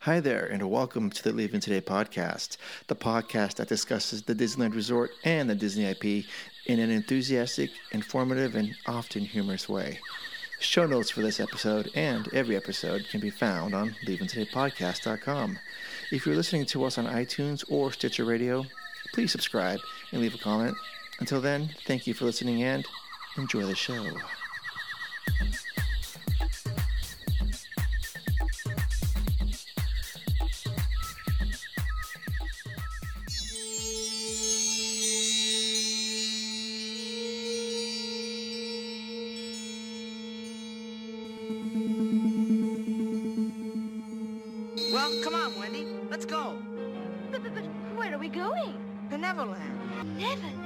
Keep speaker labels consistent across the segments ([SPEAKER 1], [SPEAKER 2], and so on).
[SPEAKER 1] Hi there, and welcome to the Leave In Today podcast, the podcast that discusses the Disneyland Resort and the Disney IP in an enthusiastic, informative, and often humorous way. Show notes for this episode and every episode can be found on leaveintodaypodcast.com. If you're listening to us on iTunes or Stitcher Radio, please subscribe and leave a comment. Until then, thank you for listening and enjoy the show.
[SPEAKER 2] Well, come on, Wendy. Let's go.
[SPEAKER 3] But, but, but where are we going?
[SPEAKER 2] To Neverland.
[SPEAKER 3] Neverland.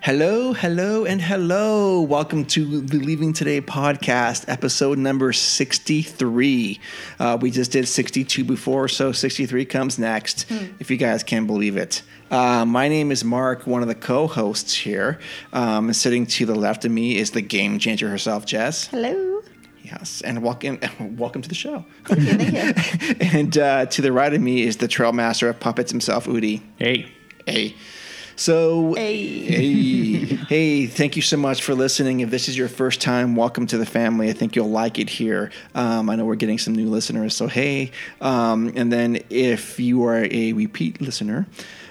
[SPEAKER 1] Hello, hello, and hello. Welcome to the Leaving Today podcast, episode number 63. Uh, we just did 62 before, so 63 comes next,
[SPEAKER 4] Hmm.
[SPEAKER 1] if you guys can believe it. Uh, my name is Mark, one of the co hosts here. Um, sitting to the left of me is the game changer herself, Jess.
[SPEAKER 4] Hello.
[SPEAKER 1] Yes, and welcome, welcome to the show. and uh, to the right of me is the trail master of puppets himself, Udi.
[SPEAKER 5] Hey.
[SPEAKER 1] Hey. So,
[SPEAKER 4] Hey.
[SPEAKER 1] hey, hey, thank you so much for listening. If this is your first time, welcome to the family. I think you'll like it here. Um, I know we're getting some new listeners, so hey. Um, and then if you are a repeat listener,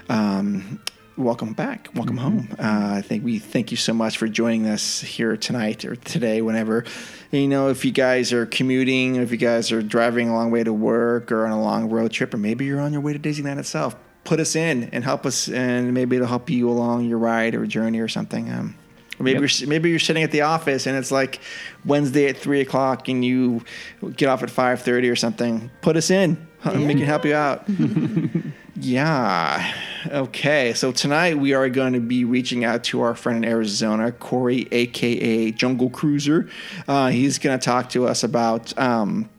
[SPEAKER 1] um, welcome back, welcome home. Uh, I think we thank you so much for joining us here tonight or today, whenever. You know, if you guys are commuting, if you guys are driving a long way to work or on a long road trip, or maybe you're on your way to Disneyland itself put us in and help us, and maybe it'll help you along your ride or journey or something. Um, or maybe
[SPEAKER 5] Yep.
[SPEAKER 1] you're maybe you're sitting at the office and it's like Wednesday at three o'clock, and you get off at five thirty or something. Put us in, and we can help you out. Yeah. Okay. So tonight we are going to be reaching out to our friend in Arizona, Corey, aka Jungle Cruiser. Uh, he's going to talk to us about um,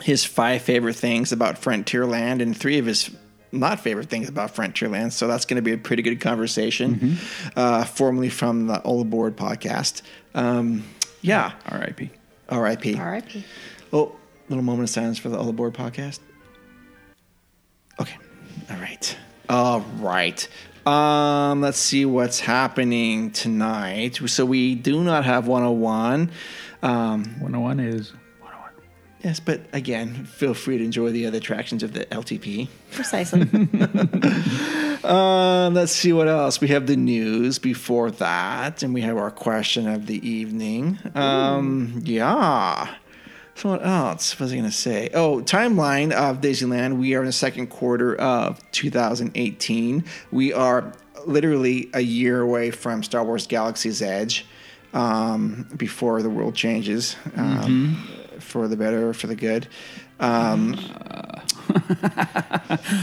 [SPEAKER 1] his five favorite things about Frontierland and three of his not favorite things about Frontierland. So that's going to be a pretty good conversation, uh, formerly from the All Aboard podcast. Um, yeah.
[SPEAKER 5] R.I.P.
[SPEAKER 1] R.I.P.
[SPEAKER 4] R.I.P.
[SPEAKER 1] Oh, little moment of silence for the All Aboard podcast. Okay. All right. All right. Um, let's see what's happening tonight. So we do not have 101. Um,
[SPEAKER 5] 101 is 101.
[SPEAKER 1] yes, but again, feel free to enjoy the other attractions of the LTP.
[SPEAKER 4] Precisely.
[SPEAKER 1] Um, let's see what else. We have the news before that, and we have our question of the evening. Um, yeah. So what else was I going to say? Oh, timeline of Disneyland. We are in the second quarter of 2018. We are literally a year away from Star Wars Galaxy's Edge um, before the world changes um, for the better, for the good. Um,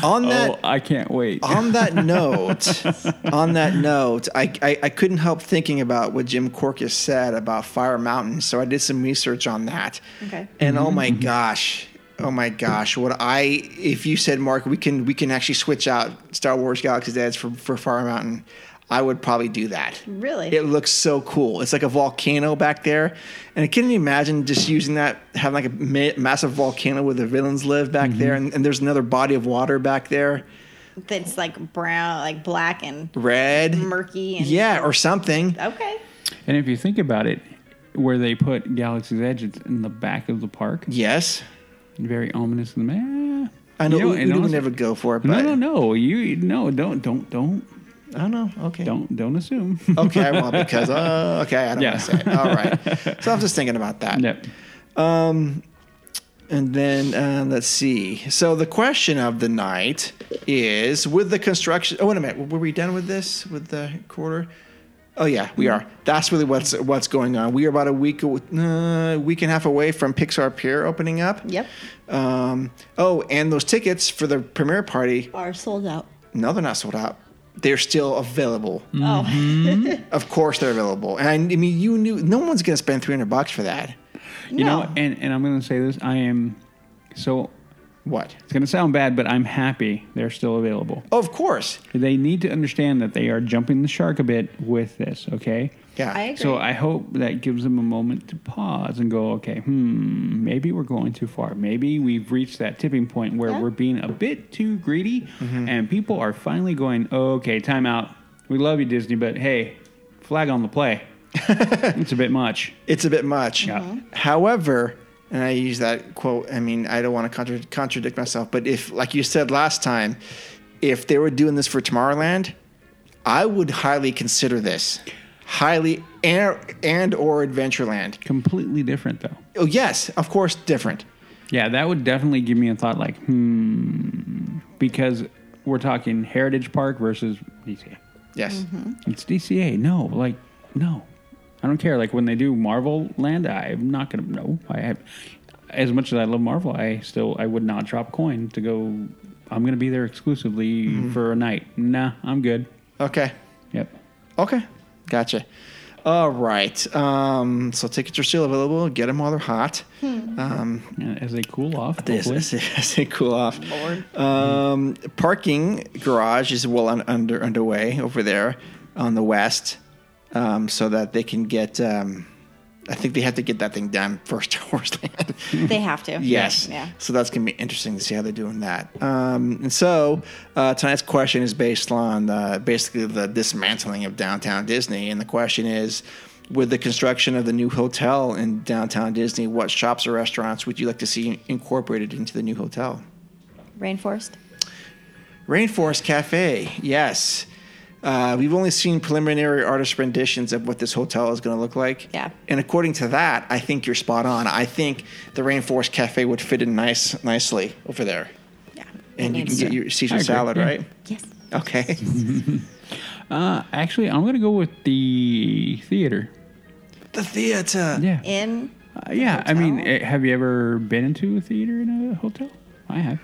[SPEAKER 1] on that,
[SPEAKER 5] Oh, I can't wait.
[SPEAKER 1] on that note, on that note, I, I, I couldn't help thinking about what Jim Corcus said about Fire Mountain, so I did some research on that.
[SPEAKER 4] Okay.
[SPEAKER 1] And oh my gosh, oh my gosh, what I if you said Mark, we can we can actually switch out Star Wars Galaxy's Edge for for Fire Mountain, I would probably do that.
[SPEAKER 4] Really?
[SPEAKER 1] It looks so cool. It's like a volcano back there, and I couldn't imagine just using that having like a ma- massive volcano where the villains live back there, and, and there's another body of water back there.
[SPEAKER 4] That's like brown, like black and
[SPEAKER 1] Red,
[SPEAKER 4] murky. And,
[SPEAKER 1] Yeah, or something.
[SPEAKER 4] Okay.
[SPEAKER 5] and if you think about it, where they put Galaxy's Edge, it's in the back of the park.
[SPEAKER 1] Yes.
[SPEAKER 5] Very ominous in the man.
[SPEAKER 1] I know,
[SPEAKER 5] You know,
[SPEAKER 1] we
[SPEAKER 5] and
[SPEAKER 1] would
[SPEAKER 5] also-
[SPEAKER 1] never go for it,
[SPEAKER 5] No,
[SPEAKER 1] but
[SPEAKER 5] no, no. You no, don't, don't, don't,
[SPEAKER 1] I don't know. Okay.
[SPEAKER 5] don't, don't assume.
[SPEAKER 1] Okay, I won't because, uh, okay, I don't
[SPEAKER 5] Yeah.
[SPEAKER 1] want to say it. All right. So I'm just thinking about that.
[SPEAKER 5] Yep.
[SPEAKER 1] And then um, let's see. So the question of the night is with the construction. Oh, wait a minute. Were we done with this? With the quarter? Oh yeah, we are. That's really what's what's going on. We are about a week uh, week and a half away from Pixar Pier opening up.
[SPEAKER 4] Yep.
[SPEAKER 1] Um, oh, and those tickets for the premiere party.
[SPEAKER 4] Are sold out.
[SPEAKER 1] No, they're not sold out. They're still available.
[SPEAKER 4] Mm. Oh,
[SPEAKER 1] Mm-hmm. Of course, they're available. And I, I mean, you knew no one's going to spend three hundred bucks for that.
[SPEAKER 4] Oh, no.
[SPEAKER 5] You know, and, and I'm going to say this. I am so,
[SPEAKER 1] What?
[SPEAKER 5] it's going to sound bad, but I'm happy they're still available.
[SPEAKER 1] Oh, of course.
[SPEAKER 5] They need to understand that they are jumping the shark a bit with this, okay?
[SPEAKER 1] Yeah.
[SPEAKER 4] I agree.
[SPEAKER 5] So I hope that gives them a moment to pause and go, okay, hmm, maybe we're going too far. Maybe we've reached that tipping point where
[SPEAKER 4] Yeah.
[SPEAKER 5] we're being a bit too greedy and people are finally going, okay, time out. We love you, Disney, but hey, flag on the play. it's a bit much.
[SPEAKER 1] it's a bit much.
[SPEAKER 5] Yeah. Mhm.
[SPEAKER 4] Mm-hmm.
[SPEAKER 1] However, and I use that quote, I mean, I don't want to contra- contradict myself, but if, like you said last time, if they were doing this for Tomorrowland, I would highly consider this. Highly and, and or Adventureland.
[SPEAKER 5] Completely different, though.
[SPEAKER 1] Oh, yes, of course, different.
[SPEAKER 5] Yeah, that would definitely give me a thought like, hmm, because we're talking Heritage Park versus DCA.
[SPEAKER 1] Yes.
[SPEAKER 4] Mm-hmm.
[SPEAKER 5] It's DCA. No, like, no. I don't care. Like, when they do Marvel Land, I'm not going to, no. I have, as much as I love Marvel, I still, I would not drop coin to go, I'm going to be there exclusively
[SPEAKER 1] Mm-hmm.
[SPEAKER 5] for a night. Nah, I'm good.
[SPEAKER 1] Okay.
[SPEAKER 5] Yep.
[SPEAKER 1] Okay. Gotcha. All right. Um, so tickets are still available. Get them while they're hot. Um,
[SPEAKER 5] And As they cool off,
[SPEAKER 1] This
[SPEAKER 5] hopefully.
[SPEAKER 1] is as it cool off. Um, parking garage is well on, under underway over there on the west, um, so that they can get. Um, I think they have to get that thing done first to Horseland.
[SPEAKER 4] they have to.
[SPEAKER 1] yes.
[SPEAKER 4] Yeah.
[SPEAKER 1] So that's gonna be interesting to see how they're doing that. Um, and so uh, tonight's question is based on uh, basically the dismantling of downtown Disney, and the question is. With the construction of the new hotel in downtown Disney, what shops or restaurants would you like to see incorporated into the new hotel?
[SPEAKER 4] Rainforest.
[SPEAKER 1] Rainforest Cafe, yes. Uh, we've only seen preliminary artist renditions of what this hotel is going to look like.
[SPEAKER 4] Yeah.
[SPEAKER 1] And according to that, I think you're spot on. I think the Rainforest Cafe would fit in nice, nicely over there.
[SPEAKER 4] Yeah.
[SPEAKER 1] And you can
[SPEAKER 4] it's-
[SPEAKER 1] get your
[SPEAKER 5] I
[SPEAKER 1] Caesar
[SPEAKER 5] agree,
[SPEAKER 1] salad,
[SPEAKER 5] yeah.
[SPEAKER 1] right?
[SPEAKER 4] Yes.
[SPEAKER 1] Okay.
[SPEAKER 5] Uh, actually, I'm going to go with the theater.
[SPEAKER 1] the theater.
[SPEAKER 5] Yeah.
[SPEAKER 4] In.
[SPEAKER 5] Uh, yeah. I mean, eh, have you ever been into a theater in a hotel? I have.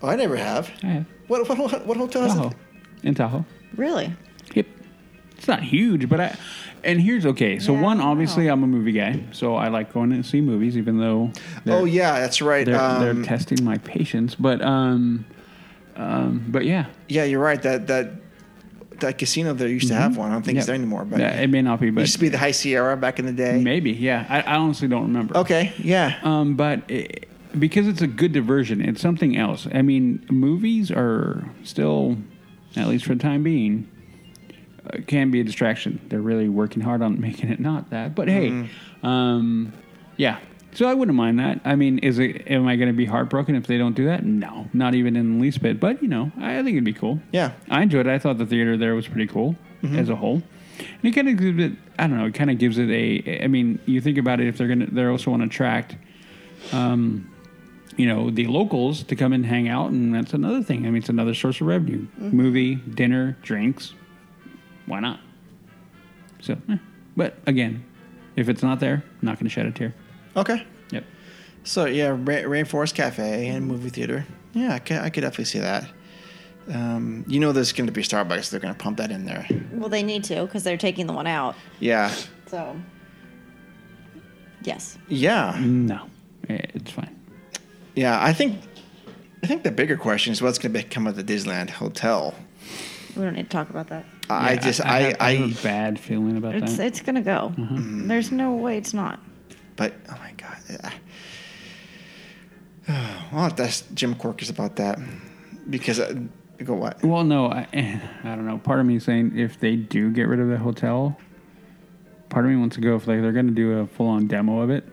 [SPEAKER 1] Oh, I never have.
[SPEAKER 5] I have.
[SPEAKER 1] What, what, what, what hotel is
[SPEAKER 5] Tahoe.
[SPEAKER 1] it?
[SPEAKER 5] In Tahoe.
[SPEAKER 4] Really?
[SPEAKER 5] Yep. It's not huge, but I. And here's okay. So
[SPEAKER 4] Yeah,
[SPEAKER 5] one,
[SPEAKER 4] I don't
[SPEAKER 5] obviously,
[SPEAKER 4] know.
[SPEAKER 5] I'm a movie guy, so I like going to see movies, even though. they're-
[SPEAKER 1] Oh, yeah, that's right.
[SPEAKER 5] They're,
[SPEAKER 1] Um,
[SPEAKER 5] they're testing my patience, but um, um, but yeah.
[SPEAKER 1] yeah, you're right. That, that, that casino there used to have one. I don't think
[SPEAKER 5] Yep.
[SPEAKER 1] it's there anymore, but
[SPEAKER 5] Mm-hmm. yeah, it may not be,
[SPEAKER 1] it
[SPEAKER 5] but
[SPEAKER 1] used to be the High Sierra back in the day.
[SPEAKER 5] maybe. Yeah, I, I honestly don't remember.
[SPEAKER 1] Okay, yeah.
[SPEAKER 5] Um, but it, because it's a good diversion, it's something else. I mean, movies are still, at least for the time being, uh, can be a distraction. They're really working hard on making it not that. But hey, um, yeah. So I wouldn't mind that. I mean, is it? Am I going to be heartbroken if they don't do that? No, not even in the least bit. But you know, I, I think it'd be cool.
[SPEAKER 1] Yeah.
[SPEAKER 5] I enjoyed it. I thought the theater there was pretty cool as a whole. And it kind of gives it, I don't know, it kind of gives it a, I mean, you think about it, if they're going to, they're also want to attract, um, you know, the locals to come and hang out. And that's another thing. I mean, it's another source of revenue movie, dinner, drinks. Why not? So, eh. but again, if it's not there, not going to shed a tear.
[SPEAKER 1] Okay.
[SPEAKER 5] Yep.
[SPEAKER 1] So yeah, Ra- Rainforest Cafe and movie theater. Yeah, I could, I could definitely see that. Um, you know, there's going to be Starbucks. They're going to pump that in there.
[SPEAKER 4] Well, they need to because they're taking the one out.
[SPEAKER 1] Yeah,
[SPEAKER 4] So. Yes.
[SPEAKER 1] yeah,
[SPEAKER 5] No, Eh, it's fine.
[SPEAKER 1] yeah. I think, I think the bigger question is what's going to become of the Disneyland Hotel.
[SPEAKER 4] We don't need to talk about that.
[SPEAKER 1] I
[SPEAKER 5] Yeah,
[SPEAKER 1] just, I,
[SPEAKER 5] have,
[SPEAKER 1] I,
[SPEAKER 5] have a bad feeling about
[SPEAKER 4] It's
[SPEAKER 5] that.
[SPEAKER 4] it's gonna go.
[SPEAKER 1] Mm-hmm.
[SPEAKER 4] There's no way it's not.
[SPEAKER 1] but oh my god. yeah. I'll have to ask Jim Corcus about that because uh, go what?
[SPEAKER 5] Well, no, I, eh, I don't know. Part of me is saying if they do get rid of the hotel, part of me wants to go if like they're going to do a full-on demo of it,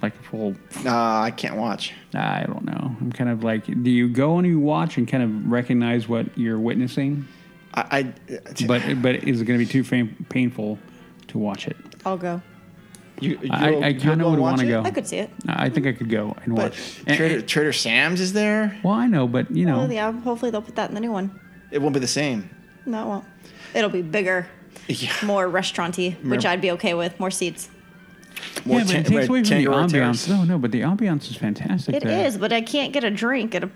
[SPEAKER 5] like a full.
[SPEAKER 1] Uh, I can't watch.
[SPEAKER 5] I don't know. I'm kind of like, do you go and you watch and kind of recognize what you're witnessing?
[SPEAKER 1] I, I
[SPEAKER 5] But but is it going to be too fam- painful to watch it?
[SPEAKER 4] I'll go.
[SPEAKER 1] you,
[SPEAKER 5] I-
[SPEAKER 1] you'll-
[SPEAKER 5] I
[SPEAKER 1] you'll
[SPEAKER 5] kinda
[SPEAKER 1] go
[SPEAKER 5] would
[SPEAKER 1] watch
[SPEAKER 5] wanna
[SPEAKER 1] it?
[SPEAKER 5] go.
[SPEAKER 4] I could see it.
[SPEAKER 5] I think I could go and
[SPEAKER 1] But
[SPEAKER 5] watch. And-
[SPEAKER 1] Trader, Trader Sam's is there.
[SPEAKER 5] well, I know, but you know,
[SPEAKER 4] Oh yeah. Hopefully they'll put that in the new one.
[SPEAKER 1] It won't be the same.
[SPEAKER 4] No, it won't. It'll be bigger.
[SPEAKER 1] Yeah.
[SPEAKER 4] more restauranty, which I'd be okay with. More seats.
[SPEAKER 1] More
[SPEAKER 5] yeah, but
[SPEAKER 1] ten-
[SPEAKER 5] it takes
[SPEAKER 1] right,
[SPEAKER 5] away from the
[SPEAKER 1] ten-year-old terrace.
[SPEAKER 5] ambiance. No, no, but the ambiance is fantastic.
[SPEAKER 4] It is,
[SPEAKER 5] there.
[SPEAKER 4] but I can't get a drink at a.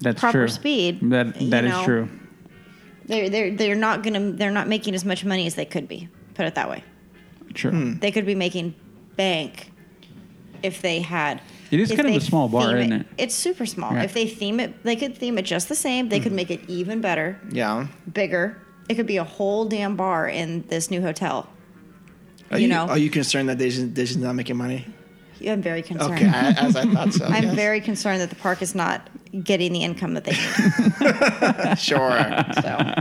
[SPEAKER 5] That's
[SPEAKER 4] proper
[SPEAKER 5] true.
[SPEAKER 4] speed,
[SPEAKER 5] That
[SPEAKER 4] you
[SPEAKER 5] that is
[SPEAKER 4] know.
[SPEAKER 5] true.
[SPEAKER 4] They're they're they're not gonna they're not making as much money as they could be. Put it that way.
[SPEAKER 5] Sure.
[SPEAKER 4] They could be making bank if they had.
[SPEAKER 5] It is
[SPEAKER 4] if
[SPEAKER 5] kind of
[SPEAKER 4] they
[SPEAKER 5] a small bar,
[SPEAKER 4] theme
[SPEAKER 5] isn't it?
[SPEAKER 4] It's super small.
[SPEAKER 5] Yeah. Hmm.
[SPEAKER 4] If they theme it, they could theme it just the same. They could make it even better,
[SPEAKER 1] Yeah.
[SPEAKER 4] bigger. It could be a whole damn bar in this new hotel.
[SPEAKER 1] Are
[SPEAKER 4] You
[SPEAKER 1] you,
[SPEAKER 4] know.
[SPEAKER 1] are you concerned that Disney, Disney's not making money?
[SPEAKER 4] I'm very concerned.
[SPEAKER 1] Okay, I, as I thought so.
[SPEAKER 4] I'm
[SPEAKER 1] yes.
[SPEAKER 4] very concerned that the park is not getting the income that they need.
[SPEAKER 1] sure.
[SPEAKER 4] So.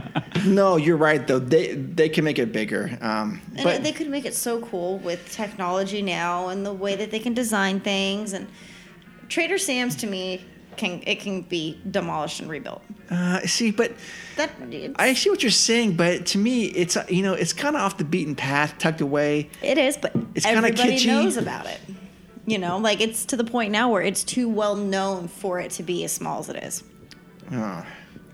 [SPEAKER 1] No, you're right though. They they can make it bigger. Um,
[SPEAKER 4] And
[SPEAKER 1] but
[SPEAKER 4] Uh, they could make it so cool with technology now and the way that they can design things. And Trader Sam's to me can it can be demolished and rebuilt.
[SPEAKER 1] uh, see, but
[SPEAKER 4] That
[SPEAKER 1] I see what you're saying. But to me, it's uh, you know, it's kind of off the beaten path, tucked away.
[SPEAKER 4] it is, but
[SPEAKER 1] It's kinda
[SPEAKER 4] everybody
[SPEAKER 1] kitschy.
[SPEAKER 4] knows about it. You know, like it's to the point now where it's too well known for it to be as small as it is.
[SPEAKER 1] Oh,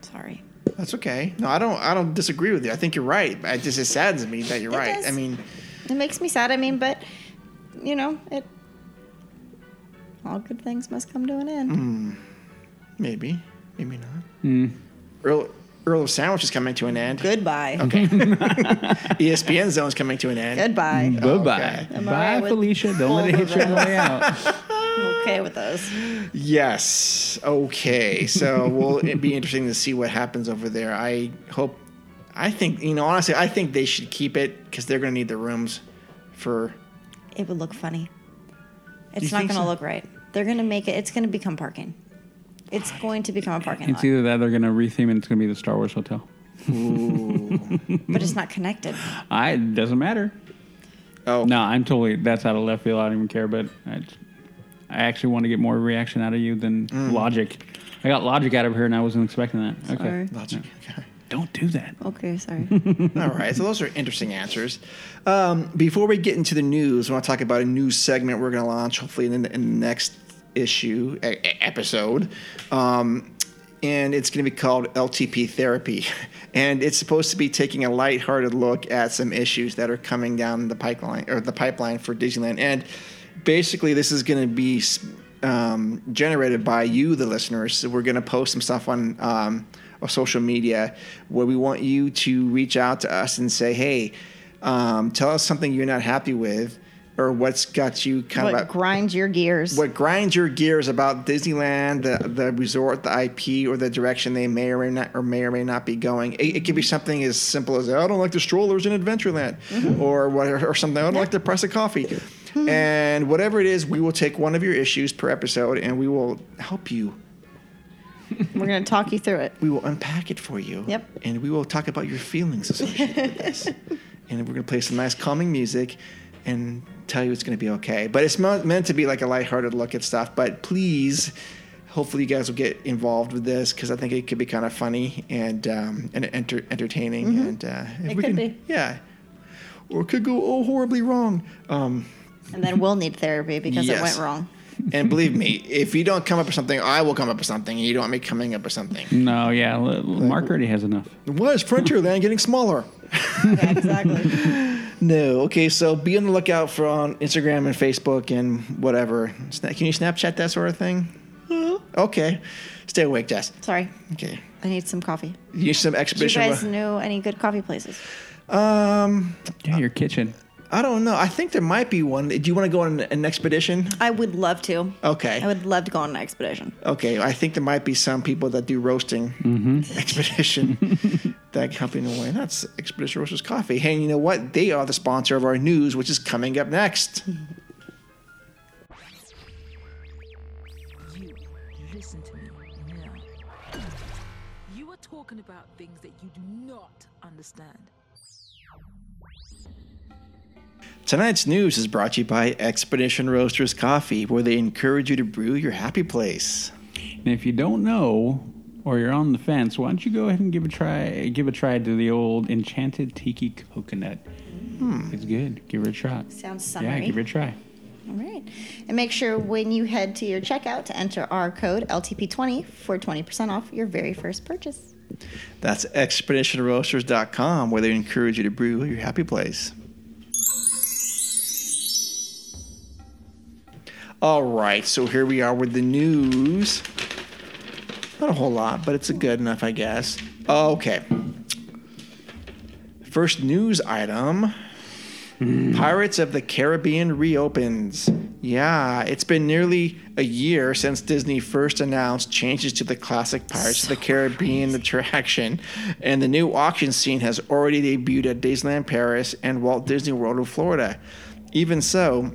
[SPEAKER 4] Sorry.
[SPEAKER 1] that's okay. No, I don't. I don't disagree with you. I think you're right. I just it saddens me that you're
[SPEAKER 4] It
[SPEAKER 1] right.
[SPEAKER 4] does.
[SPEAKER 1] I mean,
[SPEAKER 4] It makes me sad. I mean, but you know, it all good things must come to an end.
[SPEAKER 1] Mm. maybe, maybe not. Earl Earl of Sandwich is coming to an end. E
[SPEAKER 4] Goodbye.
[SPEAKER 1] ESPN Zone's coming to an end.
[SPEAKER 4] Goodbye.
[SPEAKER 1] Mm.
[SPEAKER 5] Bye
[SPEAKER 1] Bye-bye.
[SPEAKER 4] Am I
[SPEAKER 5] bye,
[SPEAKER 4] right with
[SPEAKER 5] Felicia. Don't let it hit you on the way out.
[SPEAKER 4] I'm okay with those.
[SPEAKER 1] Yes. Okay. So will it be interesting to see what happens over there? I hope. I think you know. Honestly, I think they should keep it because they're going to need the rooms for.
[SPEAKER 4] It would look funny. It's
[SPEAKER 1] You
[SPEAKER 4] not
[SPEAKER 1] think
[SPEAKER 4] going
[SPEAKER 1] so?
[SPEAKER 4] to look right. They're going to make it. It's going to become parking. It's going to become a parking
[SPEAKER 5] It's
[SPEAKER 4] lot,
[SPEAKER 5] either that or they're gonna retheme it. It's gonna be the Star Wars hotel.
[SPEAKER 4] but it's not connected.
[SPEAKER 5] I it doesn't matter.
[SPEAKER 1] Oh
[SPEAKER 5] No, I'm totally. That's out of left field. I don't even care. But I, just- I actually want to get more reaction out of you than
[SPEAKER 4] Hmm.
[SPEAKER 5] logic. I got logic out of here, and I wasn't expecting that. Okay,
[SPEAKER 4] Sorry.
[SPEAKER 1] Logic. Okay.
[SPEAKER 5] don't do that.
[SPEAKER 4] Okay, sorry.
[SPEAKER 1] All right, so those are interesting answers. Um, before we get into the news, I want to talk about a new segment we're going to launch hopefully in the, in the next issue e- e- episode, um, and it's going to be called LTP therapy, and it's supposed to be taking a lighthearted look at some issues that are coming down the pipeline or the pipeline for Disneyland, and basically this is going to be. s- Um, generated by you, the listeners. So we're going to post some stuff on um, or social media where we want you to reach out to us and say, hey, um, tell us something you're not happy with or what's got you kind of
[SPEAKER 4] what
[SPEAKER 1] about,
[SPEAKER 4] grinds your gears?
[SPEAKER 1] what grinds your gears about Disneyland, the, the resort, the IP, or the direction they may or may not or may or may not be going. It, it could be something as simple as I don't like the strollers in Adventureland, or what, or something. I don't like the price of coffee. And whatever it is, we will take one of your issues per episode, and we will help you
[SPEAKER 4] We're going to talk you through it.
[SPEAKER 1] we will unpack it for you.
[SPEAKER 4] Yep.
[SPEAKER 1] And we will talk about your feelings associated with this. And we're going to play some nice calming music and tell you it's going to be okay. But it's mo- meant to be like a lighthearted look at stuff. But please, hopefully, you guys will get involved with this because I think it could be kind of funny and um, and enter- entertaining. And uh, if
[SPEAKER 4] Mm-hmm. It
[SPEAKER 1] we can,
[SPEAKER 4] could be.
[SPEAKER 1] Yeah. Or it could go oh horribly wrong. Um,
[SPEAKER 4] And then we'll need therapy because it
[SPEAKER 1] Yes.
[SPEAKER 4] went wrong.
[SPEAKER 1] and believe me, if you don't come up with something, I will come up with something. And you don't want me coming up with something.
[SPEAKER 5] No, yeah, l- l- Mark already has enough.
[SPEAKER 1] Why is Frontierland getting smaller?
[SPEAKER 4] Yeah, exactly.
[SPEAKER 1] No. Okay. So be on the lookout for on Instagram and Facebook and whatever. Sna- Can you Snapchat that sort of thing?
[SPEAKER 4] Uh-huh.
[SPEAKER 1] Okay. Stay awake, Jess.
[SPEAKER 4] sorry.
[SPEAKER 1] Okay.
[SPEAKER 4] I need some coffee.
[SPEAKER 1] You need some
[SPEAKER 4] Do you
[SPEAKER 1] exhibition.
[SPEAKER 4] guys know any good coffee places?
[SPEAKER 1] um,
[SPEAKER 5] Yeah, your kitchen.
[SPEAKER 1] I don't know. I think there might be one. Do you want to go on an expedition?
[SPEAKER 4] I would love to.
[SPEAKER 1] Okay.
[SPEAKER 4] I would love to go on an expedition.
[SPEAKER 1] okay. I think there might be some people that do roasting expedition that company away. That's Expedition Roasters Coffee. Hey, you know what? They are the sponsor of our news, which is coming up next.
[SPEAKER 6] You listen to me now. You are talking about things that you do not understand.
[SPEAKER 1] Tonight's news is brought to you by Expedition Roasters Coffee, where they encourage you to brew your happy place.
[SPEAKER 5] And if you don't know or you're on the fence, why don't you go ahead and give a try? Give a try to the old enchanted tiki coconut.
[SPEAKER 1] Hmm.
[SPEAKER 5] It's good. Give it a try.
[SPEAKER 4] Sounds
[SPEAKER 5] Yeah,
[SPEAKER 4] summery.
[SPEAKER 5] give it a try.
[SPEAKER 4] All right. And make sure when you head to your checkout to enter our code LTP20 for 20% off your very first purchase.
[SPEAKER 1] That's expeditionroasters.com where they encourage you to brew your happy place. All right, so here we are with the news. Not a whole lot, but it's a good enough, I guess. Okay. First news item Pirates of the Caribbean reopens. Yeah, it's been nearly a year since Disney first announced changes to the classic Pirates of the Caribbean attraction, and the new auction scene has already debuted at Disneyland Paris and Walt Disney World in Florida. Even so,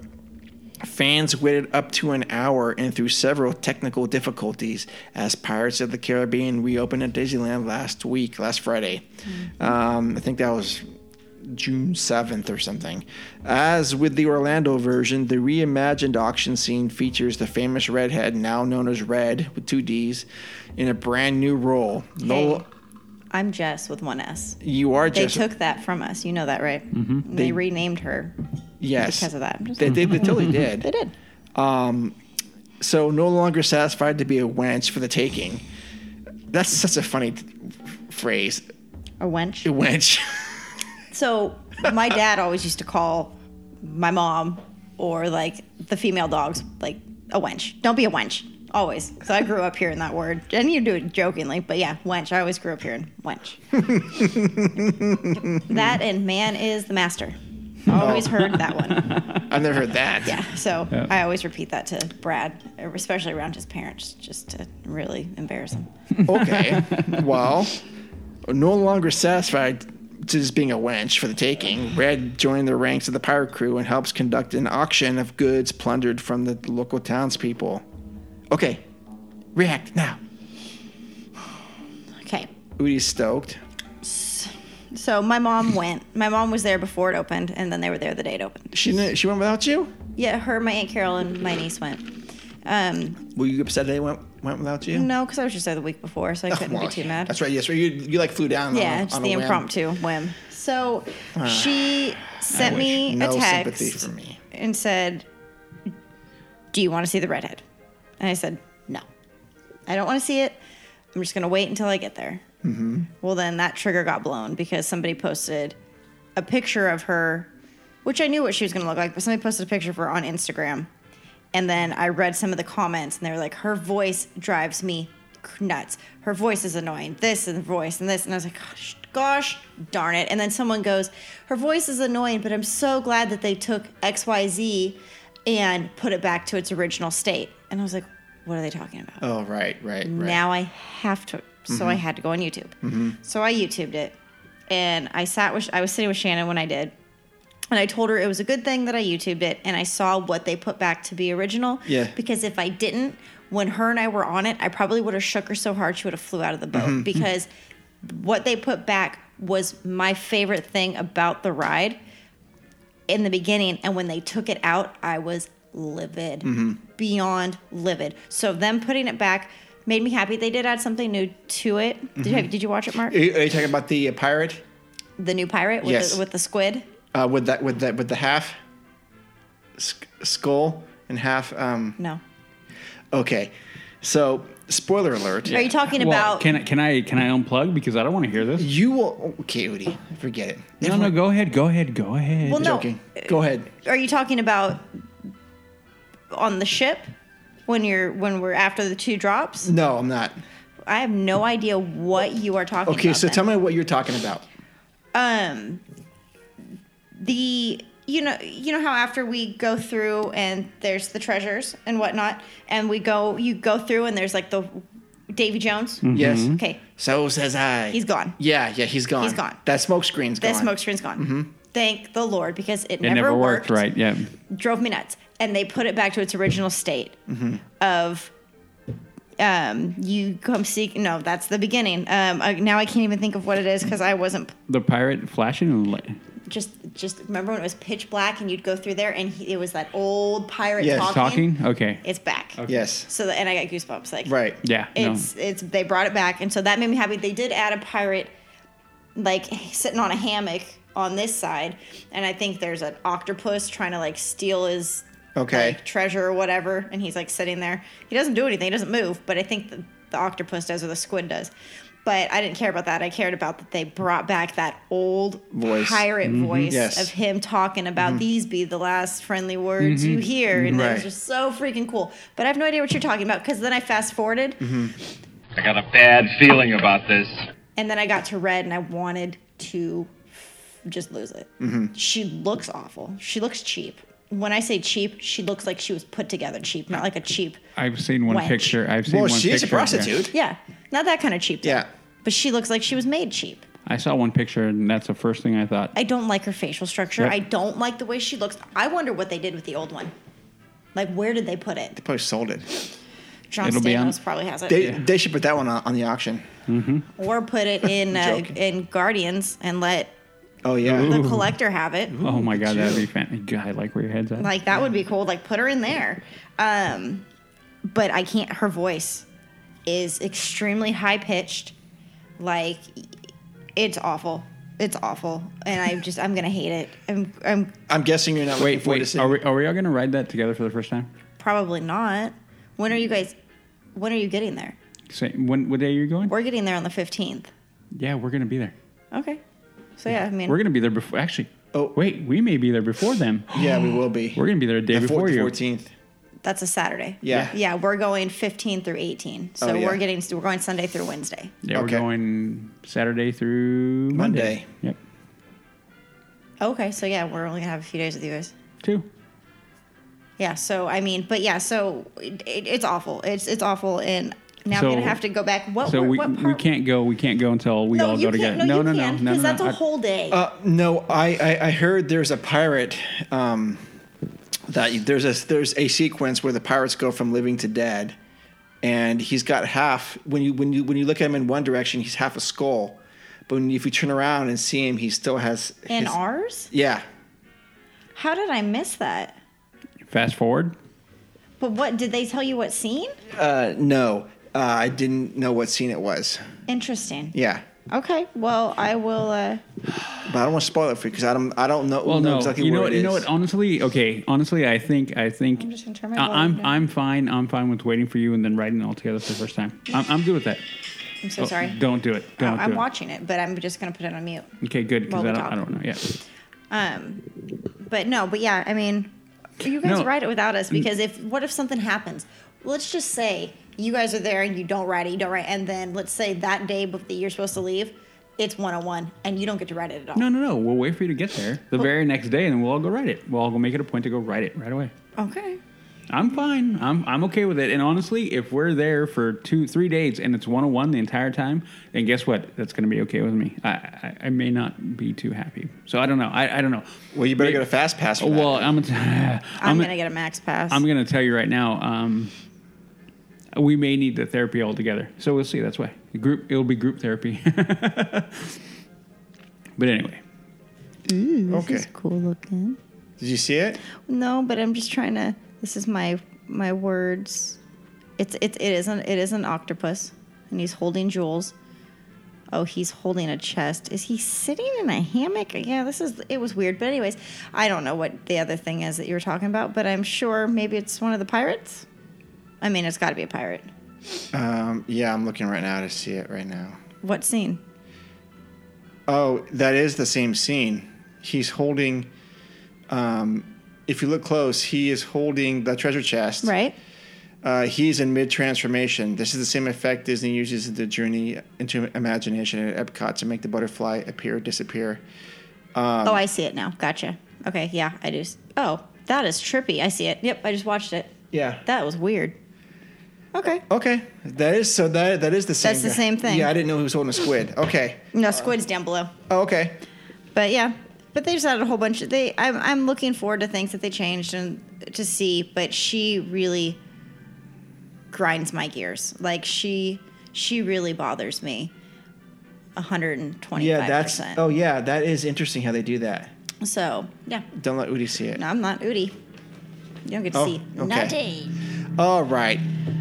[SPEAKER 1] Fans waited up to an hour and through several technical difficulties as Pirates of the Caribbean reopened at Disneyland last week, last Friday.
[SPEAKER 4] Mm-hmm.
[SPEAKER 1] Um, I think that was June 7th or something. As with the Orlando version, the reimagined auction scene features the famous redhead, now known as Red with two D's, in a brand new role. No,
[SPEAKER 4] I'm Jess with one S.
[SPEAKER 1] you are
[SPEAKER 4] They
[SPEAKER 1] just
[SPEAKER 4] took that from us. You know that, right? They, renamed her
[SPEAKER 1] yes
[SPEAKER 4] because of that. I'm just-
[SPEAKER 1] They, they, they totally did.
[SPEAKER 4] Mm-hmm.
[SPEAKER 1] Um,
[SPEAKER 4] they did.
[SPEAKER 1] so no longer satisfied to be a wench for the taking. That's such a funny t- phrase,
[SPEAKER 4] A wench.
[SPEAKER 1] a wench.
[SPEAKER 4] So my dad always used to call my mom or like the female dogs like a wench. Don't be a wench. Always. So I grew up hearing that word. And you do it jokingly, but yeah, wench. I always grew up hearing wench. that and man is the master. Always heard that one.
[SPEAKER 1] I've never heard that.
[SPEAKER 4] Yeah. So I always repeat that to Brad, especially around his parents, just to really embarrass him.
[SPEAKER 1] Okay. well, no longer satisfied to just being a wench for the taking, Red joined the ranks of the pirate crew and helps conduct an auction of goods plundered from the local townspeople. Okay, react now.
[SPEAKER 4] Okay.
[SPEAKER 1] Udi's stoked.
[SPEAKER 4] So my mom went. My mom was there before it opened, and then they were there the day it opened.
[SPEAKER 1] She didn't, she went without you.
[SPEAKER 4] Yeah, her, my aunt Carol, and my niece went. Um,
[SPEAKER 1] Were you upset they went went without you?
[SPEAKER 4] no, because I was just there the week before, so I couldn't
[SPEAKER 1] Well,
[SPEAKER 4] be too mad.
[SPEAKER 1] That's right. Yes, right. You you like flew down.
[SPEAKER 4] Yeah,
[SPEAKER 1] on, a-
[SPEAKER 4] just
[SPEAKER 1] on
[SPEAKER 4] the
[SPEAKER 1] a whim. Ah,
[SPEAKER 4] impromptu whim. So she sent
[SPEAKER 1] wish.
[SPEAKER 4] me
[SPEAKER 1] no
[SPEAKER 4] a text
[SPEAKER 1] sympathy for me.
[SPEAKER 4] and said, "Do you want to see the redhead?" And I said, "No, I don't want to see it. I'm just gonna wait until I get there." Well, then that trigger got blown because somebody posted a picture of her, which I knew what she was gonna look like, but somebody posted a picture of her on Instagram, and then I read some of the comments, and they were like, "Her voice drives me." Nuts. Her voice is annoying. This and voice and this. And I was like, gosh, gosh, darn it. And then someone goes, Her voice is annoying, but I'm so glad that they took XYZ and put it back to its original state. And I was like, What are they talking about?
[SPEAKER 1] Oh right, right, Mm-hmm. right.
[SPEAKER 4] Now I have to. So I had to go on YouTube. So I YouTubed it, and I sat with I was sitting with Shannon when I did, and I told her it was a good thing that I YouTubed it, and I saw what they put back to be original.
[SPEAKER 1] Yeah.
[SPEAKER 4] Because if I didn't, when her and I were on it, I probably would have shook her so hard she would have flew out of the boat
[SPEAKER 1] Mm-hmm.
[SPEAKER 4] because what they put back was my favorite thing about the ride in the beginning and when they took it out i was livid
[SPEAKER 1] Mm-hmm.
[SPEAKER 4] beyond livid so them putting it back made me happy they did add something new to it did, you,
[SPEAKER 1] Mm-hmm.
[SPEAKER 4] have, did you watch it mark
[SPEAKER 1] Are you, are you talking about the uh, pirate
[SPEAKER 4] the new pirate with,
[SPEAKER 1] Yes.
[SPEAKER 4] the, with the squid
[SPEAKER 1] uh, with that with that with the half sk- skull and half? Um,
[SPEAKER 4] no
[SPEAKER 1] okay, so spoiler alert.
[SPEAKER 4] are you talking
[SPEAKER 5] Well,
[SPEAKER 4] about
[SPEAKER 5] can I can I can I unplug because I don't want to hear this.
[SPEAKER 1] You will okay, Udi. Forget it.
[SPEAKER 5] No, no, go ahead, go ahead, go ahead.
[SPEAKER 4] Well, no.
[SPEAKER 1] joking. Go ahead.
[SPEAKER 4] are you talking about on the ship when you're when we're after the two drops
[SPEAKER 1] No, I'm not.
[SPEAKER 4] i have no idea what you are talking about
[SPEAKER 1] Okay, so
[SPEAKER 4] then.
[SPEAKER 1] tell me what you're talking about.
[SPEAKER 4] um the you know you know how after we go through and there's the treasures and whatnot and we go you go through and there's like the Davy Jones
[SPEAKER 1] Yes.
[SPEAKER 4] okay
[SPEAKER 1] So says I.
[SPEAKER 4] He's gone.
[SPEAKER 1] Yeah, yeah, he's gone.
[SPEAKER 4] He's gone.
[SPEAKER 1] That smokescreen's gone.
[SPEAKER 4] that smoke screen's gone thank the Lord because it,
[SPEAKER 5] Mm-hmm. it never worked, right? Yeah.
[SPEAKER 4] drove me nuts and they put it back to its original state
[SPEAKER 5] Mm-hmm.
[SPEAKER 4] of um you come seek no that's the beginning um I, now I can't even think of what it is because I wasn't
[SPEAKER 5] The pirate flashing and li-
[SPEAKER 4] just just remember when it was pitch black and you'd go through there and he, it was that old pirate
[SPEAKER 1] Yes.
[SPEAKER 4] talking.
[SPEAKER 5] talking? Okay.
[SPEAKER 4] It's back.
[SPEAKER 1] Yes.
[SPEAKER 4] So that, and I got goosebumps. Like
[SPEAKER 1] Right.
[SPEAKER 5] Yeah.
[SPEAKER 4] It's it's they brought it back and so that made me happy. They did add a pirate like sitting on a hammock on this side and I think there's an octopus trying to like steal his
[SPEAKER 1] Okay.
[SPEAKER 4] like, treasure or whatever and he's like sitting there. He doesn't do anything. He doesn't move, but I think the, the octopus does or the squid does. But I didn't care about that. I cared about that they brought back that old
[SPEAKER 1] Voice. Mm-hmm.
[SPEAKER 4] pirate voice
[SPEAKER 1] Yes. Mm-hmm.
[SPEAKER 4] of him talking about these be the last friendly words you hear. And that was
[SPEAKER 1] Right.
[SPEAKER 4] just so freaking cool. But I have no idea what you're talking about because then I fast forwarded
[SPEAKER 7] I got a bad feeling about this.
[SPEAKER 4] and then I got to red and I wanted to f- just lose it.
[SPEAKER 5] Mm-hmm.
[SPEAKER 4] She looks awful. She looks cheap. When I say cheap, she looks like she was put together cheap, not like a cheap.
[SPEAKER 5] I've seen one
[SPEAKER 4] Wench.
[SPEAKER 5] picture. I've seen
[SPEAKER 1] Well,
[SPEAKER 5] one
[SPEAKER 1] she's
[SPEAKER 5] picture.
[SPEAKER 1] a
[SPEAKER 5] yeah.
[SPEAKER 1] prostitute.
[SPEAKER 4] Yeah, not that kind of cheap. though.
[SPEAKER 1] Yeah.
[SPEAKER 4] But she looks like she was made cheap.
[SPEAKER 5] I saw one picture, and that's the first thing I thought.
[SPEAKER 4] I don't like her facial structure.
[SPEAKER 5] Yep.
[SPEAKER 4] I don't like the way she looks. I wonder what they did with the old one. Like, where did they put it?
[SPEAKER 1] Probably sold it.
[SPEAKER 4] John
[SPEAKER 5] It'll be on-
[SPEAKER 4] Stamos probably has it.
[SPEAKER 1] They, they should put that one on, on the auction.
[SPEAKER 4] or put it in uh,
[SPEAKER 1] Joking.
[SPEAKER 4] in Guardians and let
[SPEAKER 1] Oh yeah.
[SPEAKER 4] the collector have it.
[SPEAKER 5] oh my god, that'd be fantastic. God, I like where your head's at.
[SPEAKER 4] Like that would be cool. Like put her in there. Um, but I can't. Her voice is extremely high pitched. Like it's awful. It's awful, and I'm just I'm gonna hate it. I'm I'm
[SPEAKER 1] I'm guessing you're not looking
[SPEAKER 5] wait,
[SPEAKER 1] forward to
[SPEAKER 5] wait.
[SPEAKER 1] seeing.
[SPEAKER 5] Are we, are we all gonna ride that together for the first time?
[SPEAKER 4] probably not. When are you guys? When are you getting there?
[SPEAKER 5] Say, when what day are you going?
[SPEAKER 4] We're getting there on the fifteenth.
[SPEAKER 5] yeah, we're gonna be there.
[SPEAKER 4] Okay. So yeah, I mean,
[SPEAKER 5] We're gonna be there before. Actually,
[SPEAKER 1] Oh.
[SPEAKER 5] wait, we may be there before them.
[SPEAKER 1] yeah, we will be.
[SPEAKER 5] We're gonna be there a day
[SPEAKER 1] The
[SPEAKER 5] before
[SPEAKER 1] four- the
[SPEAKER 5] you.
[SPEAKER 1] 14th.
[SPEAKER 4] that's a Saturday.
[SPEAKER 1] Yeah.
[SPEAKER 4] Yeah, we're going 15 through 18. So
[SPEAKER 1] Oh, yeah.
[SPEAKER 4] we're getting we're going Sunday through Wednesday.
[SPEAKER 5] Yeah,
[SPEAKER 1] Okay.
[SPEAKER 5] we're going Saturday through
[SPEAKER 1] Monday.
[SPEAKER 5] Monday. Yep,
[SPEAKER 4] Okay, so yeah, we're only gonna have a few days with you guys.
[SPEAKER 5] two.
[SPEAKER 4] Yeah. So I mean, but yeah. So it, it, it's awful. It's it's awful, and now I'm
[SPEAKER 5] So-
[SPEAKER 4] gonna have to go back. Oh, What?
[SPEAKER 5] so
[SPEAKER 4] were-
[SPEAKER 5] we,
[SPEAKER 4] what
[SPEAKER 5] we
[SPEAKER 4] part-
[SPEAKER 5] can't go. We can't go until we
[SPEAKER 4] No,
[SPEAKER 5] all go
[SPEAKER 4] you can't.
[SPEAKER 5] together.
[SPEAKER 4] No, you
[SPEAKER 5] no,
[SPEAKER 4] can't,
[SPEAKER 5] no, no, no,
[SPEAKER 4] Because that's
[SPEAKER 5] no.
[SPEAKER 4] a
[SPEAKER 5] I-
[SPEAKER 4] whole day.
[SPEAKER 1] Uh, no, I, I I heard there's a pirate. Um, that there's a there's a sequence where the pirates go from living to dead, and he's got half. When you when you when you look at him in one direction, he's half a skull, but when, if you turn around and see him, he still has
[SPEAKER 4] in
[SPEAKER 1] his-
[SPEAKER 4] ours?
[SPEAKER 1] Yeah,
[SPEAKER 4] How did I miss that?
[SPEAKER 5] Fast forward.
[SPEAKER 4] But what did they tell you? What scene?
[SPEAKER 1] uh, no, uh, I didn't know what scene it was.
[SPEAKER 4] Interesting.
[SPEAKER 1] Yeah,
[SPEAKER 4] Okay. Well, I will. Uh,
[SPEAKER 1] but I don't want to spoil it for you because I don't I don't know,
[SPEAKER 5] Well,
[SPEAKER 1] know
[SPEAKER 5] no,
[SPEAKER 1] exactly
[SPEAKER 5] you know
[SPEAKER 1] where
[SPEAKER 5] what?
[SPEAKER 1] it
[SPEAKER 5] You know
[SPEAKER 1] is.
[SPEAKER 5] what? Honestly, okay. Honestly, I think I think
[SPEAKER 4] I'm just gonna turn my
[SPEAKER 5] I-
[SPEAKER 4] volume
[SPEAKER 5] I'm
[SPEAKER 4] down.
[SPEAKER 5] I'm fine. I'm fine with waiting for you and then riding it all together for the first time. I'm, I'm good with that. Oh,
[SPEAKER 4] I'm so sorry.
[SPEAKER 5] Don't do it.
[SPEAKER 4] I-
[SPEAKER 5] Don't. do
[SPEAKER 4] I'm
[SPEAKER 5] it.
[SPEAKER 4] watching it, but I'm just gonna put it on mute.
[SPEAKER 5] Okay, good. Because
[SPEAKER 4] while we
[SPEAKER 5] I, don't-
[SPEAKER 4] talk.
[SPEAKER 5] I don't know. Yeah.
[SPEAKER 4] Um, But no, but yeah, I mean, you guys
[SPEAKER 5] No.
[SPEAKER 4] ride it without us because if what if something happens? Let's just say you guys are there and you don't ride it, you don't ride, and then let's say that day bef- that you're supposed to leave, it's one on one, and you don't get to ride it at all.
[SPEAKER 5] No, no, no. We'll wait for you to get there the very next day, and then we'll all go ride it. We'll all go make it a point to go ride it right away.
[SPEAKER 4] Okay.
[SPEAKER 5] I'm fine. I'm I'm okay with it. And honestly, if we're there for two, three days and it's 101 the entire time, then guess what? That's going to be okay with me. I, I I may not be too happy. So I don't know. I, I don't know.
[SPEAKER 1] Well, you better
[SPEAKER 5] May-
[SPEAKER 1] get a fast pass. For
[SPEAKER 5] Oh, Well,
[SPEAKER 1] that.
[SPEAKER 5] I'm gonna. I'm,
[SPEAKER 4] I'm, gonna get a max pass.
[SPEAKER 5] I'm gonna tell you right now. Um, we may need the therapy altogether. So we'll see. That's why group. It'll be group therapy. but anyway,
[SPEAKER 1] okay.
[SPEAKER 4] cool looking.
[SPEAKER 1] Did you see it?
[SPEAKER 4] No, but I'm just trying to. This is my my words. It's it's it is an it is an octopus, and he's holding jewels. Oh, he's holding a chest. Is he sitting in a hammock? Yeah, this is it was weird. But anyways, I don't know what the other thing is that you were talking about, but I'm sure maybe it's one of the pirates. I mean, it's got to be a pirate.
[SPEAKER 1] Um, yeah, I'm looking right now to see it right now.
[SPEAKER 4] What scene?
[SPEAKER 1] Oh, that is the same scene. He's holding. Um, if you look close, he is holding the treasure chest.
[SPEAKER 4] Right?
[SPEAKER 1] Uh, he's in mid transformation. This is the same effect Disney uses in the Journey into Imagination at Epcot to make the butterfly appear, disappear.
[SPEAKER 4] oh, I see it now. Gotcha. Okay, yeah, I do. s- Oh, that is trippy. I see it. Yep, I just watched it.
[SPEAKER 1] Yeah.
[SPEAKER 4] That was weird. Okay.
[SPEAKER 1] okay. That is so. That that is the same.
[SPEAKER 4] That's the
[SPEAKER 1] guy.
[SPEAKER 4] same thing.
[SPEAKER 1] Yeah, I didn't know he was holding a squid. Okay.
[SPEAKER 4] No, squid's down below.
[SPEAKER 1] Oh, okay.
[SPEAKER 4] But yeah, but they just added a whole bunch. Of, they, I'm, I'm looking forward to things that they changed and to see. But she really grinds my gears. Like she, she really bothers me. 125%.
[SPEAKER 1] Yeah, that's. Oh, yeah. That is interesting how they do that.
[SPEAKER 4] So, yeah.
[SPEAKER 1] Don't let Udi see it.
[SPEAKER 4] No, I'm not Udi. You don't get to
[SPEAKER 1] Oh,
[SPEAKER 4] see
[SPEAKER 1] okay.
[SPEAKER 4] nothing.
[SPEAKER 1] All right.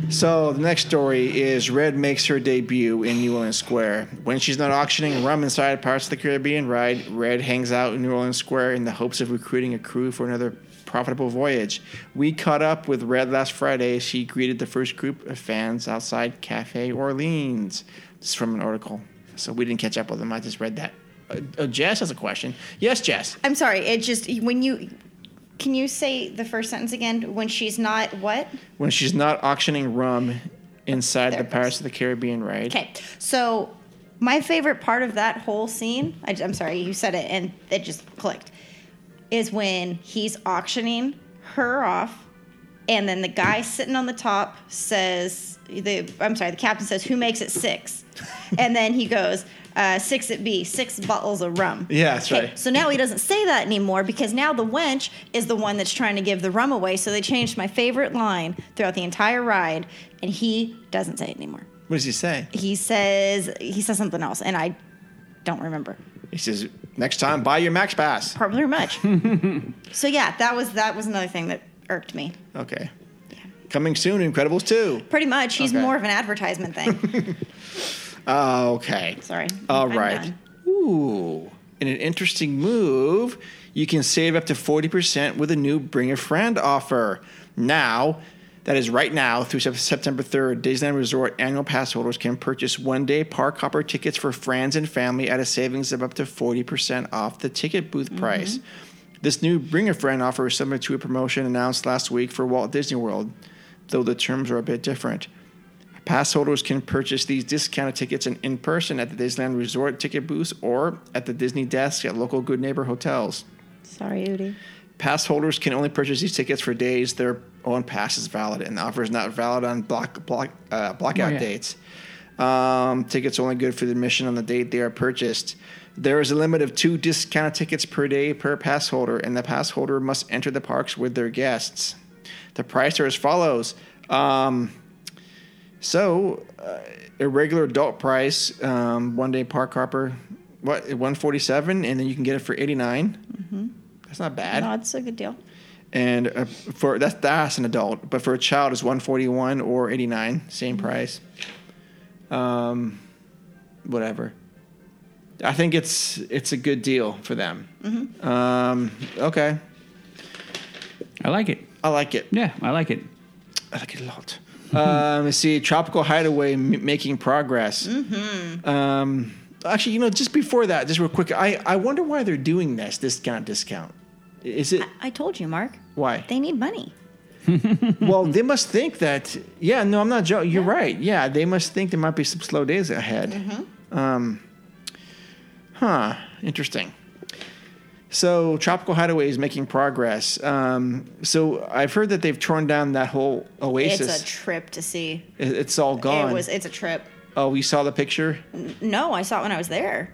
[SPEAKER 1] So the next story is Red makes her debut in New Orleans Square. When she's not auctioning rum inside Pirates of the Caribbean ride, Red hangs out in New Orleans Square in the hopes of recruiting a crew for another profitable voyage. We caught up with Red last Friday. She greeted the first group of fans outside Cafe Orleans. It's from an article. So we didn't catch up with them. I just read that. Uh, oh, Jess has a question. Yes, Jess.
[SPEAKER 4] I'm sorry. It just when you can you say the first sentence again? When she's not what?
[SPEAKER 1] When she's not auctioning rum inside
[SPEAKER 4] There
[SPEAKER 1] the
[SPEAKER 4] it
[SPEAKER 1] Pirates
[SPEAKER 4] goes.
[SPEAKER 1] of the Caribbean ride.
[SPEAKER 4] Okay. So my favorite part of that whole scene, I, am sorry, you said it and it just clicked, is when he's auctioning her off, and then the guy sitting on the top says, "The I'm sorry, the captain says, who makes it six? and then he goes. Uh, six at B, six bottles of rum.
[SPEAKER 1] Yeah, that's
[SPEAKER 4] 'Kay,
[SPEAKER 1] right.
[SPEAKER 4] So now he doesn't say that anymore because now the wench is the one that's trying to give the rum away. So they changed my favorite line throughout the entire ride, and he doesn't say it anymore
[SPEAKER 1] What does he say?
[SPEAKER 4] he says he says something else and i don't remember
[SPEAKER 1] He says, next time, buy your Max Pass.
[SPEAKER 4] probably much so yeah that was that was another thing that irked me
[SPEAKER 1] Okay. Coming soon, Incredibles 2.
[SPEAKER 4] pretty much he's
[SPEAKER 1] Okay.
[SPEAKER 4] more of an advertisement thing
[SPEAKER 1] Okay.
[SPEAKER 4] sorry
[SPEAKER 1] All
[SPEAKER 4] I'm
[SPEAKER 1] right.
[SPEAKER 4] done.
[SPEAKER 1] Ooh. In an interesting move, you can save up to 40% with a new Bring a Friend offer. Now, that is right now through Sep- September 3rd, Disneyland Resort annual pass holders can purchase one day park hopper tickets for friends and family at a savings of up to 40% off the ticket booth
[SPEAKER 4] Mm-hmm.
[SPEAKER 1] price. This new Bring a Friend offer is similar to a promotion announced last week for Walt Disney World, though the terms are a bit different. Pass holders can purchase these discounted tickets in, in person at the Disneyland Resort ticket booths or at the Disney desk at local Good Neighbor hotels.
[SPEAKER 4] sorry Udi.
[SPEAKER 1] Pass holders can only purchase these tickets for days their own pass is valid, and the offer is not valid on block block uh, blackout
[SPEAKER 5] yeah.
[SPEAKER 1] dates. Um, tickets only good for the admission on the date they are purchased. There is a limit of two discounted tickets per day per pass holder, and the pass holder must enter the parks with their guests. The price are as follows. Um, so, uh, a regular adult price, um, one day park hopper, what one forty seven, and then you can get it for eighty That's not bad
[SPEAKER 4] no it's a good deal
[SPEAKER 1] and uh, for that's that's an adult, but for a child is one forty one or eighty nine, same price. Um, whatever. I think it's it's a good deal for them. Um, okay,
[SPEAKER 5] I like it.
[SPEAKER 1] I like it.
[SPEAKER 5] Yeah, I like it.
[SPEAKER 1] I like it a lot. um, let's see, Tropical Hideaway m- making progress. Um, actually, you know, just before that, just real quick, I I wonder why they're doing this this kind of discount. Is it
[SPEAKER 4] i told you mark
[SPEAKER 1] why
[SPEAKER 4] they need money
[SPEAKER 1] well, they must think that. Yeah, no, I'm not joking. You're right. Yeah, they must think there might be some slow days ahead. Um,
[SPEAKER 4] Mm-hmm.
[SPEAKER 1] huh. Interesting. So, Tropical Hideaway is making progress. Um, so, I've heard that they've torn down that whole oasis.
[SPEAKER 4] it's a trip to see
[SPEAKER 1] It- it's all gone.
[SPEAKER 4] it was it's a trip
[SPEAKER 1] oh, we saw the picture.
[SPEAKER 4] no i saw it when i was there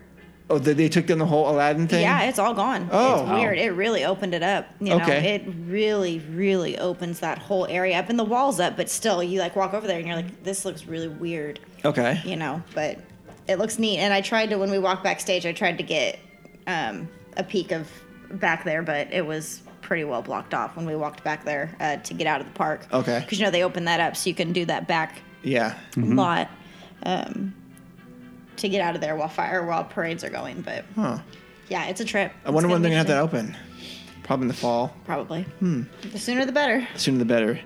[SPEAKER 1] Oh, they, they took down the whole Aladdin thing.
[SPEAKER 4] yeah it's all gone
[SPEAKER 1] Oh.
[SPEAKER 4] it's weird it really opened it up you know
[SPEAKER 1] Okay.
[SPEAKER 4] it really really opens that whole area up and the walls up but still you like walk over there and you're like this looks really weird
[SPEAKER 1] Okay.
[SPEAKER 4] you know, but it looks neat. And I tried to, when we walked backstage, I tried to get um, a peek of back there, but it was pretty well blocked off when we walked back there uh, to get out of the park.
[SPEAKER 1] Okay. Mm-hmm.
[SPEAKER 4] Because, you know, they opened that up so you can do that back
[SPEAKER 1] Yeah.
[SPEAKER 4] lot um, to get out of there while fire, while parades are going. But
[SPEAKER 1] Huh.
[SPEAKER 4] yeah, it's a trip.
[SPEAKER 1] I wonder when they're gonna have that open. Probably in the fall.
[SPEAKER 4] Probably.
[SPEAKER 1] Hmm.
[SPEAKER 4] The sooner the better.
[SPEAKER 1] sooner the better.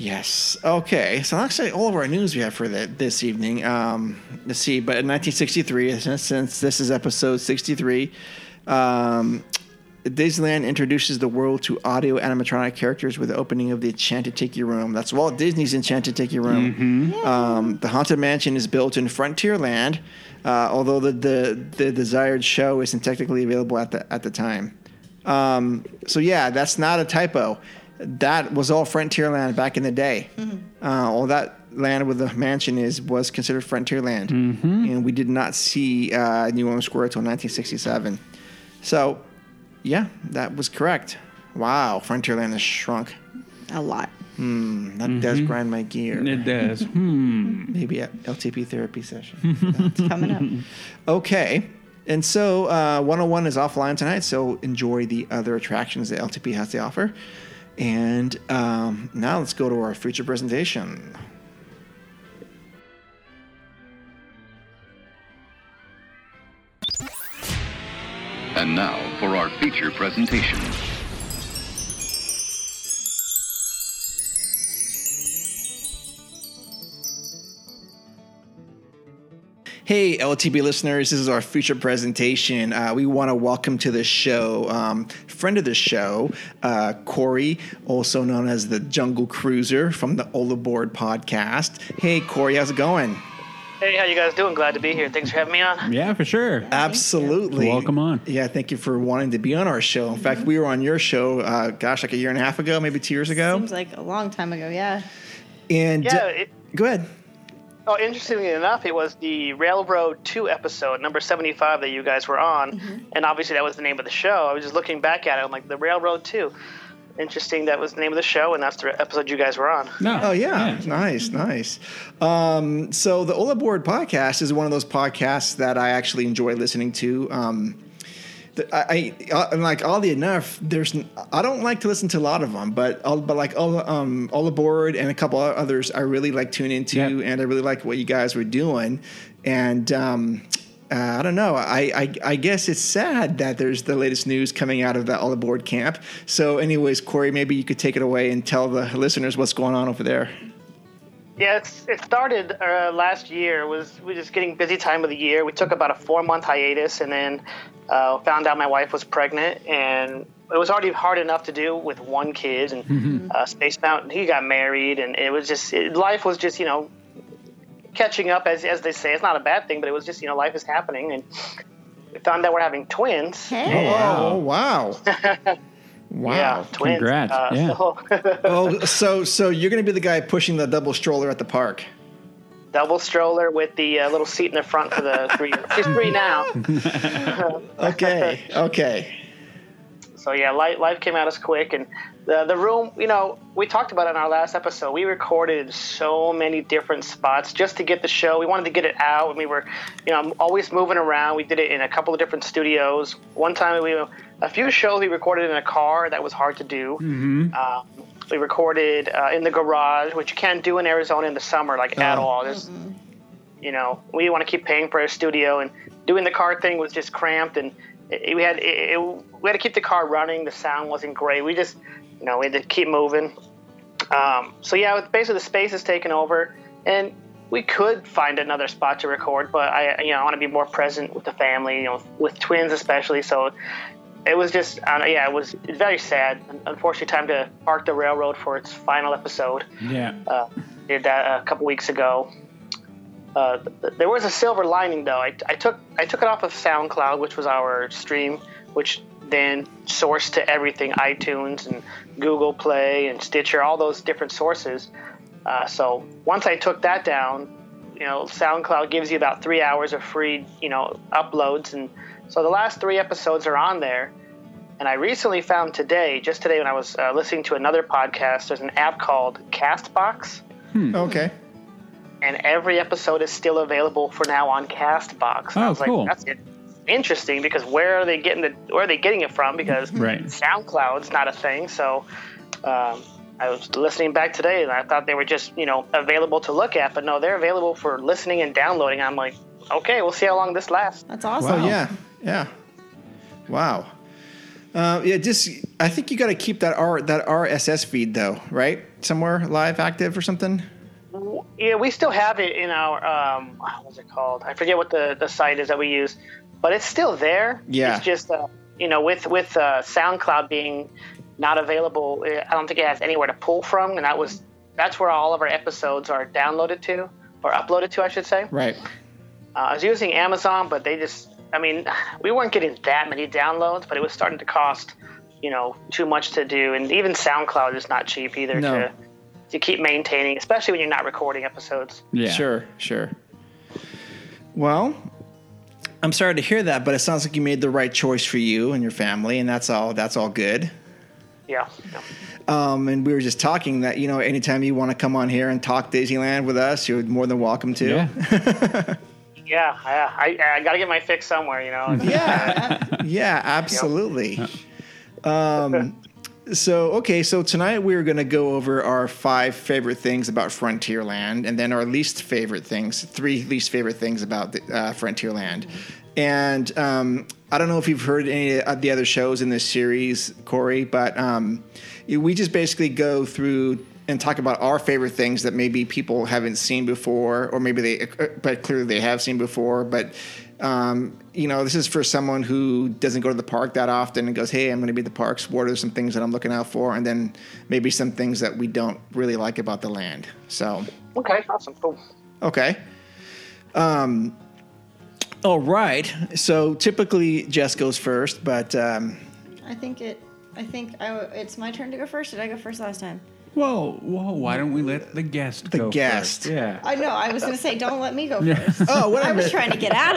[SPEAKER 1] Yes. Okay. So that's actually all of our news we have for the, this evening. Um, let's see. But in 1963, since, since this is episode 63, um, Disneyland introduces the world to audio animatronic characters with the opening of the Enchanted Tiki Room. That's Walt Disney's Enchanted Tiki Room. Um, the Haunted Mansion is built in Frontierland, uh, although the, the the desired show isn't technically available at the at the time. Um, so yeah, that's not a typo. That was all frontier land back in the day. Uh, all that land where the mansion is was considered frontier land, and we did not see uh, New Orleans Square until 1967. So, yeah, that was correct. Wow, frontier land has shrunk.
[SPEAKER 4] A lot.
[SPEAKER 1] That does grind my gear.
[SPEAKER 5] It does. hmm.
[SPEAKER 1] Maybe at LTP therapy session.
[SPEAKER 4] It's coming up.
[SPEAKER 1] okay. And so uh, 101 is offline tonight, so enjoy the other attractions that LTP has to offer. And um, now let's go to our future presentation.
[SPEAKER 8] And now for our feature presentation.
[SPEAKER 1] Hey, LTB listeners, this is our feature presentation. Uh, we want to welcome to the show, um, friend of the show, uh, Corey, also known as the Jungle Cruiser from the Olaboard podcast. Hey, Corey, how's it going?
[SPEAKER 9] Hey, how you guys doing? Glad to be here. Thanks for having me on.
[SPEAKER 5] Yeah, for sure.
[SPEAKER 1] Absolutely.
[SPEAKER 5] Welcome on.
[SPEAKER 1] Yeah, thank you for wanting to be on our show. In fact, we were on your show, uh, gosh, like a year and a half ago, maybe two years ago.
[SPEAKER 4] Seems like a long time ago, yeah.
[SPEAKER 1] and uh,
[SPEAKER 9] Yeah, it,
[SPEAKER 1] go ahead.
[SPEAKER 9] oh, interestingly enough, it was the Railroad 2 episode, number 75, that you guys were on. And obviously, that was the name of the show. I was just looking back at it. I'm like, the Railroad 2. Interesting, that was the name of the show, and that's the episode you guys were on.
[SPEAKER 5] No.
[SPEAKER 1] Oh yeah, nice, nice. Um, so the Ola Board podcast is one of those podcasts that I actually enjoy listening to. Um, the- I, I I'm like oddly enough, there's n- I don't like to listen to a lot of them, but I'll, but like all um all aboard and a couple o- others I really like tune into,
[SPEAKER 5] Yeah.
[SPEAKER 1] and I really like what you guys were doing, and um. Uh, I don't know. I, I I guess it's sad that there's the latest news coming out of the all aboard camp. So, anyways, Corey, maybe you could take it away and tell the listeners what's going on over there.
[SPEAKER 9] Yeah, it's, it started uh, last year. Was we just getting busy time of the year. We took about a four month hiatus, and then uh, found out my wife was pregnant, and it was already hard enough to do with one kid. And
[SPEAKER 5] Mm-hmm.
[SPEAKER 9] uh, Space Mountain, he got married, and it was just it, life was just you know catching up, as as they say. It's not a bad thing, but it was just you know life is happening, and we found out we're having twins.
[SPEAKER 4] Hey.
[SPEAKER 1] Oh wow! wow.
[SPEAKER 9] Yeah, twins.
[SPEAKER 5] Congrats,
[SPEAKER 9] Uh,
[SPEAKER 5] yeah.
[SPEAKER 9] so-
[SPEAKER 1] Oh, so so you're gonna be the guy pushing the double stroller at the park.
[SPEAKER 9] double stroller with the uh, little seat in the front for the three. She's three now.
[SPEAKER 1] Okay, okay.
[SPEAKER 9] So yeah, life, life came at us quick, and the the room. You know, we talked about it in our last episode. We recorded in so many different spots just to get the show. We wanted to get it out, and we were, you know, always moving around. We did it in a couple of different studios. One time we a few shows we recorded in a car. That was hard to do. Um, we recorded uh, in the garage, which you can't do in Arizona in the summer, like at
[SPEAKER 1] Oh.
[SPEAKER 9] all. There's, you know, we didn't want to keep paying for a studio, and doing the car thing was just cramped, and it, we had it, it, we had to keep the car running. The sound wasn't great. We just, you know, we had to keep moving. Um, so yeah, with- basically the space is taken over, and we could find another spot to record, but I, you know, I want to be more present with the family, you know, with twins especially. So it was just, I don't- yeah, it was very sad. Unfortunately, time to park the railroad for its final episode
[SPEAKER 5] Yeah.
[SPEAKER 9] uh, did that a couple weeks ago. Uh, th- there was a silver lining though. I, I took I took it off of SoundCloud, which was our stream, which then sourced to everything iTunes and Google Play and Stitcher, all those different sources. Uh, so once I took that down, you know, SoundCloud gives you about three hours of free, you know, uploads, and so the last three episodes are on there. And I recently found today, just today, when I was uh, listening to another podcast, there's an app called Castbox,
[SPEAKER 1] Okay.
[SPEAKER 9] and every episode is still available for now on Castbox. And
[SPEAKER 5] Oh,
[SPEAKER 9] I was
[SPEAKER 5] cool.
[SPEAKER 9] like, that's it. interesting because where are they getting the where are they getting it from? Because
[SPEAKER 5] Right.
[SPEAKER 9] SoundCloud's not a thing. So um, I was listening back today, and I thought they were just you know available to look at, but no, they're available for listening and downloading. I'm like, okay, we'll see how long this lasts.
[SPEAKER 4] That's awesome.
[SPEAKER 1] Wow. Oh, Yeah. Yeah. Wow. Uh, yeah. Just I think you got to keep that R that RSS feed though, right? Somewhere live active or something.
[SPEAKER 9] Yeah, we still have it in our um, what's it called? I forget what the, the site is that we use, but it's still there.
[SPEAKER 1] Yeah.
[SPEAKER 9] it's just uh, you know with with uh, SoundCloud being not available, eh, I don't think it has anywhere to pull from, and that was that's where all of our episodes are downloaded to or uploaded to, I should say.
[SPEAKER 1] Right.
[SPEAKER 9] Uh, I was using Amazon, but they just, I mean, we weren't getting that many downloads, but it was starting to cost, you know, too much to do. And even SoundCloud is not cheap either
[SPEAKER 1] No.
[SPEAKER 9] to, to keep maintaining, especially when you're not recording episodes.
[SPEAKER 5] Yeah.
[SPEAKER 1] Sure. Sure. Well, I'm sorry to hear that, but it sounds like you made the right choice for you and your family, and that's all. That's all good.
[SPEAKER 9] Yeah. yeah.
[SPEAKER 1] Um, and we were just talking that you know, anytime you want to come on here and talk Disneyland with us, you're more than welcome to.
[SPEAKER 5] Yeah.
[SPEAKER 9] Yeah. yeah. I, I got to get my fix somewhere, you know.
[SPEAKER 1] yeah, yeah, absolutely. Um, so okay, so tonight we're going to go over our five favorite things about Frontierland, and then our least favorite things, three least favorite things about the, uh, Frontierland. And um, I don't know if you've heard any of the other shows in this series, Corey, but um, we just basically go through and talk about our favorite things that maybe people haven't seen before, or maybe they, but clearly they have seen before. But um, you know, this is for someone who doesn't go to the park that often and goes, "Hey, I'm going to be at the parks. What are some things that I'm looking out for?" And then maybe some things that we don't really like about the land. So,
[SPEAKER 9] Okay, awesome, cool.
[SPEAKER 1] okay. Um, all right. So typically Jess goes first, but um,
[SPEAKER 4] I think it. I think I, it's my turn to go first. Did I go first last time?
[SPEAKER 5] Whoa, whoa! Why don't we let the guest
[SPEAKER 1] The
[SPEAKER 5] go
[SPEAKER 1] guest.
[SPEAKER 5] first? Yeah.
[SPEAKER 4] I know. I was going to say, don't let me go first.
[SPEAKER 1] oh, what
[SPEAKER 4] I
[SPEAKER 1] I
[SPEAKER 4] was
[SPEAKER 1] missed.
[SPEAKER 4] trying to get out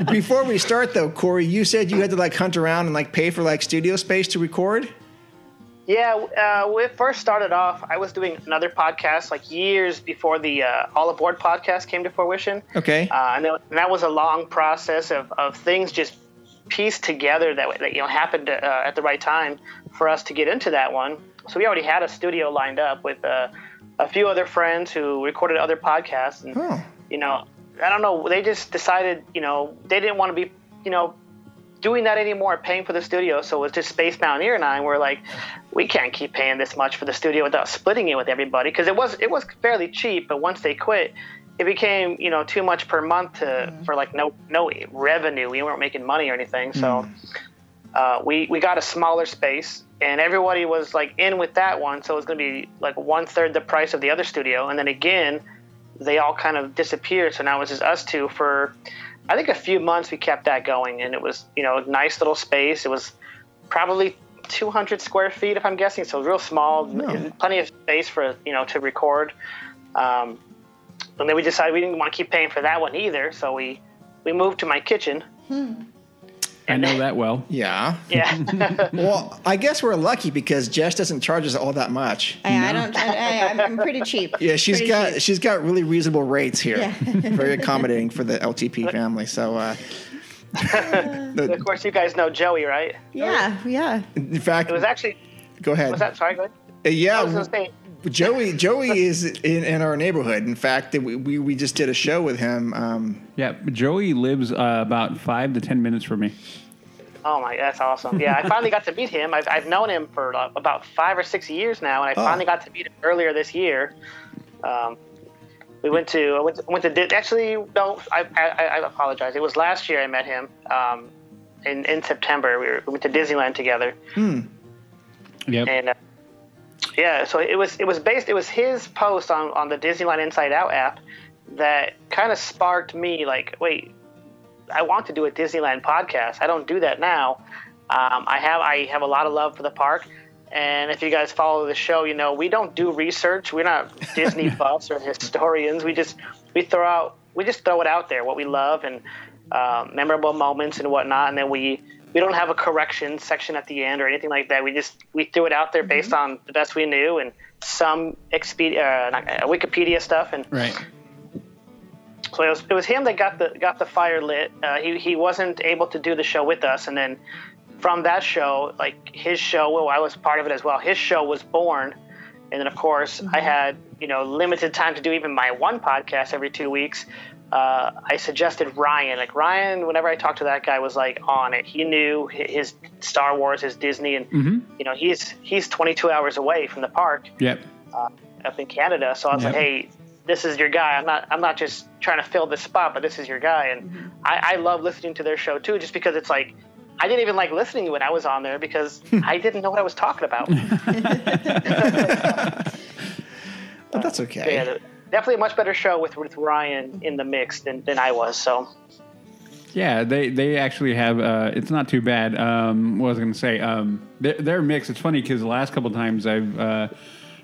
[SPEAKER 4] it.
[SPEAKER 1] Before we start though, Corey, you said you had to like hunt around and like pay for like studio space to record.
[SPEAKER 9] Yeah, uh, when it first started off, I was doing another podcast like years before the uh, All Aboard podcast came to fruition.
[SPEAKER 1] Okay.
[SPEAKER 9] Uh, and, that, and that was a long process of, of things just pieced together that, that you know happened uh, at the right time for us to get into that one. So we already had a studio lined up with uh, a few other friends who recorded other podcasts, and
[SPEAKER 1] oh,
[SPEAKER 9] you know, I don't know. They just decided, you know, they didn't want to be, you know, doing that anymore, paying for the studio. So it's just Space Mountaineer and I were like, we can't keep paying this much for the studio without splitting it with everybody because it was it was fairly cheap. But once they quit, it became you know too much per month to, for like no no revenue. We weren't making money or anything, so. Uh, we, we got a smaller space and everybody was like in with that one so it was going to be like one third the price of the other studio and then again they all kind of disappeared. So now it's just us two for, I think, a few months. We kept that going, and it was you know a nice little space. It was probably 200 square feet, if I'm guessing. So real small, plenty of space for you know to record. Um, and then we decided we didn't want to keep paying for that one either, so we we moved to my kitchen.
[SPEAKER 5] I know that well.
[SPEAKER 1] yeah.
[SPEAKER 9] Yeah,
[SPEAKER 1] Well, I guess we're lucky because Jess doesn't charge us all that much.
[SPEAKER 4] I, I don't. I, I, I'm- I'm pretty cheap.
[SPEAKER 1] Yeah, she's
[SPEAKER 4] Pretty
[SPEAKER 1] got
[SPEAKER 4] cheap.
[SPEAKER 1] she's got really reasonable rates here.
[SPEAKER 4] Yeah.
[SPEAKER 1] Very accommodating for the LTP family. So, uh,
[SPEAKER 9] of course you guys know Joey, right?
[SPEAKER 4] Yeah, yeah.
[SPEAKER 1] in fact,
[SPEAKER 9] It was actually
[SPEAKER 1] go ahead.
[SPEAKER 9] was that sorry? Go ahead.
[SPEAKER 1] Uh,
[SPEAKER 9] I was
[SPEAKER 1] yeah,
[SPEAKER 9] gonna say
[SPEAKER 1] Joey Joey is in, in our neighborhood. In fact, we, we we just did a show with him. Um,
[SPEAKER 5] Yeah, but Joey lives uh, about five to ten minutes from me.
[SPEAKER 9] Oh my, that's awesome! Yeah, I finally got to meet him. I've, I've known him for uh, about five or six years now, and I
[SPEAKER 1] Oh.
[SPEAKER 9] finally got to meet him earlier this year. Um, we went to I went to, went to Di- actually no, I, I, I apologize. It was last year I met him um, in in September. We, were, we went to Disneyland together,
[SPEAKER 5] Yep.
[SPEAKER 9] and uh, yeah, so it was it was based it was his post on on the Disneyland Inside Out app that kind of sparked me like wait I want to do a Disneyland podcast. I don't do that now. Um, I have I have a lot of love for the park, and if you guys follow the show, you know we don't do research. We're not Disney buffs or historians. We just we throw out we just throw it out there what we love and um, memorable moments and whatnot, and then we we don't have a correction section at the end or anything like that. We just we threw it out there based on the best we knew and some Expedia, uh, not- uh, Wikipedia stuff and
[SPEAKER 5] Right.
[SPEAKER 9] so it was, it was him that got the got the fire lit. Uh, he he wasn't able to do the show with us, and then from that show, like his show, well, I was part of it as well. His show was born, and then of course I had you know limited time to do even my one podcast every two weeks. Uh, I suggested Ryan. Like Ryan, whenever I talked to that guy, was like on it. He knew hi- his Star Wars, his Disney, and you know he's he's 22 hours away from the park
[SPEAKER 5] Yep.
[SPEAKER 9] up in Canada. So I was like,
[SPEAKER 5] Yep.
[SPEAKER 9] hey, this is your guy. I'm not I'm not just trying to fill this spot, but this is your guy. And
[SPEAKER 5] Mm-hmm.
[SPEAKER 9] I, I love listening to their show too, just because it's like I didn't even like listening when I was on there because I didn't know what I was talking about.
[SPEAKER 1] oh, that's okay.
[SPEAKER 9] Uh, Yeah, definitely a much better show with with Ryan in the mix than, than I was. So
[SPEAKER 5] Yeah, they they actually have. Uh, it's not too bad. Um, what was I going to say? Um, they're, they're mixed. It's funny because the last couple times I've uh,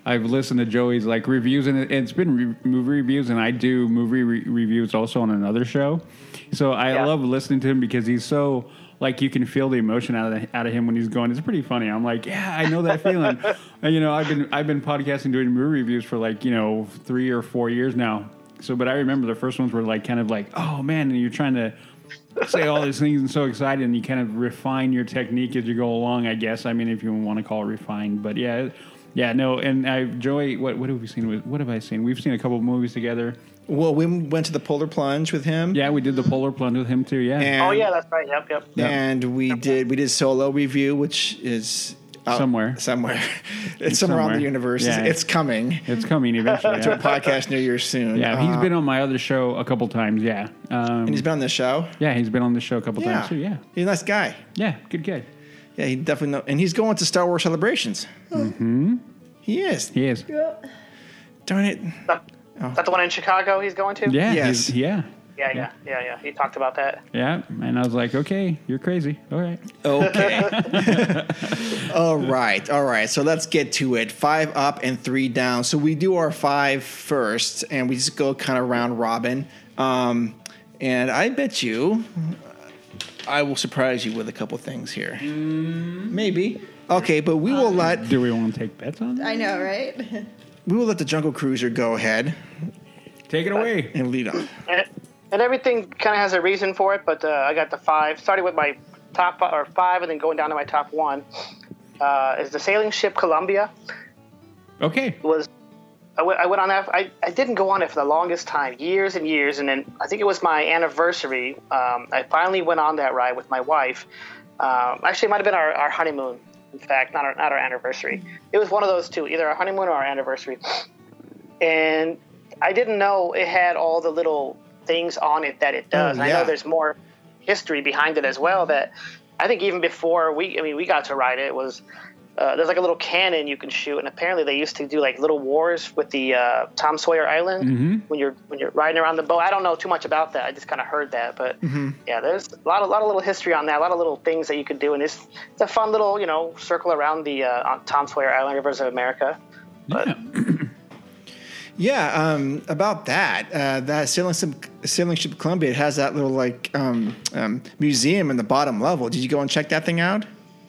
[SPEAKER 5] I've listened to Joey's like reviews, and it- it's been re- movie reviews, and I do movie re- reviews also on another show. So I
[SPEAKER 9] Yeah.
[SPEAKER 5] love listening to him because he's so like you can feel the emotion out of out of him when he's going. It's pretty funny. I'm like, yeah, I know that feeling. and, you know, I've been I've been podcasting doing movie reviews for like you know three or four years now. So, but I remember the first ones were like kind of like, oh man, and you're trying to say all these things and so excited and you kind of refine your technique as you go along i guess i mean if you want to call it refined but yeah yeah no and i joey what, what have we seen with what have i seen we've seen a couple of movies together
[SPEAKER 1] Well, we went to the polar plunge with him.
[SPEAKER 5] yeah we did the polar plunge with him too yeah
[SPEAKER 1] And,
[SPEAKER 9] oh yeah, that's right. Yep, yep.
[SPEAKER 1] and we did we did solo review, which is out-
[SPEAKER 5] Somewhere.
[SPEAKER 1] somewhere. It's somewhere, on
[SPEAKER 5] somewhere.
[SPEAKER 1] the universe.
[SPEAKER 5] Yeah.
[SPEAKER 1] It's coming.
[SPEAKER 5] It's coming eventually.
[SPEAKER 1] to a
[SPEAKER 5] yeah.
[SPEAKER 1] podcast near you soon.
[SPEAKER 5] Yeah, he's
[SPEAKER 1] Uh,
[SPEAKER 5] been on my other show a couple times. Yeah, um,
[SPEAKER 1] and he's been on this show.
[SPEAKER 5] yeah, he's been on the show a couple
[SPEAKER 1] Yeah,
[SPEAKER 5] times too. Yeah,
[SPEAKER 1] he's a nice guy.
[SPEAKER 5] yeah, good kid.
[SPEAKER 1] Yeah, he definitely know, and he's going to Star Wars celebrations. Mm-hmm. He is.
[SPEAKER 5] He is. Yeah,
[SPEAKER 1] Darn it!
[SPEAKER 9] That, that the one in Chicago he's going to?
[SPEAKER 5] he's-
[SPEAKER 1] Yes.
[SPEAKER 5] Oh. yeah,
[SPEAKER 9] Yeah, yeah, yeah, yeah. He talked about that.
[SPEAKER 5] yeah. And I was like, okay, you're crazy. All right.
[SPEAKER 1] Okay. all right, all right. So let's get to it. Five up and three down. So we do our five first, and we just go kind of round robin. Um, and I bet you, I will surprise you with a couple things here.
[SPEAKER 5] Mm-hmm.
[SPEAKER 1] Maybe. Okay, but we will let
[SPEAKER 5] Do we want to take bets on? That?
[SPEAKER 4] I know, right?
[SPEAKER 1] we will let the Jungle Cruiser go ahead
[SPEAKER 5] Take it away.
[SPEAKER 1] and lead off.
[SPEAKER 9] And, and everything kind of has a reason for it, but uh, I got the five. Starting with my top fi- or five, and then going down to my top one uh, is the sailing ship Columbia.
[SPEAKER 5] Okay.
[SPEAKER 9] was I went- I went on that. I, I didn't go on it for the longest time, years and years. And then I think it was my anniversary. Um, I finally went on that ride with my wife. Um, actually, it might have been our, our honeymoon. In fact, not our, not our anniversary. It was one of those two, either our honeymoon or our anniversary. And I didn't know it had all the little things on it that it does.
[SPEAKER 1] Oh,
[SPEAKER 9] I
[SPEAKER 1] yeah.
[SPEAKER 9] know there's more history behind it as well. That I think even before we, I mean, we got to ride it, it was uh, there's like a little cannon you can shoot, and apparently they used to do like little wars with the uh, Tom Sawyer Island
[SPEAKER 1] Mm-hmm.
[SPEAKER 9] when you're when you're riding around the boat. I don't know too much about that. I just kind of heard that, but
[SPEAKER 1] Mm-hmm.
[SPEAKER 9] yeah, there's a lot of lot of little history on that, a lot of little things that you could do, and it's it's a fun little you know circle around the uh, on Tom Sawyer Island, Rivers of America.
[SPEAKER 5] Yeah.
[SPEAKER 1] Yeah, um, about that, uh, that sailing ship, sailing ship Columbia it has that little like um, um, museum in the bottom level. Did you go and check that thing out?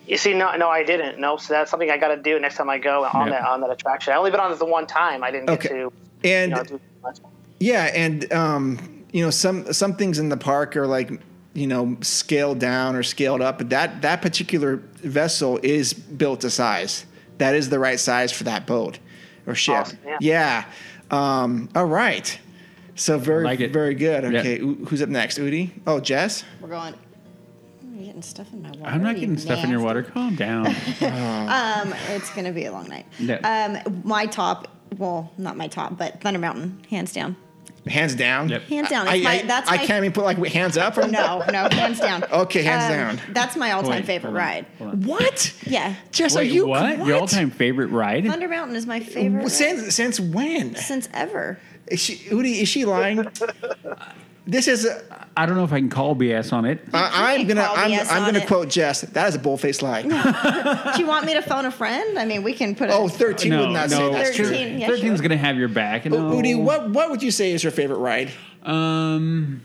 [SPEAKER 9] You see, no, no, I didn't. No, so that's something I got to do next time I go on
[SPEAKER 5] Yeah.
[SPEAKER 9] that on that attraction. I only been on it the one time. I didn't get
[SPEAKER 1] Okay.
[SPEAKER 9] to
[SPEAKER 1] And-
[SPEAKER 9] you know, do much.
[SPEAKER 1] Yeah, and um, you know some some things in the park are like you know scaled down or scaled up, but that that particular vessel is built to size. That is the right size for that boat or ship.
[SPEAKER 9] Awesome,
[SPEAKER 1] yeah. Um, all right. So very
[SPEAKER 5] like it.
[SPEAKER 1] very good.
[SPEAKER 5] Yeah.
[SPEAKER 1] Okay, who- who's up next? Udi? Oh, Jess.
[SPEAKER 4] We're going. I'm getting stuff in my water.
[SPEAKER 5] I'm not
[SPEAKER 4] you
[SPEAKER 5] getting stuff in your
[SPEAKER 4] nasty.
[SPEAKER 5] water. Calm down.
[SPEAKER 4] Um, it's gonna be a long night.
[SPEAKER 5] Yeah.
[SPEAKER 4] Um, my top. Well, not my top, but Thunder Mountain, hands down.
[SPEAKER 1] Hands down.
[SPEAKER 5] Yep.
[SPEAKER 4] Hands down. It's
[SPEAKER 1] I,
[SPEAKER 4] my,
[SPEAKER 1] I-
[SPEAKER 4] that's
[SPEAKER 1] I
[SPEAKER 4] my
[SPEAKER 1] can't even put like hands up or
[SPEAKER 4] No, no, hands down. Um,
[SPEAKER 1] Okay, hands down.
[SPEAKER 4] That's my all-time
[SPEAKER 5] Wait,
[SPEAKER 4] favorite
[SPEAKER 5] hold on,
[SPEAKER 4] ride.
[SPEAKER 5] hold on.
[SPEAKER 1] What?
[SPEAKER 4] Yeah,
[SPEAKER 1] Jess, are
[SPEAKER 5] Wait,
[SPEAKER 1] you
[SPEAKER 5] what? Your all-time favorite ride?
[SPEAKER 4] Thunder Mountain is my favorite
[SPEAKER 1] Well,
[SPEAKER 4] ride
[SPEAKER 1] Since since when?
[SPEAKER 4] since ever.
[SPEAKER 1] Is she Udi? Is she lying? this is. A,
[SPEAKER 5] I don't know if I can call BS on it.
[SPEAKER 1] I, I'm
[SPEAKER 4] can't
[SPEAKER 1] gonna.
[SPEAKER 4] call
[SPEAKER 1] I'm,
[SPEAKER 4] BS
[SPEAKER 1] I'm
[SPEAKER 4] on
[SPEAKER 1] gonna
[SPEAKER 4] it.
[SPEAKER 1] quote Jess. That is a bold-faced lie.
[SPEAKER 4] Do you want me to phone a friend? I mean, we can put.
[SPEAKER 1] oh,
[SPEAKER 4] a,
[SPEAKER 1] 13
[SPEAKER 5] no,
[SPEAKER 1] would not
[SPEAKER 5] no,
[SPEAKER 1] say that's true.
[SPEAKER 4] 13, yeah,
[SPEAKER 5] 13's
[SPEAKER 4] sure.
[SPEAKER 5] gonna have your back. No.
[SPEAKER 1] Udi, what what would you say is your favorite ride?
[SPEAKER 5] Um,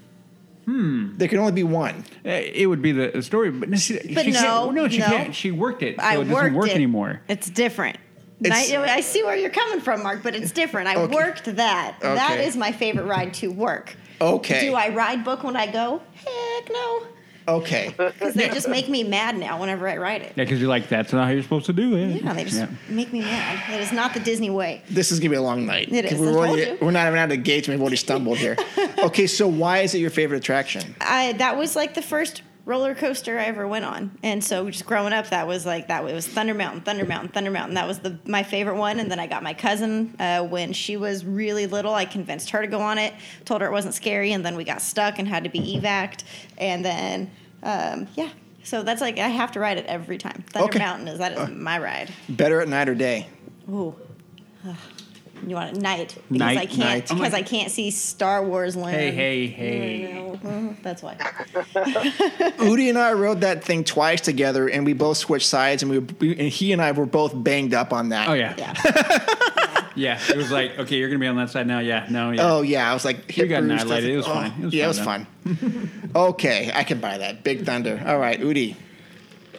[SPEAKER 1] There can only be one.
[SPEAKER 5] eh, it would be the the story, but, she,
[SPEAKER 4] But
[SPEAKER 5] she
[SPEAKER 4] no,
[SPEAKER 5] can't, no, she
[SPEAKER 4] no.
[SPEAKER 5] can't. She worked it, so
[SPEAKER 4] I
[SPEAKER 5] it doesn't
[SPEAKER 4] worked
[SPEAKER 5] work
[SPEAKER 4] it.
[SPEAKER 5] anymore.
[SPEAKER 4] It's different. And
[SPEAKER 1] It's-
[SPEAKER 4] I, I see where you're coming from, Mark, but it's different. I
[SPEAKER 1] Okay.
[SPEAKER 4] worked that. That
[SPEAKER 1] Okay.
[SPEAKER 4] is my favorite ride to work.
[SPEAKER 1] Okay.
[SPEAKER 4] Do I ride book when I go? Heck no.
[SPEAKER 1] Okay.
[SPEAKER 4] Because they just make me mad now whenever I ride it.
[SPEAKER 5] Yeah, because you're like, that's not how you're supposed to do it.
[SPEAKER 4] Yeah, they just
[SPEAKER 5] Yeah.
[SPEAKER 4] make me mad. That is not the Disney way.
[SPEAKER 1] This is gonna be a long night.
[SPEAKER 4] It is,
[SPEAKER 1] 'Cause We're,
[SPEAKER 4] I told
[SPEAKER 1] already-
[SPEAKER 4] you.
[SPEAKER 1] we're not even out of the gates. We've already stumbled here. okay, so why is it your favorite attraction?
[SPEAKER 4] I that was like the first roller coaster I ever went on, and so just growing up, that was like that. It was Thunder Mountain, Thunder Mountain, Thunder Mountain. That was the my favorite one. And then I got my cousin uh, when she was really little. I convinced her to go on it, told her it wasn't scary, and then we got stuck and had to be evac'd. And then um, yeah, so that's like I have to ride it every time. Thunder
[SPEAKER 1] Okay.
[SPEAKER 4] Mountain is that is my ride.
[SPEAKER 1] Better at night or day?
[SPEAKER 4] Ooh. Ugh. You want it night because
[SPEAKER 5] Night,
[SPEAKER 4] I can't
[SPEAKER 5] night. Oh my-
[SPEAKER 4] because I can't see Star Wars land.
[SPEAKER 5] Hey, hey, hey.
[SPEAKER 4] Mhm, That's why.
[SPEAKER 1] Udi and I rode that thing twice together, and we both switched sides, and we, we and he and I were both banged up on that.
[SPEAKER 5] Oh, yeah. yeah.
[SPEAKER 4] Yeah.
[SPEAKER 5] It was like, okay, you're going to be on that side now. Yeah, no, yeah.
[SPEAKER 1] Oh yeah, I was like, hip
[SPEAKER 5] got
[SPEAKER 1] bruised.
[SPEAKER 5] annihilated.
[SPEAKER 1] I
[SPEAKER 5] It was fine. It was
[SPEAKER 1] yeah,
[SPEAKER 5] fine,
[SPEAKER 1] it was fun. okay, I can buy that. Big Thunder. All right, Udi.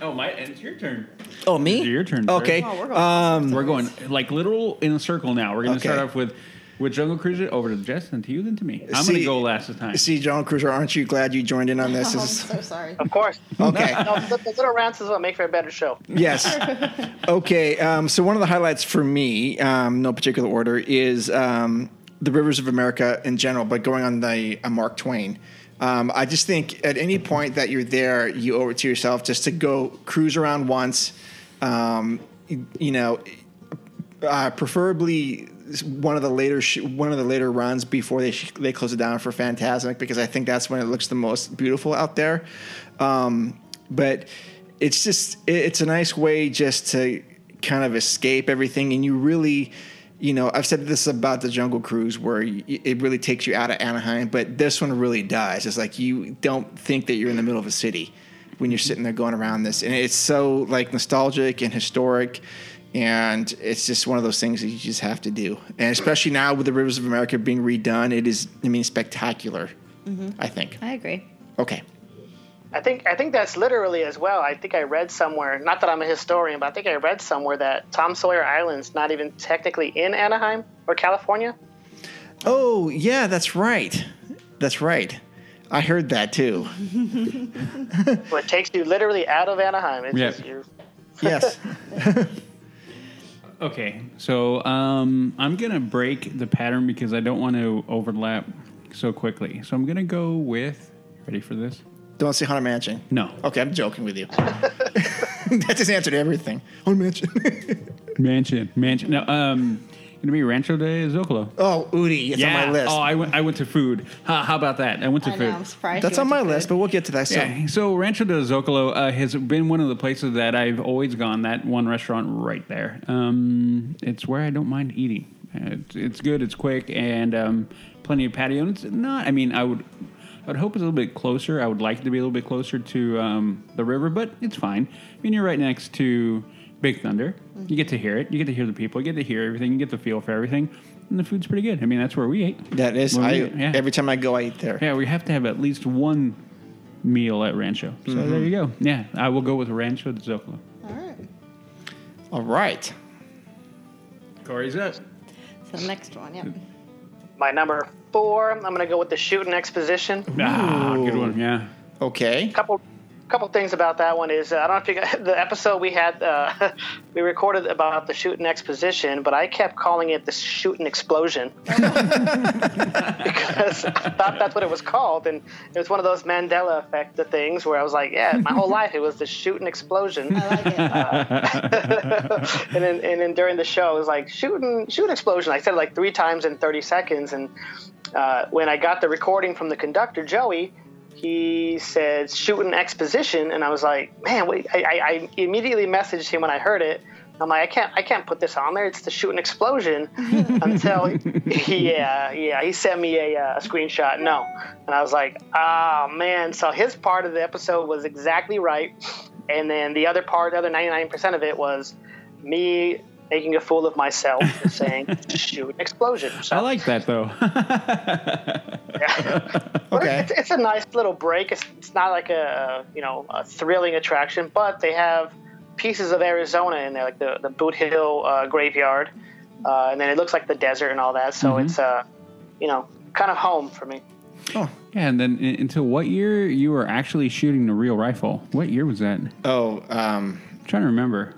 [SPEAKER 5] Oh, my, and it's your turn.
[SPEAKER 1] Oh me?
[SPEAKER 5] It's your turn, sir.
[SPEAKER 1] Okay. Uh,
[SPEAKER 4] Oh, we're going.
[SPEAKER 5] We're going like literal in a circle now. We're going to
[SPEAKER 1] Okay.
[SPEAKER 5] start off with with Jungle Cruiser over to Jess and to you, then to me. I'm going
[SPEAKER 1] See-
[SPEAKER 5] to go last this time.
[SPEAKER 1] See, John Cruiser, aren't you glad you joined in on this?
[SPEAKER 4] Oh, I'm
[SPEAKER 1] This is-
[SPEAKER 4] so sorry.
[SPEAKER 9] Of course.
[SPEAKER 1] okay.
[SPEAKER 9] no, the, the little rants is what make for a better show.
[SPEAKER 1] yes. Okay. Um, so one of the highlights for me, um, no particular order, is um, the Rivers of America in general, but going on the uh, Mark Twain. Um, I just think at any point that you're there, you owe it to yourself just to go cruise around once, Um, you, you know, uh, preferably one of the later sh- one of the later runs before they sh- they close it down for Fantasmic because I think that's when it looks the most beautiful out there. Um, but it's just it, it's a nice way just to kind of escape everything, and you really. You know, I've said this about the Jungle Cruise, where y- it really takes you out of Anaheim, but this one really does. It's like you don't think that you're in the middle of a city when you're sitting there going around this, and it's so like nostalgic and historic, and it's just one of those things that you just have to do. And especially now with the Rivers of America being redone, it is, I mean, spectacular. I think.
[SPEAKER 4] I agree.
[SPEAKER 1] Okay.
[SPEAKER 9] I think I think that's literally as well. I think I read somewhere, not that I'm a historian, but I think I read somewhere that Tom Sawyer Island's not even technically in Anaheim or California.
[SPEAKER 1] Oh yeah, that's right. That's right. I heard that too.
[SPEAKER 9] So it takes you literally out of Anaheim. It's
[SPEAKER 5] Yeah.
[SPEAKER 9] just you
[SPEAKER 1] Yes.
[SPEAKER 5] Okay, so um, I'm gonna break the pattern because I don't want to overlap so quickly. So I'm gonna go with. Ready for this?
[SPEAKER 1] Don't see Haunted Mansion.
[SPEAKER 5] No.
[SPEAKER 1] Okay, I'm joking with you. that just answered everything. Haunted Mansion.
[SPEAKER 5] Mansion, mansion. No, um, gonna be Rancho de Zocalo.
[SPEAKER 1] oh, Udi, it's on my list.
[SPEAKER 5] Oh, I went. I went to food. Ha, how about that? I went to
[SPEAKER 4] I
[SPEAKER 5] food.
[SPEAKER 4] know. I'm surprised.
[SPEAKER 1] that's
[SPEAKER 4] you
[SPEAKER 1] on my
[SPEAKER 4] went to
[SPEAKER 1] list,
[SPEAKER 4] food.
[SPEAKER 1] but we'll get to that soon.
[SPEAKER 5] Yeah. So Rancho de Zocalo uh, has been one of the places that I've always gone. That one restaurant right there. Um, it's where I don't mind eating. Uh, It's, it's good. It's quick and um, plenty of patio. And it's not. I mean, I would. I would hope it's a little bit closer. I would like it to be a little bit closer to um, the river, but it's fine. I mean, you're right next to Big Thunder. You get to hear it. You get to hear the people. You get to hear everything. You get the feel for everything. And the food's pretty good. I mean, that's where we ate.
[SPEAKER 1] That is,
[SPEAKER 5] When
[SPEAKER 1] I,
[SPEAKER 5] we ate, yeah.
[SPEAKER 1] every time I go, I eat there.
[SPEAKER 5] Yeah, we have to have at least one meal at Rancho. So there you go. Yeah, I will go with Rancho de Zocalo.
[SPEAKER 4] All right.
[SPEAKER 1] All right.
[SPEAKER 5] Corey's up.
[SPEAKER 4] So the next one, yeah.
[SPEAKER 1] Mm.
[SPEAKER 9] my number four. I'm gonna go with the shooting exposition.
[SPEAKER 5] Ah, good
[SPEAKER 1] Ooh.
[SPEAKER 5] one. Yeah.
[SPEAKER 1] Okay.
[SPEAKER 9] couple couple things about that one is uh, I don't know if you got, the episode we had uh, we recorded about the shooting exposition, but I kept calling it the shooting explosion because I thought that's what it was called, and it was one of those Mandela effect of things where I was like, yeah, my whole life it was the shooting explosion, Uh,
[SPEAKER 4] I like it.
[SPEAKER 9] and then and then during the show it was like shooting shooting explosion. I said it like three times in thirty seconds, and uh, when I got the recording from the conductor, Joey, he said shooting exposition, and I was like, man, what, I, I, I immediately messaged him when I heard it. I'm like, I can't, I can't put this on there. It's the shooting explosion. Until, yeah, yeah, he sent me a, uh, a screenshot. No, and I was like, ah, man. So his part of the episode was exactly right, and then the other part, the other 99% of it was me making a fool of myself, saying shooting explosion. So
[SPEAKER 5] I like that though.
[SPEAKER 9] Well,
[SPEAKER 1] Okay.
[SPEAKER 9] It's, it's a nice little break. It's, it's not like a you know a thrilling attraction, but they have pieces of Arizona in there, like the the Boot Hill uh, graveyard, uh, and then it looks like the desert and all that. So
[SPEAKER 1] Mm-hmm.
[SPEAKER 9] it's uh, you know kind of home for me.
[SPEAKER 5] yeah, and then in, until what year you were actually shooting the real rifle? What year was that? I'm
[SPEAKER 1] Oh, um,
[SPEAKER 5] trying to remember.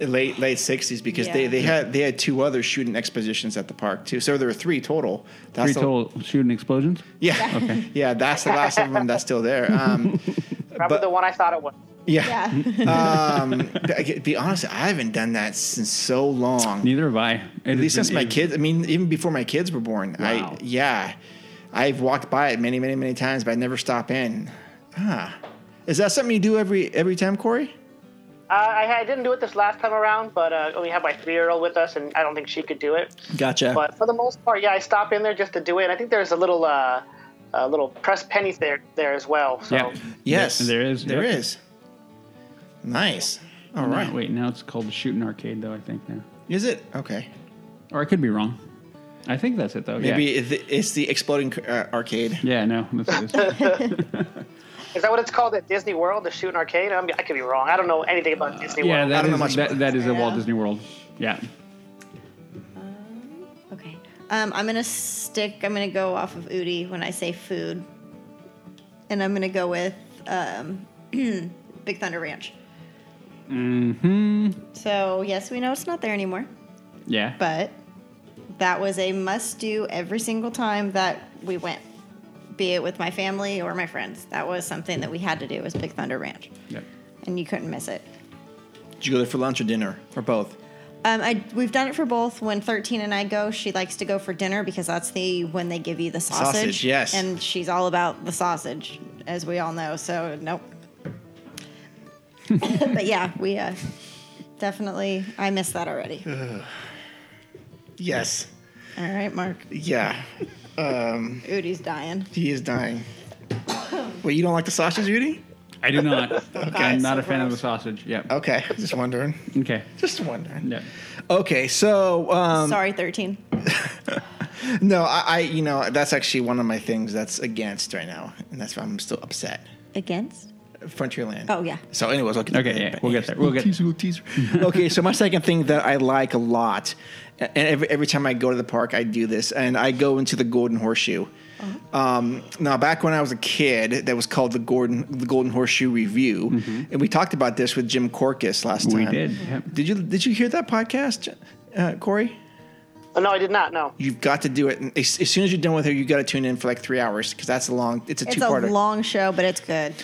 [SPEAKER 1] late late sixties because they,
[SPEAKER 4] Yeah.
[SPEAKER 1] they had they had two other shooting expositions at the park too. So there were three total. That's
[SPEAKER 5] Three
[SPEAKER 1] the-
[SPEAKER 5] total shooting explosions.
[SPEAKER 1] Yeah, yeah. That's the last of them that's still there. Um,
[SPEAKER 9] Probably
[SPEAKER 1] But-
[SPEAKER 9] the one I thought it was.
[SPEAKER 1] yeah.
[SPEAKER 4] Yeah.
[SPEAKER 1] Um, I get- be honest, I haven't done that since so long.
[SPEAKER 5] Neither have I.
[SPEAKER 1] At least since my kids. I mean, even before my kids were born.
[SPEAKER 5] Wow.
[SPEAKER 1] I yeah, I've walked by it many many many times, but I never stop in. Ah, is that something you do every every time, Corey?
[SPEAKER 9] Uh, I, I didn't do it this last time around, but uh, we had my three year old with us, and I don't think she could do it.
[SPEAKER 1] Gotcha.
[SPEAKER 9] But for the most part, yeah, I stop in there just to do it. And I think there's a little uh, a little press pennies there there as well. So.
[SPEAKER 5] Yeah.
[SPEAKER 1] Oh, yes,
[SPEAKER 5] There is.
[SPEAKER 1] There is.
[SPEAKER 5] yep.
[SPEAKER 1] Nice. All
[SPEAKER 5] No,
[SPEAKER 1] right.
[SPEAKER 5] Wait, now it's called the Shooting Arcade though. I think now,
[SPEAKER 1] Is it okay?
[SPEAKER 5] or I could be wrong. I think that's it though.
[SPEAKER 1] Maybe
[SPEAKER 5] Yeah.
[SPEAKER 1] it- it's the exploding uh, arcade.
[SPEAKER 5] Yeah. No. That's it.
[SPEAKER 9] Is that what it's called at Disney World, the shooting arcade? I, mean, I could be wrong. I don't know anything about Disney
[SPEAKER 5] Yeah,
[SPEAKER 9] World.
[SPEAKER 1] I
[SPEAKER 5] that
[SPEAKER 1] don't know
[SPEAKER 5] is,
[SPEAKER 1] much
[SPEAKER 5] that,
[SPEAKER 1] about
[SPEAKER 5] that is at Walt
[SPEAKER 4] Yeah.
[SPEAKER 5] Disney World. Yeah.
[SPEAKER 4] Okay. Um, I'm gonna stick. I'm gonna go off of Udi when I say food, and I'm gonna go with um, Big Thunder Ranch.
[SPEAKER 5] Mm-hmm.
[SPEAKER 4] So yes, we know it's not there anymore,
[SPEAKER 5] Yeah.
[SPEAKER 4] but that was a must-do every single time that we went, be it with my family or my friends. That was something that we had to do was Big Thunder Ranch,
[SPEAKER 5] Yep.
[SPEAKER 4] and you couldn't miss it.
[SPEAKER 1] Did you go there for lunch or dinner or both?
[SPEAKER 4] Um, I we've done it for both. When thirteen and I go, she likes to go for dinner because that's the when they give you the sausage.
[SPEAKER 1] Sausage, yes.
[SPEAKER 4] and she's all about the sausage, as we all know. So nope. but yeah, we uh, definitely. I missed that already.
[SPEAKER 1] Yes.
[SPEAKER 4] All right, Mark.
[SPEAKER 1] Yeah.
[SPEAKER 4] Udi's dying.
[SPEAKER 1] He is dying. Wait, you don't like the sausage, Judy?
[SPEAKER 5] I do not. I'm not a fan of the
[SPEAKER 4] gross.
[SPEAKER 5] sausage. Yeah.
[SPEAKER 1] Okay, just wondering.
[SPEAKER 5] Okay.
[SPEAKER 1] Just wondering.
[SPEAKER 5] Yeah.
[SPEAKER 1] Okay, so um,
[SPEAKER 4] Sorry, thirteen.
[SPEAKER 1] no, I, I, you know, that's actually one of my things that's against right now, and that's why I'm still upset.
[SPEAKER 4] Against?
[SPEAKER 1] Frontierland.
[SPEAKER 4] Oh, yeah.
[SPEAKER 1] So, anyways, I'll get
[SPEAKER 5] Okay, yeah, we'll get there, we'll get
[SPEAKER 1] Teaser, little teaser. okay, so my second thing that I like a lot, and every, every time I go to the park, I do this, and I go into the Golden Horseshoe. Um, now, back when I was a kid, that was called the Golden the Golden Horseshoe Review, and we talked about this with Jim Corcus last
[SPEAKER 5] Mm-hmm. We
[SPEAKER 1] time.
[SPEAKER 5] did, yep.
[SPEAKER 1] Did you Did you hear that podcast, uh, Corey?
[SPEAKER 9] Oh, no, I did not. No.
[SPEAKER 1] You've got to do it and as, as soon as you're done with her. You've got to tune in for like three hours because that's a long. It's a
[SPEAKER 4] It's
[SPEAKER 1] two
[SPEAKER 4] a
[SPEAKER 1] parter.
[SPEAKER 4] long show, but it's good.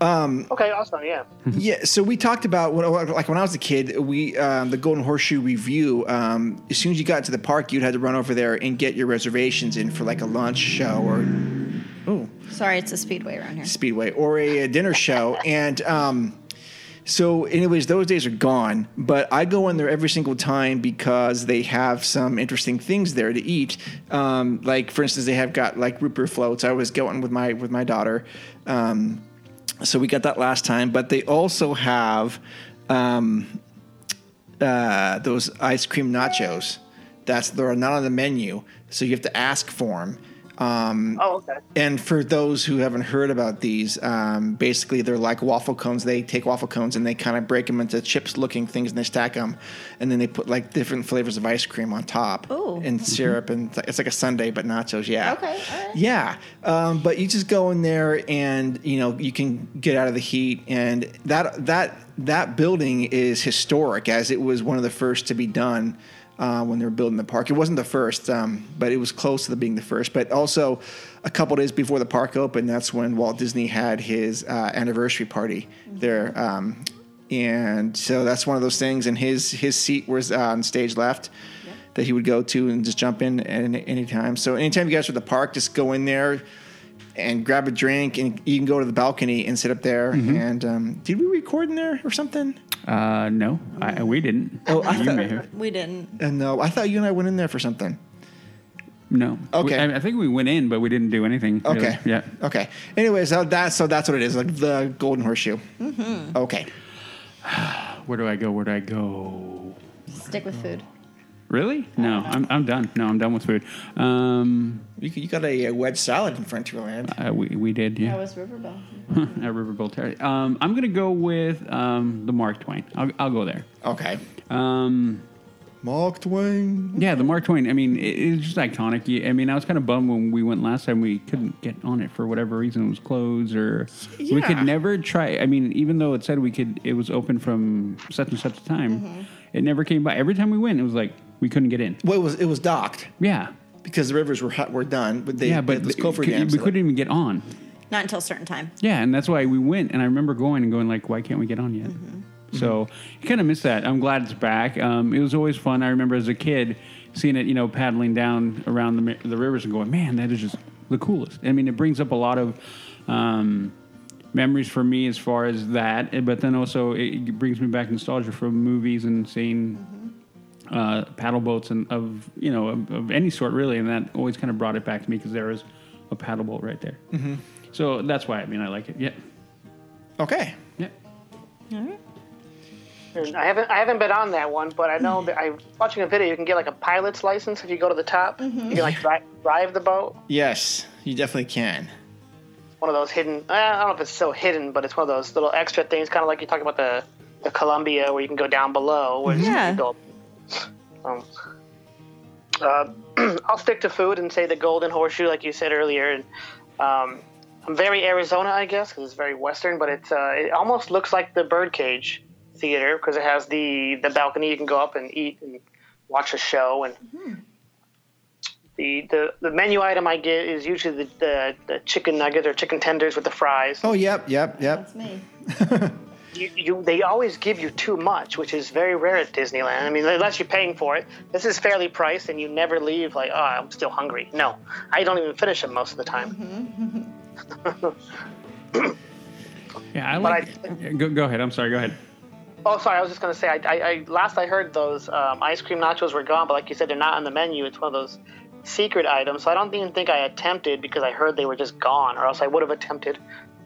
[SPEAKER 9] Okay, awesome. Yeah.
[SPEAKER 1] Yeah, so we talked about when, like when I was a kid, we um, the Golden Horseshoe Review. Um, as soon as you got to the park, you'd had to run over there and get your reservations in for like a lunch show or
[SPEAKER 4] Sorry, it's a speedway around here.
[SPEAKER 1] speedway or a, uh dinner show. And um, so, anyways, those days are gone. But I go in there every single time because they have some interesting things there to eat. Um, like for instance, they have got like root beer floats. I was going with my with my daughter. Um, so we got that last time, but they also have um, uh, those ice cream nachos. That's they're not on the menu, so you have to ask for them. Um,
[SPEAKER 9] Oh, okay.
[SPEAKER 1] and for those who haven't heard about these, um, basically they're like waffle cones. They take waffle cones and they kind of break them into chips-looking things, and they stack them, and then they put like different flavors of ice cream on top
[SPEAKER 4] Ooh.
[SPEAKER 1] and syrup, and it's like- it's like a sundae but nachos. Yeah.
[SPEAKER 4] Okay, all right.
[SPEAKER 1] Yeah, um, but you just go in there and you know you can get out of the heat, and that that that building is historic as it was one of the first to be done uh, when they were building the park. It wasn't the first, um, but it was close to the being the first. But also, a couple days before the park opened, that's when Walt Disney had his uh, anniversary party there. Um, and so that's one of those things. And his his seat was uh, on stage left that he would go to and just jump in at any, any time. So anytime you guys are at the park, just go in there and grab a drink, and you can go to the balcony and sit up there.
[SPEAKER 5] Mm-hmm.
[SPEAKER 1] And um, did we record in there or something?
[SPEAKER 5] Uh, no, I, I- we didn't.
[SPEAKER 1] Oh, I
[SPEAKER 5] you
[SPEAKER 1] thought-
[SPEAKER 5] may have.
[SPEAKER 4] We didn't.
[SPEAKER 1] Uh, no, I thought you and I went in there for something.
[SPEAKER 5] No.
[SPEAKER 1] Okay.
[SPEAKER 5] We- I, I think we went in, but we didn't do anything. really.
[SPEAKER 1] Okay.
[SPEAKER 5] Yeah.
[SPEAKER 1] Okay. Anyway, so that's so that's what it is, like the Golden Horseshoe. Okay.
[SPEAKER 5] Where do I go? Where do I go?
[SPEAKER 4] Stick with food.
[SPEAKER 5] Really? No, I'm, I'm done. No, I'm done with food. Um,
[SPEAKER 1] You, you got a, uh wedge salad in Frontierland.
[SPEAKER 5] uh, we, we did, yeah.
[SPEAKER 4] That was Riverboat.
[SPEAKER 1] Oh.
[SPEAKER 5] at Riverboat Terrace. Um, I'm gonna go with um, the Mark Twain. I'll, I'll go there.
[SPEAKER 1] Okay.
[SPEAKER 5] Um,
[SPEAKER 1] Mark Twain.
[SPEAKER 5] yeah, the Mark Twain. I mean, it, it's just iconic. You- I mean, I was kind of bummed when we went last time. We couldn't get on it for whatever reason. It was closed, or we
[SPEAKER 1] Yeah.
[SPEAKER 5] could never try. I mean, even though it said we could, it was open from such and such a time. It never came by. Every time we went, it was like we couldn't get in.
[SPEAKER 1] Well, it was it was docked
[SPEAKER 5] Yeah,
[SPEAKER 1] because the rivers were hot, were done, but they
[SPEAKER 5] yeah, but
[SPEAKER 1] it was
[SPEAKER 5] th-
[SPEAKER 1] Cofre
[SPEAKER 5] c-
[SPEAKER 1] Dam, so
[SPEAKER 5] we
[SPEAKER 1] they-
[SPEAKER 5] couldn't even get on.
[SPEAKER 4] Not until a certain time.
[SPEAKER 5] Yeah, and that's why we went. And I remember going and going like, "Why can't we get on yet?" So you kind of miss that. I'm glad it's back. Um, it was always fun. I remember as a kid seeing it, you know, paddling down around the mi- the rivers and going, "Man, that is just the coolest." I mean, it brings up a lot of um, memories for me as far as that, eh, but then also it brings me back nostalgia from movies and seeing. Uh, paddle boats and of you know of, of any sort really, and that always kind of brought it back to me because there was a paddle boat right there. So that's why I mean I like it. Yeah,
[SPEAKER 1] Okay.
[SPEAKER 5] yeah.
[SPEAKER 9] I haven't I haven't been on that one, but I
[SPEAKER 5] Mm-hmm.
[SPEAKER 9] know that I watching a video. You can get like a pilot's license if you go to the top.
[SPEAKER 5] Mm-hmm.
[SPEAKER 9] You can like drive, drive the boat.
[SPEAKER 1] Yes, you definitely can.
[SPEAKER 9] One of those hidden. eh, I don't know if it's so hidden, but it's one of those little extra things, kind of like you talk about the the Columbia, where you can go down below, where it's-
[SPEAKER 4] Yeah.
[SPEAKER 9] you go. Um, uh, I'll stick to food and say the Golden Horseshoe, like you said earlier. And um, I'm very Arizona, I guess, 'cause it's very Western, but it's uh, it almost looks like the Birdcage Theater because it has the the balcony you can go up and eat and watch a show and. The, the, the menu item I get is usually the, the, the chicken nuggets or chicken tenders with the fries.
[SPEAKER 1] Oh, yep, yep, yep.
[SPEAKER 4] That's me.
[SPEAKER 9] you, you they always give you too much, which is very rare at Disneyland. I mean, unless you're paying for it, this is fairly priced, and you never leave like, oh, I'm still hungry. No, I don't even finish them most of the time.
[SPEAKER 5] Yeah, I like. go, go ahead. I'm sorry. Go ahead.
[SPEAKER 9] Oh, sorry. I was just gonna say. I, I, I last I heard those um, ice cream nachos were gone, but like you said, they're not on the menu. It's one of those secret items. So I don't even think I attempted because I heard they were just gone, or else I would have attempted.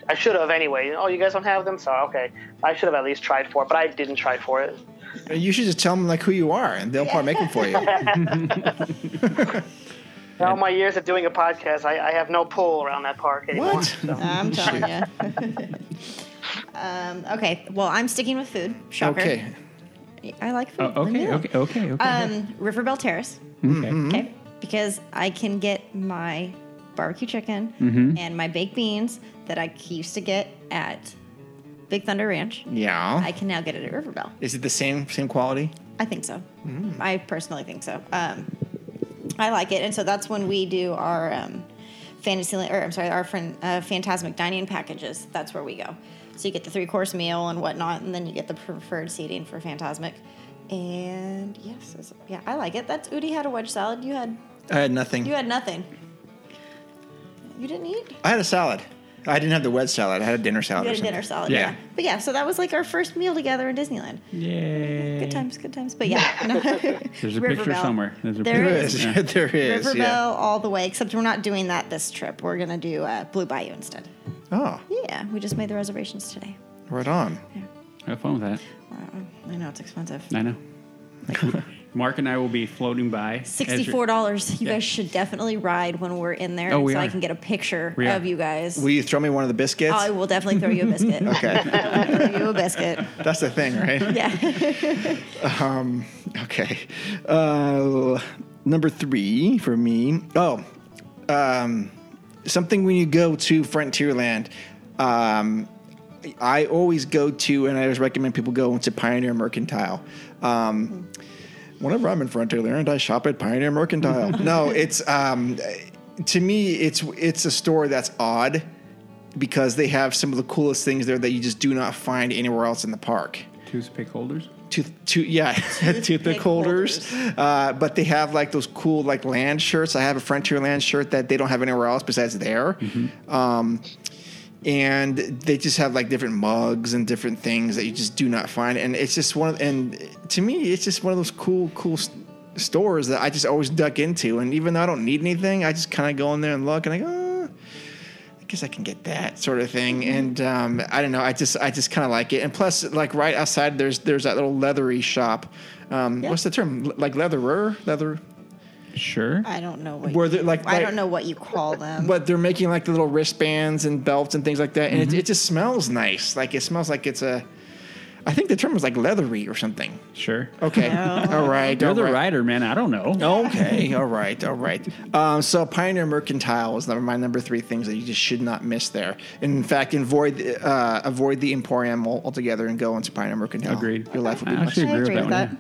[SPEAKER 9] I should have anyway. Oh, you guys don't have them, so okay. I should have at least tried for it, but I didn't try for it.
[SPEAKER 1] You should just tell them like who you are, and they'll probably make them for you.
[SPEAKER 9] In all my years of doing a podcast, I, I have no pull around that park anymore.
[SPEAKER 1] What?
[SPEAKER 4] I'm telling you. um, okay, well, I'm sticking with food. Shocker.
[SPEAKER 1] Okay.
[SPEAKER 4] I like food.
[SPEAKER 5] Oh,
[SPEAKER 4] Leave me
[SPEAKER 5] okay.
[SPEAKER 4] alone.
[SPEAKER 5] Okay. Okay. Okay.
[SPEAKER 4] Um, Riverbell Terrace.
[SPEAKER 5] okay.
[SPEAKER 4] Okay. Because I can get my barbecue chicken
[SPEAKER 5] Mm-hmm.
[SPEAKER 4] and my baked beans that I used to get at Big Thunder Ranch.
[SPEAKER 5] Mm-hmm.
[SPEAKER 1] Yeah.
[SPEAKER 4] I can now get it at Riverbell.
[SPEAKER 1] Is it the same same quality?
[SPEAKER 4] I think so.
[SPEAKER 5] Mm.
[SPEAKER 4] I personally think so. Um, I like it, and so that's when we do our um, fantasy, or I'm sorry, our friend, uh, phantasmic dining packages. That's where we go. So you get the three course meal and whatnot, and then you get the preferred seating for phantasmic. And yes, it's- yeah, I like it. That's Udi had a wedge salad. You had
[SPEAKER 1] I had nothing.
[SPEAKER 4] you had nothing. You didn't eat.
[SPEAKER 1] I had a salad. I didn't have the wedge salad. I had a dinner salad. or
[SPEAKER 4] You had a
[SPEAKER 1] something.
[SPEAKER 4] dinner salad.
[SPEAKER 5] Yeah.
[SPEAKER 4] yeah. But yeah, so that was like our first meal together in Disneyland.
[SPEAKER 5] Yay.
[SPEAKER 4] Good times, good times. But yeah, no.
[SPEAKER 5] There's a picture
[SPEAKER 4] Riverbell.
[SPEAKER 5] somewhere. There's a
[SPEAKER 4] There
[SPEAKER 1] There
[SPEAKER 5] picture.
[SPEAKER 4] There
[SPEAKER 1] is. there
[SPEAKER 5] Yeah.
[SPEAKER 1] is.
[SPEAKER 4] Riverbell
[SPEAKER 1] Yeah.
[SPEAKER 4] all the way, except we're not doing that this trip. We're gonna do uh, Blue Bayou instead.
[SPEAKER 1] Oh,
[SPEAKER 4] Yeah, we just made the reservations today.
[SPEAKER 1] right on.
[SPEAKER 5] Have fun with that.
[SPEAKER 4] I know it's expensive.
[SPEAKER 5] I know. Mark and I will be floating by. as you're-
[SPEAKER 4] Sixty-four dollars. You
[SPEAKER 5] Yeah.
[SPEAKER 4] guys should definitely ride when we're in there,
[SPEAKER 5] Oh, we
[SPEAKER 4] so I
[SPEAKER 5] are.
[SPEAKER 4] can get a picture
[SPEAKER 5] We are.
[SPEAKER 4] of you guys. Oh,
[SPEAKER 1] Will you throw me one of the biscuits?
[SPEAKER 4] I will definitely throw you a biscuit.
[SPEAKER 1] okay,
[SPEAKER 4] I will throw you a biscuit.
[SPEAKER 1] that's the thing, right?
[SPEAKER 4] Yeah.
[SPEAKER 1] Okay. Uh, number three for me. Oh, um, something when you go to Frontierland. Um, I always go to, and I always recommend people go to Pioneer Mercantile. Um, whenever I'm in Frontierland, I shop at Pioneer Mercantile. no, it's um, to me, it's it's a store that's odd because they have some of the coolest things there that you just do not find anywhere else in the park
[SPEAKER 5] Toothpick holders.
[SPEAKER 1] tooth, tooth yeah, toothpick holders. Uh, but they have like those cool like land shirts. I have a Frontier Land shirt that they don't have anywhere else besides there. Um, and they just have like different mugs and different things that you just do not find. And it's just one of, and to me, it's just one of those cool, cool s- stores that I just always duck into. And even though I don't need anything, I just kind of go in there and look and I go, "Ah, I guess I can get that sort of thing. And um, I don't know. I just I just kind of like it. And plus, like right outside, there's there's that little leathery shop. Um, What's the term? L- like leatherer, leather.
[SPEAKER 5] Sure.
[SPEAKER 4] I don't know what.
[SPEAKER 1] Were
[SPEAKER 4] you,
[SPEAKER 1] there, like-
[SPEAKER 4] I
[SPEAKER 1] like-
[SPEAKER 4] don't know what you call them.
[SPEAKER 1] But they're making like the little wristbands and belts and things like that. And
[SPEAKER 4] Mm-hmm.
[SPEAKER 1] it, it just smells nice. Like it smells like it's a. I think the term was like leathery or something.
[SPEAKER 5] Sure.
[SPEAKER 1] Okay.
[SPEAKER 4] Oh.
[SPEAKER 1] All right.
[SPEAKER 5] You're
[SPEAKER 1] all
[SPEAKER 5] the
[SPEAKER 1] right.
[SPEAKER 5] writer, man. I don't know.
[SPEAKER 1] Okay, all right, all right. Um, so Pioneer Mercantile was number, my number three things that you just should not miss there. In fact, avoid uh, avoid the Emporium al- altogether and go into Pioneer Mercantile.
[SPEAKER 5] Agreed.
[SPEAKER 1] Your life will
[SPEAKER 5] I
[SPEAKER 1] be much.
[SPEAKER 5] actually
[SPEAKER 4] I
[SPEAKER 5] agree with
[SPEAKER 4] agree
[SPEAKER 5] that
[SPEAKER 4] with
[SPEAKER 5] one.
[SPEAKER 4] that.
[SPEAKER 5] yeah.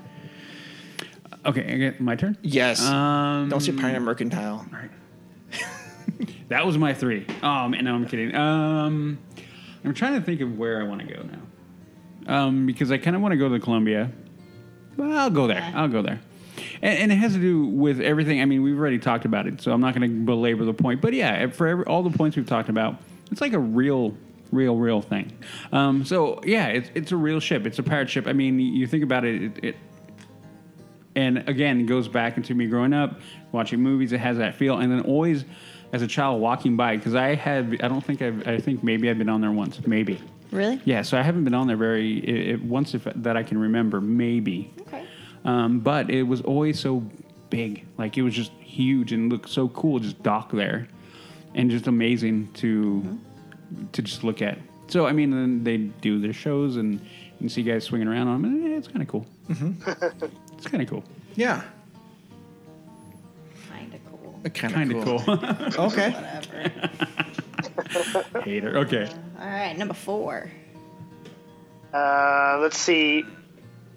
[SPEAKER 5] Okay, I get my turn.
[SPEAKER 1] Yes.
[SPEAKER 5] Um,
[SPEAKER 1] Don't say Pioneer Mercantile.
[SPEAKER 5] That was my three. Um, and no, I'm kidding. Um, I'm trying to think of where I want to go now, um, because I kind of want to go to Columbia. Well, I'll go there. I'll go there. And, and it has to do with everything. I mean, we've already talked about it, so I'm not going to belabor the point. But yeah, for every, all the points we've talked about, it's like a real, real, real thing. Um, so yeah, it's it's a real ship. It's a pirate ship. I mean, you think about it. It, it and again it goes back into me growing up watching movies it has that feel and then always as a child walking by because i had i don't think i've i think maybe i've been on there once maybe
[SPEAKER 4] really?
[SPEAKER 5] yeah so i haven't been on there very it, it, once if, that i can remember maybe
[SPEAKER 4] Okay.
[SPEAKER 5] um, but it was always so big like it was just huge and looked so cool just dock there and just amazing to
[SPEAKER 4] Mm-hmm.
[SPEAKER 5] to just look at so i mean then they do their shows and you can see guys swinging around on them and eh, it's kind of cool
[SPEAKER 1] Mm-hmm.
[SPEAKER 5] it's kind of cool
[SPEAKER 1] Yeah.
[SPEAKER 4] Kind of cool.
[SPEAKER 1] Kind
[SPEAKER 5] Kind
[SPEAKER 1] of
[SPEAKER 5] of
[SPEAKER 1] cool.
[SPEAKER 5] cool.
[SPEAKER 1] Okay.
[SPEAKER 5] Hater. Okay.
[SPEAKER 4] All right, number four.
[SPEAKER 9] Uh, let's see.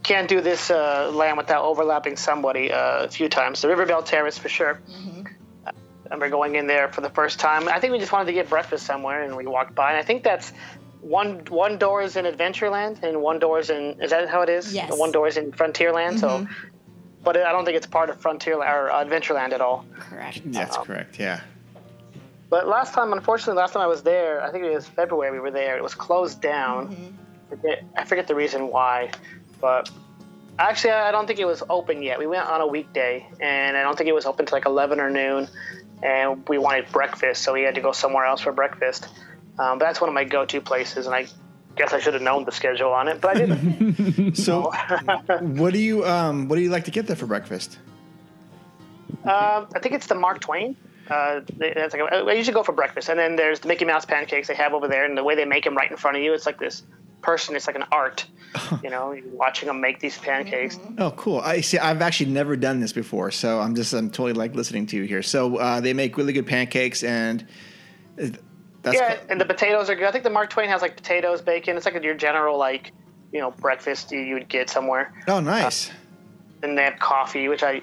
[SPEAKER 9] Can't do this uh, land without overlapping somebody uh, a few times. The Riverbell Terrace for sure. Uh, I remember going in there for the first time. I think we just wanted to get breakfast somewhere, and we walked by. And I think that's one one door is in Adventureland and one door is in is that how it is?
[SPEAKER 4] Yes.
[SPEAKER 9] One door is in Frontierland. So, but I don't think it's part of Frontierland or Adventureland at all.
[SPEAKER 4] Correct.
[SPEAKER 1] That's correct. Yeah.
[SPEAKER 9] But last time, unfortunately, last time I was there, I think it was February. We were there. It was closed down. Forget- I forget the reason why, but actually, I don't think it was open yet. We went on a weekday, and I don't think it was open till like eleven or noon. And we wanted breakfast, so we had to go somewhere else for breakfast. Um, but that's one of my go-to places, and I guess I should have known the schedule on it, but I didn't.
[SPEAKER 1] So, what do you um, what do you like to get there for breakfast?
[SPEAKER 9] Um, I think it's the Mark Twain. Uh, they- that's like I usually go for breakfast, and then there's the Mickey Mouse pancakes they have over there, and the way they make them right in front of you, it's like this person. It's like an art, you know, you're watching them make these pancakes.
[SPEAKER 1] Oh, cool. I see. I've actually never done this before, so I'm just I'm totally like listening to you here. So uh, they make really good pancakes, and uh, that's
[SPEAKER 9] Yeah, and the potatoes are good. I think the Mark Twain has like potatoes, bacon. It's like your general like, you know, breakfast you you would get somewhere.
[SPEAKER 1] oh nice.
[SPEAKER 9] Then they have coffee, which I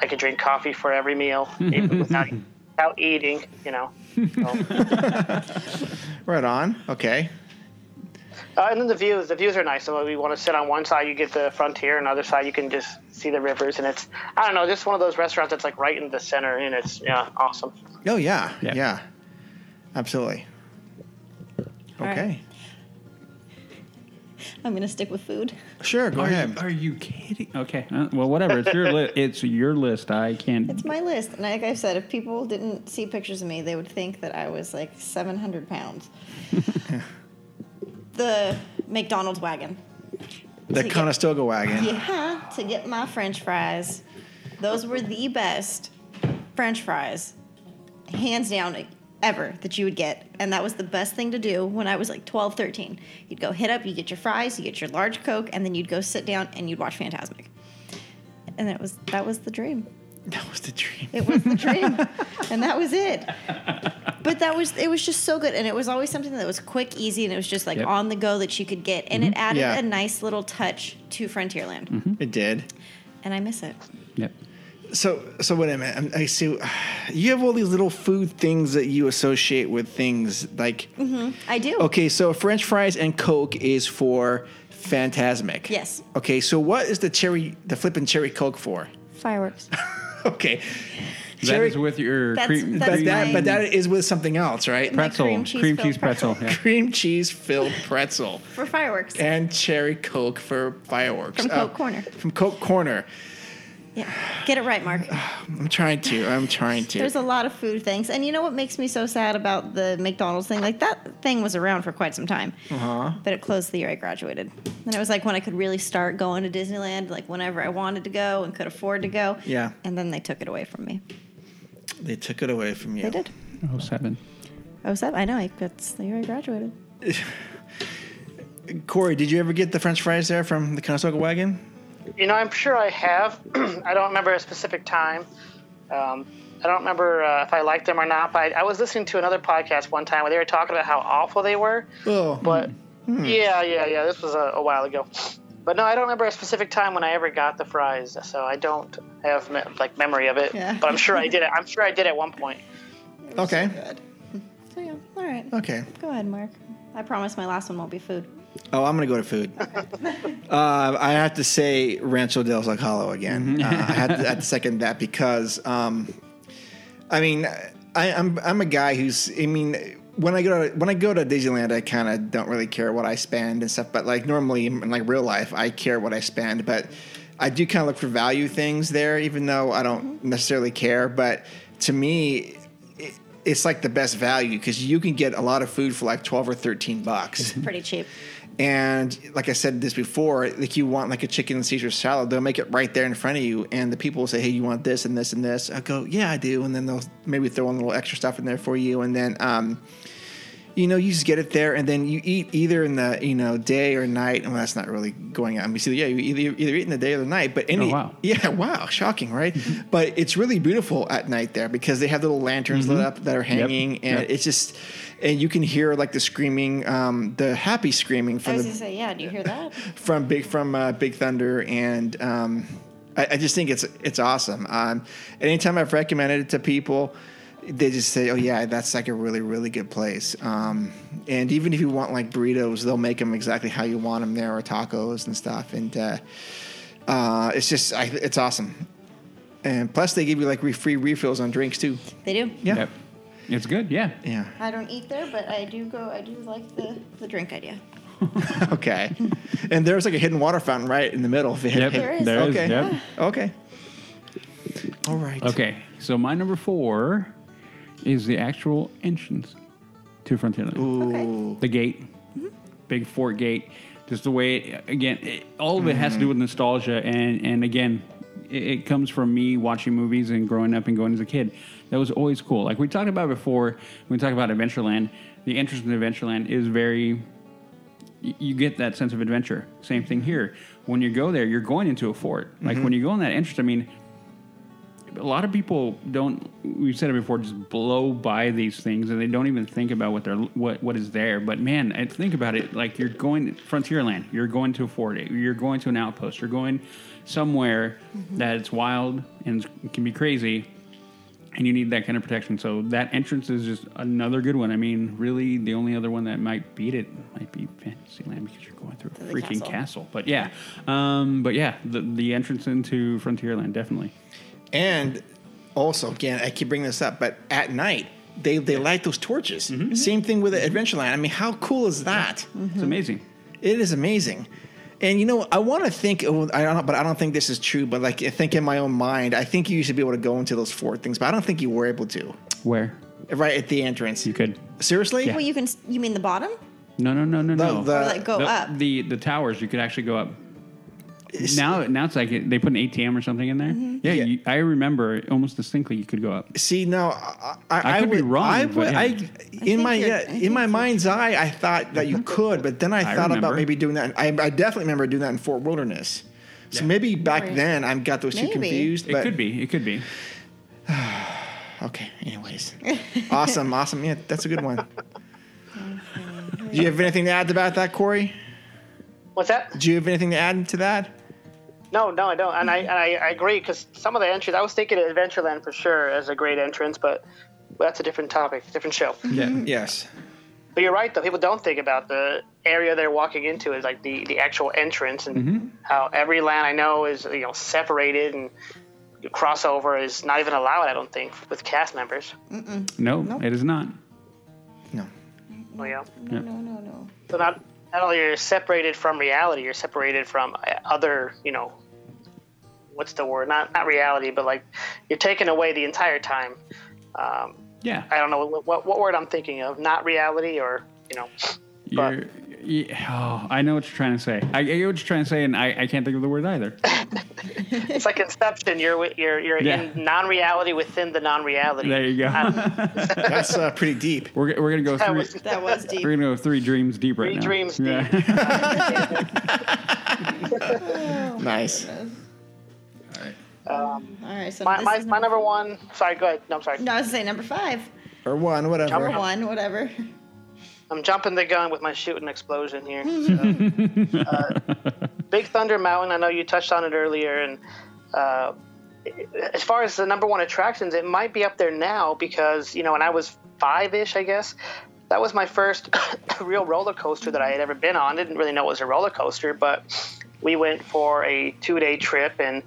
[SPEAKER 9] I could drink coffee for every meal even without without eating, you know. So.
[SPEAKER 1] Right on. Okay.
[SPEAKER 9] Uh, and then the views, the views are nice. So we want to sit on one side, you get the frontier, and the other side you can just see the rivers. And it's, I don't know, just one of those restaurants that's like right in the center, and it's yeah, awesome.
[SPEAKER 1] Oh yeah. Yeah.
[SPEAKER 5] Yeah.
[SPEAKER 1] Absolutely.
[SPEAKER 4] All right.
[SPEAKER 1] Okay.
[SPEAKER 4] I'm gonna stick with food.
[SPEAKER 1] Sure. Go
[SPEAKER 5] Are you-
[SPEAKER 1] ahead.
[SPEAKER 5] Are you kidding? Okay. uh, well, whatever. It's your list. It's your list. I can't.
[SPEAKER 4] It's my list, and like I said, if people didn't see pictures of me, they would think that I was like 700 pounds. the McDonald's wagon.
[SPEAKER 1] The
[SPEAKER 4] to get-
[SPEAKER 1] Conestoga wagon.
[SPEAKER 4] Yeah, to get my French fries. Those were the best French fries, hands down, ever that you would get. And that was the best thing to do when I was like 12, 13. You'd go hit up, you get your fries, you get your large Coke, and then you'd go sit down and you'd watch Fantasmic. And that was that was the dream.
[SPEAKER 1] That was the dream.
[SPEAKER 4] It was the dream, and that was it. But that was it was just so good, and it was always something that was quick, easy, and it was just like
[SPEAKER 5] Yep.
[SPEAKER 4] on the go that you could get, and it
[SPEAKER 1] Mm-hmm.
[SPEAKER 4] added
[SPEAKER 1] Yeah. Mm-hmm.
[SPEAKER 4] a nice little touch to Frontierland,
[SPEAKER 1] It did.
[SPEAKER 4] and I miss it.
[SPEAKER 5] Yep.
[SPEAKER 1] So, so wait a minute. I'm- I see. You have all these little food things that you associate with things like.
[SPEAKER 4] I do.
[SPEAKER 1] Okay, so French fries and Coke is for Fantasmic.
[SPEAKER 4] Yes.
[SPEAKER 1] Okay, so what is the cherry, the flippin' cherry Coke for?
[SPEAKER 4] Fireworks.
[SPEAKER 1] Okay,
[SPEAKER 5] that is with your
[SPEAKER 4] That's-
[SPEAKER 5] cream.
[SPEAKER 4] that's
[SPEAKER 1] but
[SPEAKER 5] cream
[SPEAKER 1] that,
[SPEAKER 4] my-
[SPEAKER 1] but that is with something else, right?
[SPEAKER 4] My
[SPEAKER 5] pretzel.
[SPEAKER 4] cream
[SPEAKER 5] Cream
[SPEAKER 4] cheese
[SPEAKER 5] cheese,
[SPEAKER 4] filled
[SPEAKER 5] pretzel. yeah.
[SPEAKER 1] Cream cheese filled pretzel
[SPEAKER 4] For fireworks.
[SPEAKER 1] and cherry Coke for fireworks.
[SPEAKER 4] From
[SPEAKER 1] Uh,
[SPEAKER 4] Coke Corner.
[SPEAKER 1] From Coke Corner.
[SPEAKER 4] Yeah. Get it right, Mark.
[SPEAKER 1] I'm trying to. I'm trying to.
[SPEAKER 4] There's a lot of food things. And you know what makes me so sad about the McDonald's thing? Like, that thing was around for quite some time. Uh-huh. But it closed the year I graduated. And it was like when I could really start going to Disneyland, like whenever I wanted to go and could afford to go.
[SPEAKER 1] Yeah.
[SPEAKER 4] And then they took it away from me.
[SPEAKER 1] they took it away from you.
[SPEAKER 4] They did.
[SPEAKER 5] Oh, seven.
[SPEAKER 4] Oh, seven. I know. I, that's the year I graduated.
[SPEAKER 1] Corey, did you ever get the French fries there from the Conestoga wagon?
[SPEAKER 9] You know, I'm sure I have. I don't remember a specific time. Um, I don't remember uh, if I liked them or not, but I, I was listening to another podcast one time where they were talking about how awful they were.
[SPEAKER 1] Oh,
[SPEAKER 9] But yeah, yeah, yeah, this was a, a while ago. But no, I don't remember a specific time when I ever got the fries, so I don't have me- like memory of it.
[SPEAKER 4] Yeah.
[SPEAKER 9] But I'm sure I did it. I'm sure I did at one point.
[SPEAKER 1] okay,
[SPEAKER 4] So, yeah. All right.
[SPEAKER 1] okay.
[SPEAKER 4] Go ahead, Mark. I promise my last one won't be food.
[SPEAKER 1] Oh, I'm gonna go to food. uh, I have to say Rancho del Zacalo again. Uh, I had to, I had to second that because, um, I mean, I, I'm I'm a guy who's I mean. When I go to when I go to Disneyland, I kind of don't really care what I spend and stuff. But like normally in like real life, I care what I spend. But I do kind of look for value things there, even though I don't necessarily care. But to me, it, it's like the best value because you can get a lot of food for like twelve or thirteen bucks.
[SPEAKER 4] Pretty cheap.
[SPEAKER 1] And like I said this before, like you want like a chicken and Caesar salad, they'll make it right there in front of you. And the people will say, "Hey, you want this and this and this?" I go, "Yeah, I do." And then they'll maybe throw in a little extra stuff in there for you. And then, um, you know, you just get it there, and then you eat either in the you know day or night. Well, that's not really going on. You see, yeah, you either either eat in the day or the night. But any,
[SPEAKER 5] Oh, wow.
[SPEAKER 1] yeah, wow, shocking, right? but it's really beautiful at night there because they have little lanterns lit up that are hanging, and
[SPEAKER 5] Mm-hmm. yep.
[SPEAKER 1] it's just. And you can hear like the screaming, um, the happy screaming
[SPEAKER 4] I
[SPEAKER 1] from
[SPEAKER 4] was
[SPEAKER 1] the
[SPEAKER 4] going to say, yeah, do you hear that?
[SPEAKER 1] from Big from uh, Big Thunder, and um, I, I just think it's it's awesome. Um, anytime I've recommended it to people, they just say, "Oh yeah, that's like a really really good place." Um, and even if you want like burritos, they'll make them exactly how you want them there, or tacos and stuff. And uh, uh, it's just I, it's awesome. And plus, they give you like re- free refills on drinks too.
[SPEAKER 4] They do.
[SPEAKER 1] Yeah,
[SPEAKER 5] Yep. It's good. Yeah.
[SPEAKER 1] yeah.
[SPEAKER 4] I don't eat there, but I do go. I do like the, the drink idea.
[SPEAKER 1] Okay. and there's like a hidden water fountain right in the middle.
[SPEAKER 5] Yep.
[SPEAKER 4] There is.
[SPEAKER 5] There is.
[SPEAKER 1] Okay.
[SPEAKER 5] Yep.
[SPEAKER 1] Okay. All right.
[SPEAKER 5] Okay. So my number four is the actual entrance to Frontierland.
[SPEAKER 1] Ooh.
[SPEAKER 5] The gate, big fort gate. Just the way, it, again, it, all of it has to do with nostalgia. And, and again, it, it comes from me watching movies and growing up and going as a kid. That was always cool. Like we talked about before, when we talked about Adventureland, the entrance to Adventureland is very y- you get that sense of adventure. Same thing here. When you go there, you're going into a fort. Like when you go in that entrance, I mean, a lot of people don't. We've said it before. Just blow by these things, and they don't even think about what they're what what is there. But man, I think about it. Like you're going frontierland. You're going to a fort. You're going to an outpost. You're going somewhere that it's wild and can be crazy and you need that kind of protection. So that entrance is just another good one. I mean, really, the only other one that might beat it might be Fantasyland because you're going through a
[SPEAKER 4] the
[SPEAKER 5] freaking
[SPEAKER 4] castle.
[SPEAKER 5] castle. But yeah, um, but yeah, the the entrance into Frontierland definitely.
[SPEAKER 1] And also, again, I keep bringing this up, but at night they they light those torches.
[SPEAKER 5] Mm-hmm.
[SPEAKER 1] Same thing with the Adventureland. I mean, how cool is that?
[SPEAKER 4] Mm-hmm.
[SPEAKER 5] It's amazing.
[SPEAKER 1] It is amazing. And you know, I want to think, oh, I don't, know, but I don't think this is true. But like, I think in my own mind, I think you used to be able to go into those four things, but I don't think you were able to.
[SPEAKER 5] Where
[SPEAKER 1] Right at the entrance,
[SPEAKER 5] you could.
[SPEAKER 1] seriously?
[SPEAKER 4] Well, you can. s- You mean the bottom?
[SPEAKER 5] No, no, no, no,
[SPEAKER 1] The-
[SPEAKER 5] no.
[SPEAKER 1] the-
[SPEAKER 4] Or like go
[SPEAKER 5] the,
[SPEAKER 4] up?
[SPEAKER 5] the the towers. You could actually go up. Now, now it's like it, they put an ATM or something in there.
[SPEAKER 4] Mm-hmm.
[SPEAKER 5] Yeah,
[SPEAKER 1] Yeah.
[SPEAKER 5] You, I remember almost distinctly. You could go up.
[SPEAKER 1] See, no, I, I,
[SPEAKER 5] I could be
[SPEAKER 1] would-
[SPEAKER 5] wrong,
[SPEAKER 1] I, would,
[SPEAKER 5] but
[SPEAKER 1] I,
[SPEAKER 5] yeah.
[SPEAKER 1] in my
[SPEAKER 4] you're-
[SPEAKER 1] yeah,
[SPEAKER 4] I
[SPEAKER 1] in my mind's eye, I thought that you could, but then I,
[SPEAKER 5] I
[SPEAKER 1] thought about
[SPEAKER 5] remember.
[SPEAKER 1] maybe doing that. I, I definitely remember doing that in Fort Wilderness. So maybe back
[SPEAKER 4] Right.
[SPEAKER 1] then I got those two
[SPEAKER 4] Maybe.
[SPEAKER 1] confused.
[SPEAKER 5] It
[SPEAKER 1] but,
[SPEAKER 5] could be. It could be.
[SPEAKER 1] Okay. Anyways, awesome, awesome. Yeah, that's a good one. Do you have anything to add about that, Corey?
[SPEAKER 9] What's that?
[SPEAKER 1] Do you have anything to add to that?
[SPEAKER 9] No, no, I don't. And I and I, I agree because some of the entries, I was thinking of Adventureland for sure as a great entrance, but that's a different topic, different show.
[SPEAKER 1] Mm-hmm.
[SPEAKER 5] Yeah.
[SPEAKER 1] Yes.
[SPEAKER 9] But you're right, though. People don't think about the area they're walking into is like the, the actual entrance and how every land I know is you know separated and crossover is not even allowed. I don't think with cast members.
[SPEAKER 5] No, it is not.
[SPEAKER 1] No.
[SPEAKER 9] Well, yeah.
[SPEAKER 4] No, no, no, no.
[SPEAKER 9] So not not only you're separated from reality, you're separated from uh, other you know what's the word? Not not reality, but like you're taken away the entire time. Um,
[SPEAKER 5] Yeah.
[SPEAKER 9] I don't know what, what what word I'm thinking of. Not reality or you know. but-
[SPEAKER 5] You're, you, oh, I know what you're trying to say. I, I know what you're trying to say, and I, I can't think of the word either.
[SPEAKER 9] It's like Inception. You're wi- you're you're
[SPEAKER 5] Yeah.
[SPEAKER 9] in non-reality within the non-reality.
[SPEAKER 5] There you go.
[SPEAKER 1] That's uh, pretty deep.
[SPEAKER 5] we're, we're gonna go
[SPEAKER 9] That
[SPEAKER 5] three.
[SPEAKER 9] was-
[SPEAKER 4] That was deep.
[SPEAKER 5] We're gonna go three dreams deep right
[SPEAKER 9] Three
[SPEAKER 5] now.
[SPEAKER 9] dreams
[SPEAKER 5] yeah.
[SPEAKER 1] Nice.
[SPEAKER 4] All right. So
[SPEAKER 9] my,
[SPEAKER 4] this
[SPEAKER 9] my,
[SPEAKER 4] is
[SPEAKER 9] my number one. Sorry, go ahead. No, I'm sorry.
[SPEAKER 4] No, I was saying number five,
[SPEAKER 1] Or one, whatever.
[SPEAKER 4] number one, whatever.
[SPEAKER 9] I'm jumping the gun with my shooting explosion here. So, uh, Big Thunder Mountain. I know you touched on it earlier, and uh, as far as the number one attractions, it might be up there now because you know when I was five-ish, I guess that was my first real roller coaster that I had ever been on. Didn't really know it was a roller coaster, but we went for a two-day trip, and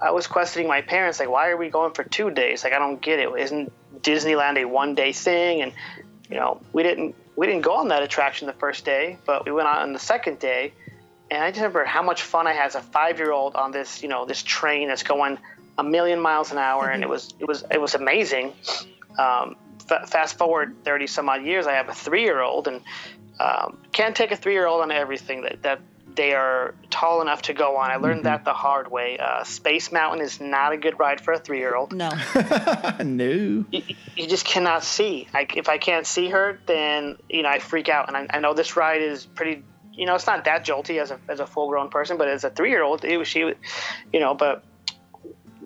[SPEAKER 9] I was questioning my parents like, why are we going for two days? Like I don't get it. Isn't Disneyland a one-day thing? And you know, we didn't we didn't go on that attraction the first day, but we went on, on the second day, and I just remember how much fun I had as a five year old on this you know this train that's going a million miles an hour, and it was it was it was amazing. Um, fa fast forward thirty some odd years, I have a three year old, and um, can't take a three year old on everything that that they are tall enough to go on. I learned that the hard way. Uh, Space Mountain is not a good ride for a three year old
[SPEAKER 4] No.
[SPEAKER 1] No.
[SPEAKER 9] you, you just cannot see. I, if I can't see her, then you know I freak out. And I, I know this ride is pretty. You know, it's not that jolty as a as a full grown person, but as a three year old, it was she. was- You know, but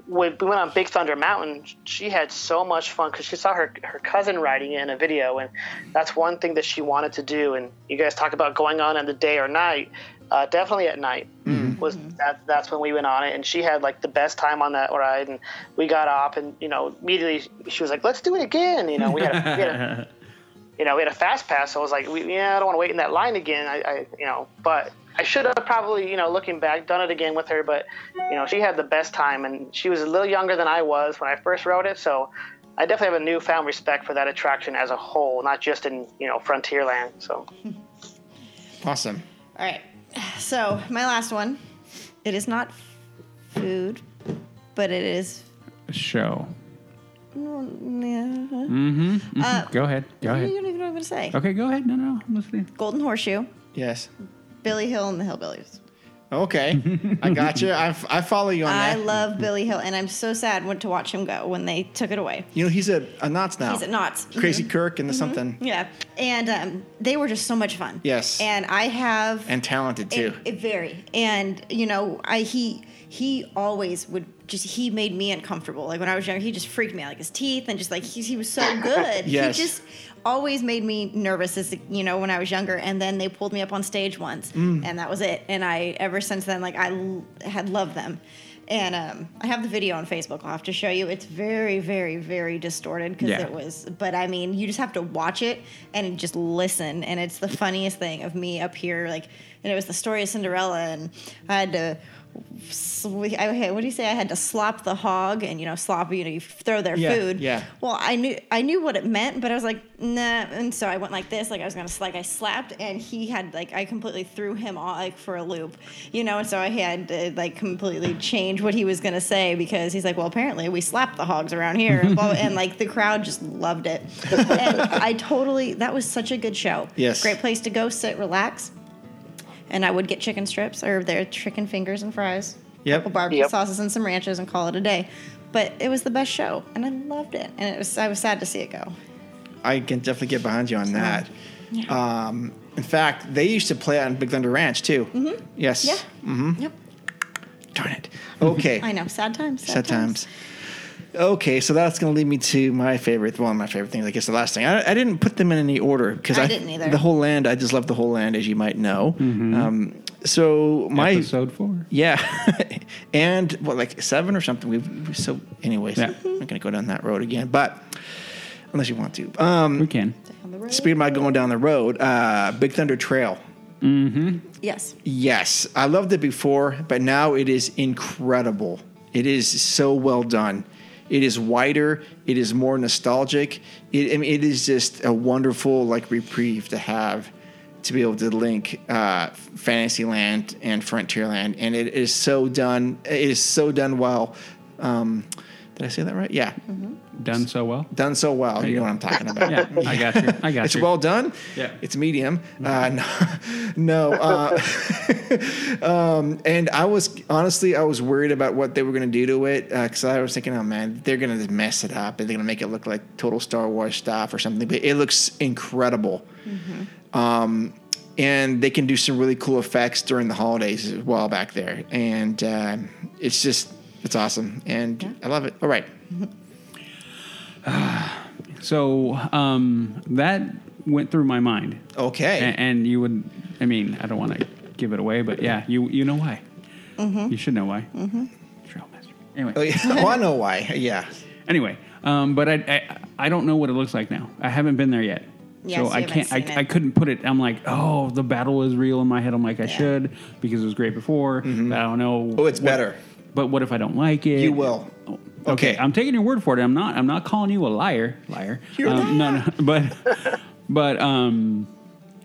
[SPEAKER 9] when we went on Big Thunder Mountain, she had so much fun because she saw her her cousin riding it in a video, and that's one thing that she wanted to do. And you guys talk about going on in the day or night. Uh, definitely at night. was that that's when we went on it and she had like the best time on that ride and we got off and you know immediately she was like let's do it again you know we had a, we had a you know we had a fast pass so I was like we, yeah I don't want to wait in that line again I, I you know but I should have probably you know looking back done it again with her but you know she had the best time and she was a little younger than I was when I first rode it so I definitely have a newfound respect for that attraction as a whole not just in you know Frontierland so
[SPEAKER 1] Awesome.
[SPEAKER 4] All right. So my last one. It is not food, but it is.
[SPEAKER 5] Show.
[SPEAKER 4] Mm,
[SPEAKER 5] Mm-hmm.
[SPEAKER 4] Uh,
[SPEAKER 5] go ahead. Go
[SPEAKER 4] yeah.
[SPEAKER 5] ahead.
[SPEAKER 4] You don't even know what I'm gonna say.
[SPEAKER 5] Okay, go ahead. No, no, I'm listening.
[SPEAKER 4] Golden Horseshoe,
[SPEAKER 1] Yes.
[SPEAKER 4] Billy Hill, and the Hillbillies.
[SPEAKER 1] Okay. I got you. I, f- I follow you on
[SPEAKER 4] I
[SPEAKER 1] that.
[SPEAKER 4] love Billy Hill, and I'm so sad when, to watch him go when they took it away.
[SPEAKER 1] you know, he's a, a Knots now.
[SPEAKER 4] He's Mm-hmm. at Knott's.
[SPEAKER 1] Crazy Kirk and the something.
[SPEAKER 4] Yeah, and um, they were just so much fun.
[SPEAKER 1] Yes.
[SPEAKER 4] and I have
[SPEAKER 1] And talented, too.
[SPEAKER 4] It, it very and you know I he he always would just he made me uncomfortable. Like when I was younger, he just freaked me out, like his teeth and just like he, he was so good.
[SPEAKER 1] Yes.
[SPEAKER 4] He just always made me nervous as you know when I was younger. And then they pulled me up on stage once,
[SPEAKER 1] Mm.
[SPEAKER 4] and that was it. And I ever since then like I l- had loved them. And um, I have the video on Facebook. I'll have to show you. It's very, very, very distorted because
[SPEAKER 5] Yeah.
[SPEAKER 4] it was. But I mean, you just have to watch it and just listen. And it's the funniest thing of me up here. Like, and it was the story of Cinderella, and I had to. sw- I- Okay, what do you say? I had to slop the hog, and you know, slop. You know, you throw their
[SPEAKER 1] Yeah,
[SPEAKER 4] food.
[SPEAKER 1] yeah.
[SPEAKER 4] Well, I knew I knew what it meant, but I was like, nah. And so I went like this, like I was gonna like I slapped, and he had like I completely threw him off like for a loop, you know. And so I had to like completely change what he was gonna say because he's like, well, apparently we slapped the hogs around here, and, blah, and like the crowd just loved it, and I totally that was such a good show.
[SPEAKER 1] Yes.
[SPEAKER 4] great place to go sit, relax. And I would get chicken strips or their chicken fingers and fries
[SPEAKER 1] Yep.
[SPEAKER 4] couple barbecue
[SPEAKER 9] Yep.
[SPEAKER 4] sauces and some ranches and call it a day. But it was the best show, and I loved it. And it was I was sad to see it go.
[SPEAKER 1] I can definitely get behind you on that. Um, in fact, they used to play on Big Thunder Ranch, too. Mm-hmm. Yes.
[SPEAKER 4] Yeah. Mm-hmm. Yep.
[SPEAKER 1] Darn it. Okay.
[SPEAKER 4] I know. Sad times.
[SPEAKER 1] Sad
[SPEAKER 4] Sad,
[SPEAKER 1] times. Okay, so that's going to lead me to my favorite, one of my favorite things. I guess the last thing. I, I didn't put them in any order because
[SPEAKER 4] I didn't either.
[SPEAKER 1] The whole land, I just love the whole land, as you might know. Um, so my
[SPEAKER 5] Episode four.
[SPEAKER 1] yeah, and what like seven or something. We've, we- so, anyways,
[SPEAKER 5] Yeah.
[SPEAKER 1] I'm not going to go down that road again, but unless you want to. Um,
[SPEAKER 5] We can.
[SPEAKER 4] On the road.
[SPEAKER 1] speed of my going down the road, uh, Big Thunder Trail.
[SPEAKER 4] Yes.
[SPEAKER 1] Yes, I loved it before, but now it is incredible. It is so well done. It is wider. It is more nostalgic. It, I mean, it is just a wonderful like reprieve to have to be able to link uh, Fantasyland and Frontierland, and it is so done. It is so done well. Um, did I say that right? Yeah,
[SPEAKER 5] Done so well.
[SPEAKER 1] done so well. You know what I'm talking about.
[SPEAKER 5] Yeah, I got you. I got
[SPEAKER 1] It's
[SPEAKER 5] you.
[SPEAKER 1] well done.
[SPEAKER 5] Yeah.
[SPEAKER 1] It's medium. Uh, no, no uh, um, and I was honestly, I was worried about what they were going to do to it because I was thinking, oh man, they're going to mess it up and they're going to make it look like total Star Wars stuff or something. But it looks incredible. Um, and they can do some really cool effects during the holidays as well back there. And uh, it's just, it's awesome. And I love it. All right.
[SPEAKER 5] so um, that went through my mind,
[SPEAKER 1] Okay.
[SPEAKER 5] A- and, you would. I mean, I don't want to give it away, but yeah, you you know why. You should know why. Mm-hmm. Trailmaster. Anyway.
[SPEAKER 1] Oh, yeah. oh, I know why. Yeah.
[SPEAKER 5] Anyway, um, but I, I I don't know what it looks like now. I haven't been there yet.
[SPEAKER 4] Yes,
[SPEAKER 5] so
[SPEAKER 4] you
[SPEAKER 5] I
[SPEAKER 4] haven't
[SPEAKER 5] can't.
[SPEAKER 4] seen
[SPEAKER 5] I,
[SPEAKER 4] it.
[SPEAKER 5] I couldn't put it. I'm like, oh, the battle is real in my head. I'm like, I should because it was great before. But I don't know.
[SPEAKER 1] Oh, it's
[SPEAKER 5] what-
[SPEAKER 1] better.
[SPEAKER 5] But what if I don't like it?
[SPEAKER 1] You will.
[SPEAKER 5] Oh,
[SPEAKER 1] Okay.
[SPEAKER 5] Okay. I'm taking your word for it. I'm not. I'm not calling you a liar. Liar.
[SPEAKER 1] You're a
[SPEAKER 5] um, No, no. But but um,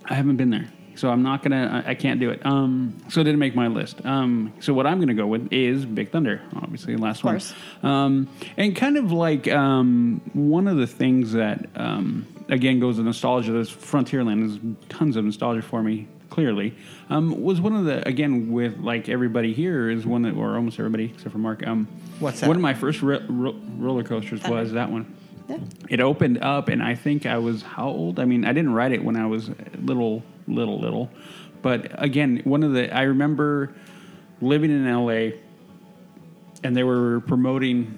[SPEAKER 5] I haven't been there, so I'm not gonna. I, I can't do it. Um, so it didn't make my list. Um, so what I'm gonna go with is Big Thunder, obviously last one.
[SPEAKER 4] course.
[SPEAKER 5] Um, and kind of like um, one of the things that um, again goes to nostalgia. This Frontierland is tons of nostalgia for me. Clearly, um, was one of the again with like everybody here is one that or almost everybody except for Mark. Um,
[SPEAKER 1] What's that?
[SPEAKER 5] One of my first ro- ro- roller coasters was that one.
[SPEAKER 4] Yeah.
[SPEAKER 5] It opened up, and I think I was how old? I mean, I didn't ride it when I was little, little, little. But again, one of the I remember living in LA, and they were promoting.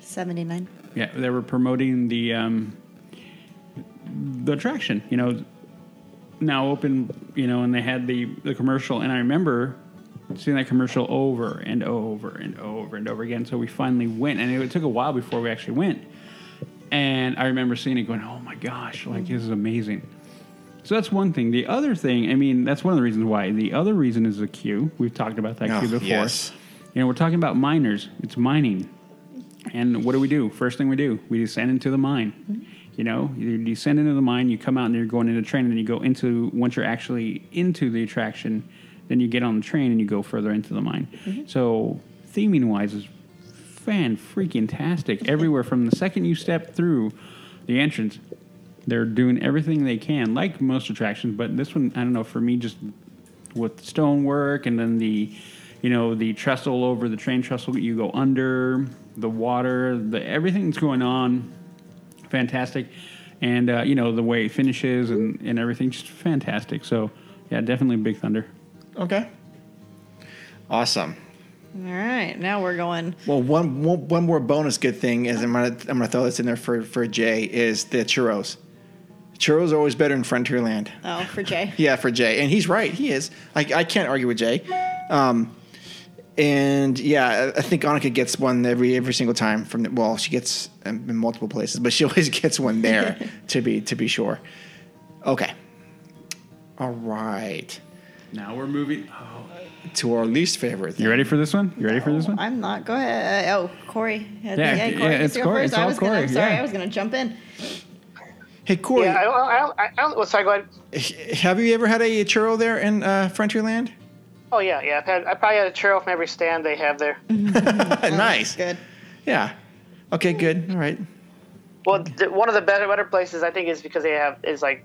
[SPEAKER 4] Seventy nine.
[SPEAKER 5] Yeah, they were promoting the um, the attraction. You know, now open. You know, and they had the the commercial, and I remember seeing that commercial over and over and over and over again. So we finally went, and it, took a while before we actually went. And I remember seeing it, going, "Oh my gosh! Like this is amazing." So that's one thing. The other thing, I mean, that's one of the reasons why. The other reason is the queue. We've talked about that
[SPEAKER 1] Oh,
[SPEAKER 5] queue before.
[SPEAKER 1] yes.
[SPEAKER 5] You know, we're talking about miners. It's mining. And what do we do? First thing we do, we descend into the mine. You know, you descend into the mine, you come out and you're going into the train, and then you go into, once you're actually into the attraction, then you get on the train and you go further into the mine. So, theming wise, is fan freaking tastic. Everywhere from the second you step through the entrance, they're doing everything they can, like most attractions, but this one, I don't know, for me, just with stonework and then the you know the trestle over the train trestle you go under the water the everything's going on fantastic and uh, you know the way it finishes and, and everything just fantastic so yeah definitely big thunder
[SPEAKER 1] Okay. Awesome.
[SPEAKER 4] All right, now we're going.
[SPEAKER 1] Well, one one one more bonus good thing is I'm gonna I'm gonna throw this in there for for Jay is the churros. Churros are always better in Frontierland.
[SPEAKER 4] Oh, for Jay.
[SPEAKER 1] Yeah, for Jay, and he's right. He is. I, I can't argue with Jay. Um, and yeah, I I think Annika gets one every every single time from. The, well, she gets um, in multiple places, but she always gets one there to be to be sure. Okay. All right.
[SPEAKER 5] now we're moving oh.
[SPEAKER 1] To our least favorite. Thing.
[SPEAKER 5] you ready for this one you ready for this one
[SPEAKER 4] I'm not. Go ahead. Uh, oh, Corey.
[SPEAKER 5] Yeah,
[SPEAKER 4] Yeah, Corey
[SPEAKER 5] yeah,
[SPEAKER 4] gets
[SPEAKER 5] it's
[SPEAKER 4] to go
[SPEAKER 5] Corey.
[SPEAKER 4] first.
[SPEAKER 5] It's
[SPEAKER 4] I
[SPEAKER 5] all
[SPEAKER 4] was gonna, I'm
[SPEAKER 5] Corey,
[SPEAKER 4] sorry,
[SPEAKER 5] yeah.
[SPEAKER 4] I was going to jump in.
[SPEAKER 1] Hey Corey,
[SPEAKER 9] Yeah, I don't. I don't. I don't well, sorry, go ahead.
[SPEAKER 1] have you ever had a churro there in uh, Frontierland?
[SPEAKER 9] Oh yeah, yeah. I've had. I probably had a churro from every stand they have there.
[SPEAKER 1] Oh, nice.
[SPEAKER 4] Oh, Good.
[SPEAKER 1] Yeah. Okay. Good. All right.
[SPEAKER 9] Well, th- one of the better better places I think is because they have is like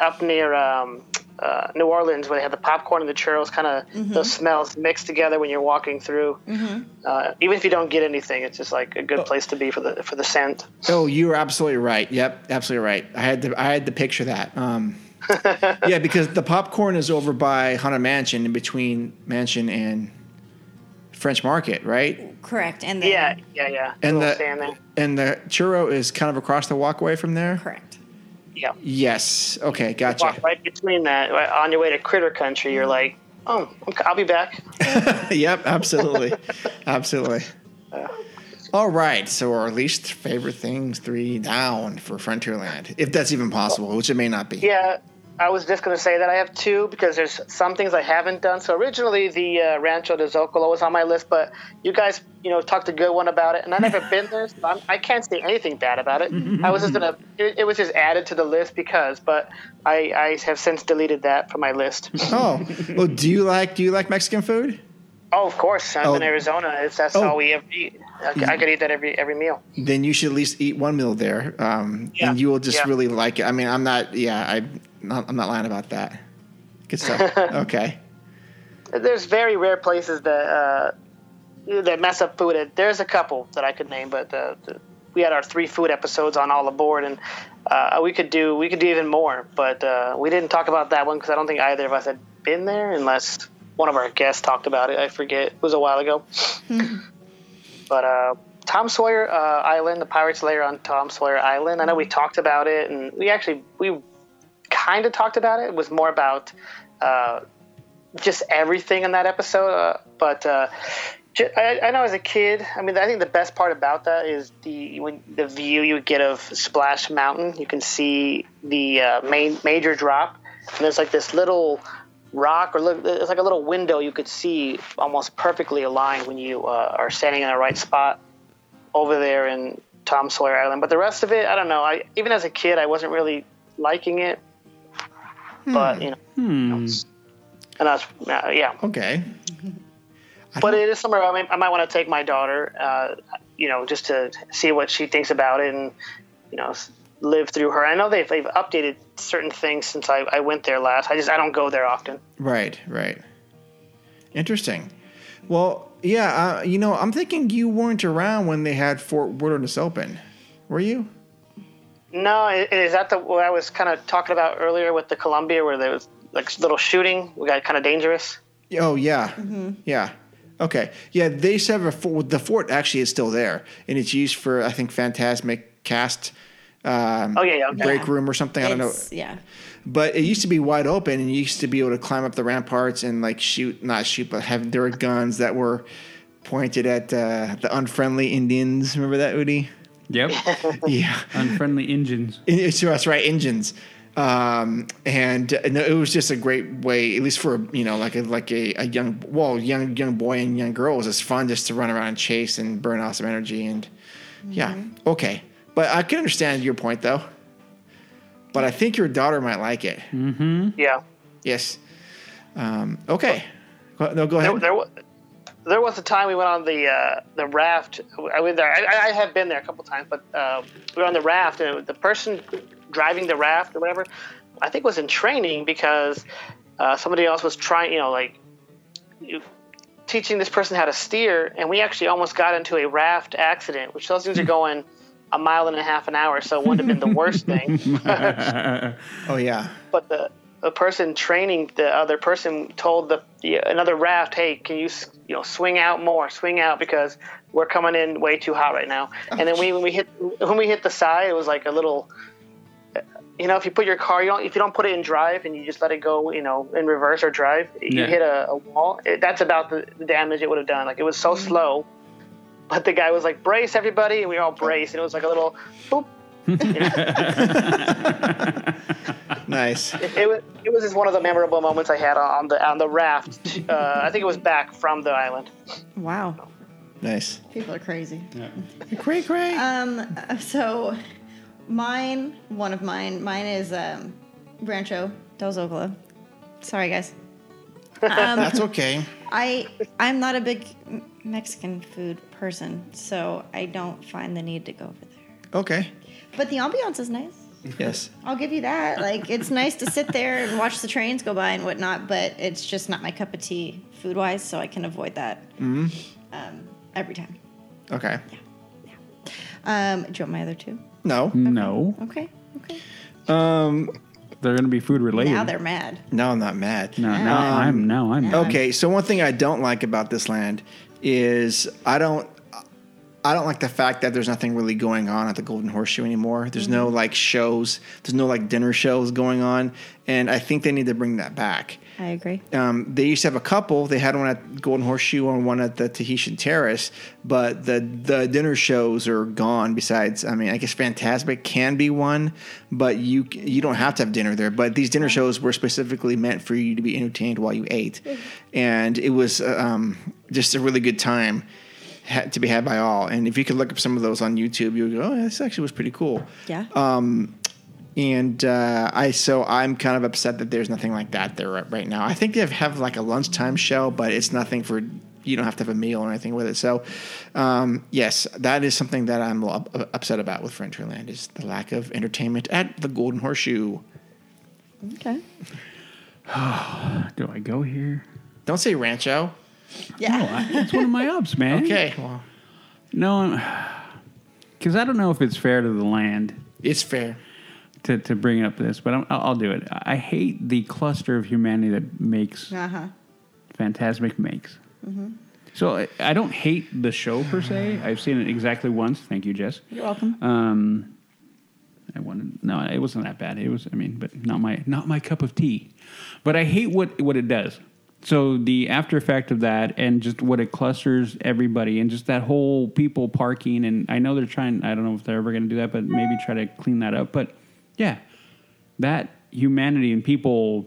[SPEAKER 9] up near um, uh, New Orleans where they have the popcorn and the churros, kind of those smells mixed together when you're walking through. Uh, even if you don't get anything, it's just like a good place to be for the for the scent.
[SPEAKER 1] Oh, you are absolutely right. Yep, absolutely right. I had to I had to picture that. Um, yeah, because the popcorn is over by Haunted Mansion, in between Mansion and French Market, right?
[SPEAKER 4] Correct. And then,
[SPEAKER 9] Yeah, yeah, yeah.
[SPEAKER 1] And
[SPEAKER 9] Little
[SPEAKER 1] the
[SPEAKER 9] stand there.
[SPEAKER 1] and the churro is kind of across the walkway from there.
[SPEAKER 4] Correct.
[SPEAKER 9] Yeah.
[SPEAKER 1] Yes. Okay. Gotcha.
[SPEAKER 9] Walk right between that right on your way to Critter Country. You're like, oh, okay, I'll be back.
[SPEAKER 1] yep. Absolutely. absolutely. All right. So our least favorite things three down for Frontierland, if that's even possible, which it may not be.
[SPEAKER 9] Yeah, I was just going to say that I have two because there's some things I haven't done. So originally the uh, Rancho de Zocalo was on my list, but you guys, you know, talked a good one about it, and I've never been there, so I'm, I can't say anything bad about it.
[SPEAKER 1] Mm-hmm.
[SPEAKER 9] I was just gonna, it, it was just added to the list because, but I, I have since deleted that from my list.
[SPEAKER 1] Oh. Well, do you like do you like Mexican food?
[SPEAKER 9] oh, of course, I'm
[SPEAKER 1] Oh.
[SPEAKER 9] in Arizona. It's, that's
[SPEAKER 1] Oh.
[SPEAKER 9] all we ever eat. I, c- I could eat that every every meal.
[SPEAKER 1] then you should at least eat one meal there, um,
[SPEAKER 9] Yeah,
[SPEAKER 1] and you will just
[SPEAKER 9] yeah.
[SPEAKER 1] really like it. I mean, I'm not, yeah, I, not, I'm not lying about that. Good stuff. okay,
[SPEAKER 9] There's very rare places that uh, that mess up food. There's a couple that I could name, but uh, the, we had our three food episodes on all aboard, and uh, we could do we could do even more. But uh, we didn't talk about that one because I don't think either of us had been there, unless one of our guests talked about it. I forget. It was a while ago. but uh, Tom Sawyer uh, Island, the Pirates Lair on Tom Sawyer Island. I know we talked about it, and we actually we kind of talked about it. It was more about uh, just everything in that episode. Uh, but uh, ju- I, I know as a kid, I mean, I think the best part about that is the when the view you get of Splash Mountain. You can see the uh, main major drop, and there's like this little rock or look it's like a little window you could see almost perfectly aligned when you uh, are standing in the right spot over there in Tom Sawyer Island. But the rest of it, I don't know. I even as a kid, I wasn't really liking it. But you know, and I was uh, yeah.
[SPEAKER 1] okay.
[SPEAKER 9] But it is somewhere I might, I might want to take my daughter. Uh, you know, just to see what she thinks about it, and you know, s- live through her. I know they've they've updated certain things since I, I went there last. I just I don't go there often.
[SPEAKER 1] Right, right. Interesting. Well, yeah, uh, you know, I'm thinking you weren't around when they had Fort Wilderness open, were you?
[SPEAKER 9] No, i- is that the what I was kind of talking about earlier with the Columbia, where there was like little shooting? We got kind of dangerous.
[SPEAKER 1] Oh yeah, yeah. Okay, yeah. They used to have a fort. The fort actually is still there, and it's used for I think Fantasmic cast
[SPEAKER 9] Oh yeah, yeah. okay.
[SPEAKER 1] break room or something. I don't know.
[SPEAKER 4] It's- Yeah.
[SPEAKER 1] But it used to be wide open, and you used to be able to climb up the ramparts and like shoot, not shoot, but have there were guns that were pointed at uh, the unfriendly Indians. Remember that, Udi?
[SPEAKER 5] Yep.
[SPEAKER 1] Yeah,
[SPEAKER 5] Unfriendly engines.
[SPEAKER 1] And it's so that's right, engines. Um, and, uh, no, it was just a great way, at least for you know, like a like a, a young well, young young boy and young girl, it was just fun just to run around and chase and burn off some energy and yeah, okay. But I can understand your point though. But I think your daughter might like it.
[SPEAKER 9] yeah.
[SPEAKER 1] Yes. Um, okay. Go- no, go
[SPEAKER 9] There,
[SPEAKER 1] ahead.
[SPEAKER 9] there, wa- there was a time we went on the uh, the raft. I went there. I, I have been there a couple times, but uh, we were on the raft, and the person driving the raft or whatever, I think was in training because uh, somebody else was trying. You know, like you, teaching this person how to steer, and we actually almost got into a raft accident, which those things are going. A mile and a half an hour, so it wouldn't have been the worst thing.
[SPEAKER 1] Oh yeah.
[SPEAKER 9] but the the person training the other person told the, the another raft, "Hey, can you s- you know swing out more, swing out because we're coming in way too hot right now." and then we when we hit when we hit the side, it was like a little. uh, You know, if you put your car, you don't. If you don't put it in drive and you just let it go, you know, in reverse or drive, you
[SPEAKER 5] Yeah.
[SPEAKER 9] hit a, a wall. It, that's about the, the damage it would have done. Like it was so slow, but the guy was like, "Brace, everybody!" and we all brace, and it was like a little boop,
[SPEAKER 1] Nice.
[SPEAKER 9] it was it was just one of the memorable moments I had on the on the raft. Uh, I think it was back from the island.
[SPEAKER 4] Wow.
[SPEAKER 1] Nice.
[SPEAKER 4] People are crazy.
[SPEAKER 1] Great, great.
[SPEAKER 4] Um. So, mine. One of mine. Mine is um, Rancho Del Zocalo. Sorry, guys.
[SPEAKER 1] That's okay.
[SPEAKER 4] I I'm not a big M- Mexican food person, so I don't find the need to go over there.
[SPEAKER 1] Okay.
[SPEAKER 4] But the ambiance is nice.
[SPEAKER 1] Yes.
[SPEAKER 4] I'll give you that. Like it's nice to sit there and watch the trains go by and whatnot, but it's just not my cup of tea food wise, so I can avoid that um, every time.
[SPEAKER 1] Okay.
[SPEAKER 4] Um, do you want my other two?
[SPEAKER 1] No.
[SPEAKER 5] No,
[SPEAKER 4] Okay. Okay.
[SPEAKER 5] they're gonna be food related.
[SPEAKER 4] Now they're Um, mad.
[SPEAKER 1] No, I'm not mad.
[SPEAKER 5] no, now I'm now I'm
[SPEAKER 1] Okay, so one thing I don't like about this land is I don't I don't like the fact that there's nothing really going on at the Golden Horseshoe anymore. There's no like shows, there's no like dinner shows going on, and I think they need to bring that back.
[SPEAKER 4] I agree.
[SPEAKER 1] Um, they used to have a couple. They had one at Golden Horseshoe and one at the Tahitian Terrace, but the the dinner shows are gone. Besides, I mean, I guess Fantasmic can be one, but you you don't have to have dinner there. But these dinner shows were specifically meant for you to be entertained while you ate, and it was uh, um, just a really good time ha- to be had by all. And if you could look up some of those on YouTube, you would go, "Oh, this actually was pretty cool."
[SPEAKER 4] Yeah.
[SPEAKER 1] and uh, I so I'm kind of upset that there's nothing like that there right- right now. I think they have, have like a lunchtime show, but it's nothing for you don't have to have a meal or anything with it. So um, yes, that is something that I'm up- upset about with Frontierland is the lack of entertainment at the Golden Horseshoe.
[SPEAKER 4] okay.
[SPEAKER 5] Do I go here?
[SPEAKER 1] Don't say Rancho.
[SPEAKER 5] No, I- it's one of my ups, man.
[SPEAKER 1] Okay, well
[SPEAKER 5] No, because I don't know if it's fair to the land
[SPEAKER 1] it's fair.
[SPEAKER 5] to, to bring up this, but I'm, I'll, I'll do it. I hate the cluster of humanity that makes
[SPEAKER 4] Uh huh.
[SPEAKER 5] Fantasmic makes. So I, I don't hate the show per se. I've seen it exactly once. Thank you, Jess.
[SPEAKER 4] You're welcome.
[SPEAKER 5] Um, I wanted no, it wasn't that bad. It was, I mean, but not my not my cup of tea. But I hate what what it does. So the after effect of that, and just what it clusters everybody, and just that whole people parking, and I know they're trying. I don't know if they're ever going to do that, but maybe try to clean that up. But yeah, that humanity and people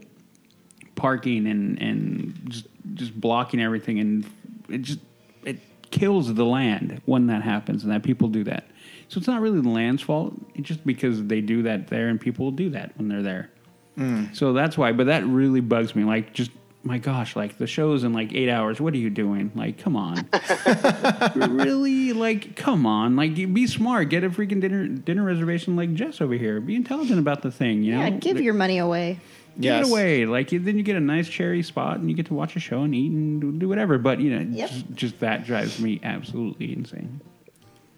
[SPEAKER 5] parking and and just just blocking everything and it just it kills the land when that happens and that people do that so it's not really the land's fault it's just because they do that there and people will do that when they're there so that's why but that really bugs me like just my gosh like the show's in like eight hours what are you doing like come on really like come on like be smart get a freaking dinner dinner reservation like jess over here be intelligent about the thing you
[SPEAKER 4] Yeah.
[SPEAKER 5] know
[SPEAKER 4] Give your money away.
[SPEAKER 5] Give
[SPEAKER 1] Yes.
[SPEAKER 5] it away. Like you- then you get a nice cherry spot and you get to watch a show and eat and do- do whatever. But you know,
[SPEAKER 4] Yep.
[SPEAKER 5] just, just that drives me absolutely insane.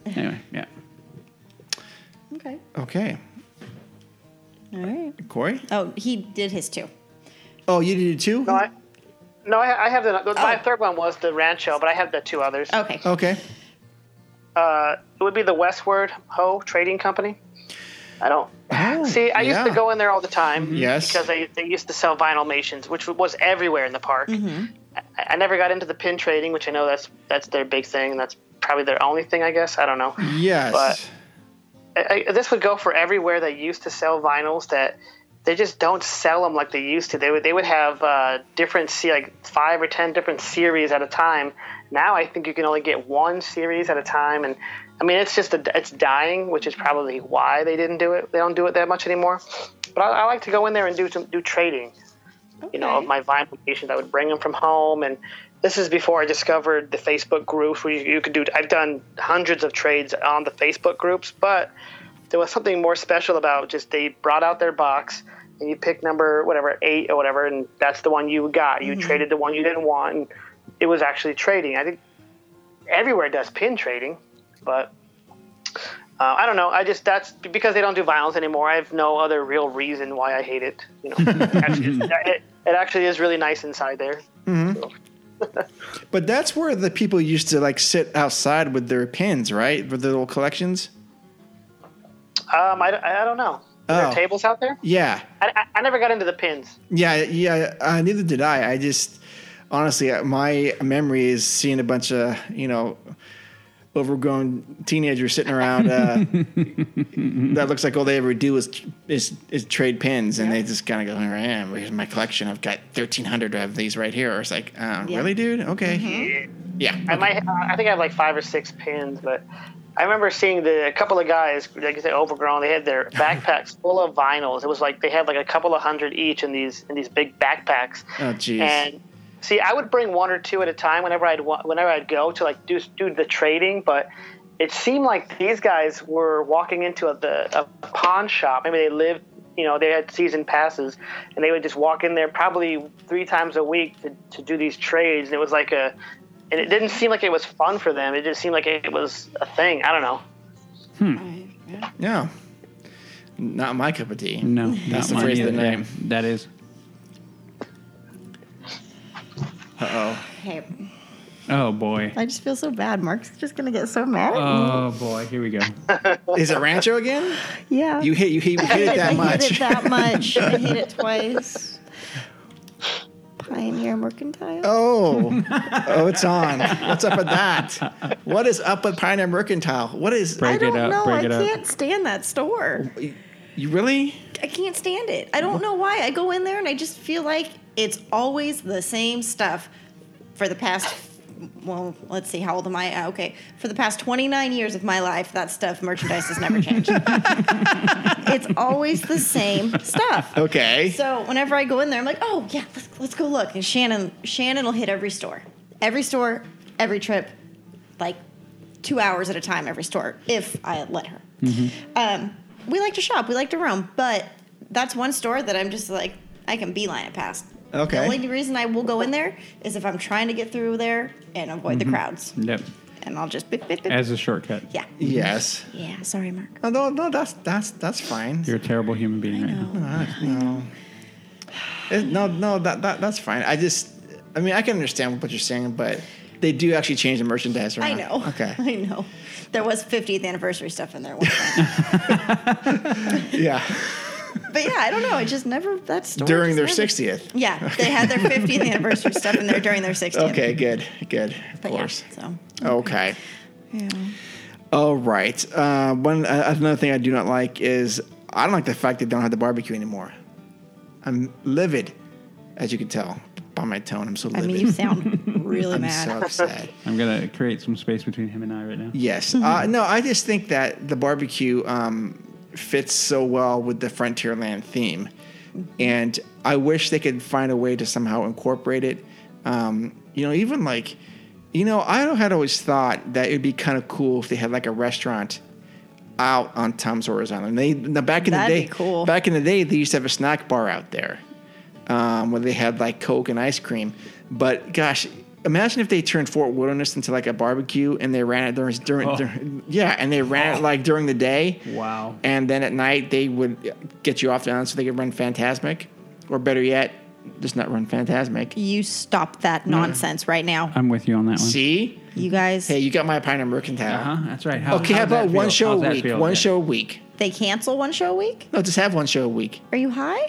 [SPEAKER 5] Anyway, yeah.
[SPEAKER 4] Okay.
[SPEAKER 1] Okay,
[SPEAKER 4] All right.
[SPEAKER 1] Corey.
[SPEAKER 4] Oh, he did his too.
[SPEAKER 1] Oh, you did it too.
[SPEAKER 9] No, I, no, I, I have the my third one was the Rancho, but I have the two others.
[SPEAKER 4] Okay.
[SPEAKER 5] Oh.
[SPEAKER 1] okay.
[SPEAKER 9] Uh, it would be the Westward Ho Trading Company. I don't.
[SPEAKER 1] Oh,
[SPEAKER 9] See, I used to
[SPEAKER 1] yeah. Mm-hmm.
[SPEAKER 9] go in there all the time.
[SPEAKER 1] Yes.
[SPEAKER 9] Because they, they used to sell vinyl mations, which was everywhere in the park. I, I never got into the pin trading, which I know that's that's their big thing. That's probably their only thing, I guess. I don't know.
[SPEAKER 1] Yes.
[SPEAKER 9] But- I, I, this would go for everywhere they used to sell vinyls that they just don't sell them like they used to. They would they would have uh, different se- like five or ten different series at a time. Now I think you can only get one series at a time, and I mean it's just a, it's dying, which is probably why they didn't do it. They don't do it that much anymore. But I, I like to go in there and do some do trading. You know, of
[SPEAKER 4] Okay.
[SPEAKER 9] my vinyl patients, I would bring them from home, and this is before I discovered the Facebook groups where you, you could do. I've done hundreds of trades on the Facebook groups, but there was something more special about just they brought out their box and you pick number whatever eight or whatever and that's the one you got you traded the one you didn't want and it was actually trading i think everywhere does pin trading but uh, i don't know i just that's because they don't do vinyls anymore i have no other real reason why i hate it you know Actually, it, it actually is really nice inside there
[SPEAKER 1] But that's where the people used to like sit outside with their pins, right? With their little collections.
[SPEAKER 9] um, I, I don't know Are
[SPEAKER 1] Oh.
[SPEAKER 9] there tables out there
[SPEAKER 1] Yeah,
[SPEAKER 9] I, I, I never got into the pins
[SPEAKER 1] yeah, yeah. Uh, neither did I. I just honestly, uh, my memory is seeing a bunch of you know overgrown teenagers sitting around. Uh, that looks like all they ever do is is, is trade pins, and they just kind of go, "Here I am. Here's my collection. I've got thirteen hundred of these right here." Or it's like, uh,
[SPEAKER 4] Yeah.
[SPEAKER 1] "Really, dude? Okay,
[SPEAKER 9] Mm-hmm.
[SPEAKER 1] yeah."
[SPEAKER 9] I might. uh, I think I have like five or six pins, but I remember seeing the a couple of guys, like I said, overgrown. They had their backpacks full of vinyls. It was like they had like a couple of hundred each in these in these big backpacks.
[SPEAKER 1] Oh, jeez.
[SPEAKER 9] And see, I would bring one or two at a time whenever I'd wa- whenever I'd go to like do do the trading, but it seemed like these guys were walking into a, the a pawn shop. Maybe they lived, you know, they had season passes, and they would just walk in there probably three times a week to, to do these trades. And it was like a, and it didn't seem like it was fun for them. It just seemed like it was a thing. I don't know.
[SPEAKER 1] No, not my cup of tea.
[SPEAKER 5] No,
[SPEAKER 1] That's the
[SPEAKER 5] not mine
[SPEAKER 1] phrase of the
[SPEAKER 5] either. Yeah,
[SPEAKER 1] name.
[SPEAKER 5] That is.
[SPEAKER 4] Hey,
[SPEAKER 5] Oh boy.
[SPEAKER 4] I just feel so bad. Mark's just gonna get so mad.
[SPEAKER 5] Oh boy. Here we go.
[SPEAKER 1] Is it Rancho again?
[SPEAKER 4] yeah.
[SPEAKER 1] You hit you hit, you hit it that
[SPEAKER 4] I hate
[SPEAKER 1] much.
[SPEAKER 4] it that much. I hate it twice. Pioneer Mercantile.
[SPEAKER 1] Oh, oh, it's on. What's up with that? What is up with Pioneer Mercantile? What is
[SPEAKER 4] I
[SPEAKER 5] Break
[SPEAKER 4] don't
[SPEAKER 5] it up.
[SPEAKER 4] know.
[SPEAKER 5] Break
[SPEAKER 4] I
[SPEAKER 5] it up.
[SPEAKER 4] can't stand that store.
[SPEAKER 1] you really?
[SPEAKER 4] I can't stand it. I don't know why. I go in there and I just feel like it's always the same stuff for the past. Well, let's see. How old am I? Uh, okay, for the past 29 years of my life, that stuff merchandise has never changed. it's always the same stuff.
[SPEAKER 1] Okay.
[SPEAKER 4] So whenever I go in there, I'm like, oh yeah, let's, let's go look. And Shannon, Shannon will hit every store, every store, every trip, like two hours at a time, every store, if I let her.
[SPEAKER 1] Mm-hmm.
[SPEAKER 4] Um, we like to shop, we like to roam, but that's one store that I'm just like, I can beeline it past.
[SPEAKER 1] Okay.
[SPEAKER 4] The only reason I will go in there is if I'm trying to get through there and avoid
[SPEAKER 1] Mm-hmm.
[SPEAKER 4] the crowds,
[SPEAKER 5] Yep.
[SPEAKER 4] and I'll just bip bip bip.
[SPEAKER 5] As a shortcut.
[SPEAKER 4] yeah.
[SPEAKER 1] yes.
[SPEAKER 4] Yeah. Sorry, Mark.
[SPEAKER 1] No, no, no, that's that's that's fine.
[SPEAKER 5] You're a terrible human being right now.
[SPEAKER 1] no, It- no, no, that, that that's fine. I just, I mean, I can understand what you're saying, but they do actually change the merchandise around.
[SPEAKER 4] I know.
[SPEAKER 1] Okay.
[SPEAKER 4] I know. There was 50th anniversary stuff in there one time.
[SPEAKER 1] Yeah.
[SPEAKER 4] But yeah, I don't know. It just never that story.
[SPEAKER 1] During
[SPEAKER 4] just
[SPEAKER 1] their
[SPEAKER 4] never-
[SPEAKER 1] sixtieth.
[SPEAKER 4] Yeah, they had their 50th anniversary stuff in there during their 60th.
[SPEAKER 1] Okay. Good. Good. Of
[SPEAKER 4] but yeah,
[SPEAKER 1] course.
[SPEAKER 4] so
[SPEAKER 1] Okay.
[SPEAKER 4] yeah.
[SPEAKER 1] All Oh, right. Uh, one uh, another thing I do not like is I don't like the fact they don't have the barbecue anymore. I'm livid, as you can tell by my tone. I'm so
[SPEAKER 4] I
[SPEAKER 1] livid.
[SPEAKER 4] mean, you sound really
[SPEAKER 1] I'm
[SPEAKER 4] mad.
[SPEAKER 1] so upset.
[SPEAKER 5] I'm gonna create some space between him and I right now.
[SPEAKER 1] Yes. Uh,
[SPEAKER 4] Mm-hmm.
[SPEAKER 1] no, I just think that the barbecue um, fits so well with the Frontierland theme.
[SPEAKER 4] Mm-hmm.
[SPEAKER 1] And I wish they could find a way to somehow incorporate it. Um, you know, even like, you know, I had always thought that it would be kind of cool if they had like a restaurant out on Tom's Horizon. And they, now back in
[SPEAKER 4] That'd
[SPEAKER 1] the day,
[SPEAKER 4] be cool.
[SPEAKER 1] back in the day, they used to have a snack bar out there um, where they had like Coke and ice cream. But gosh, imagine if they turned Fort Wilderness into like a barbecue and they ran it during, during,
[SPEAKER 5] Oh.
[SPEAKER 1] during yeah, and they ran it like during the day.
[SPEAKER 5] Wow.
[SPEAKER 1] And then at night they would get you off the island so they could run Fantasmic, or better yet, just not run Fantasmic.
[SPEAKER 4] You stop that nonsense right now,
[SPEAKER 5] I'm with you on that one.
[SPEAKER 1] See,
[SPEAKER 4] you guys.
[SPEAKER 1] hey, you got my Pioneer Mercantile.
[SPEAKER 5] Uh huh. That's right. How,
[SPEAKER 1] okay, how
[SPEAKER 5] how's that
[SPEAKER 1] about one
[SPEAKER 5] feel?
[SPEAKER 1] show
[SPEAKER 5] How's
[SPEAKER 1] a
[SPEAKER 5] that
[SPEAKER 1] week?
[SPEAKER 5] feel?
[SPEAKER 1] One
[SPEAKER 5] Yeah.
[SPEAKER 1] show a week.
[SPEAKER 4] They cancel one show a week?
[SPEAKER 1] No, just have one show a week.
[SPEAKER 4] Are you high?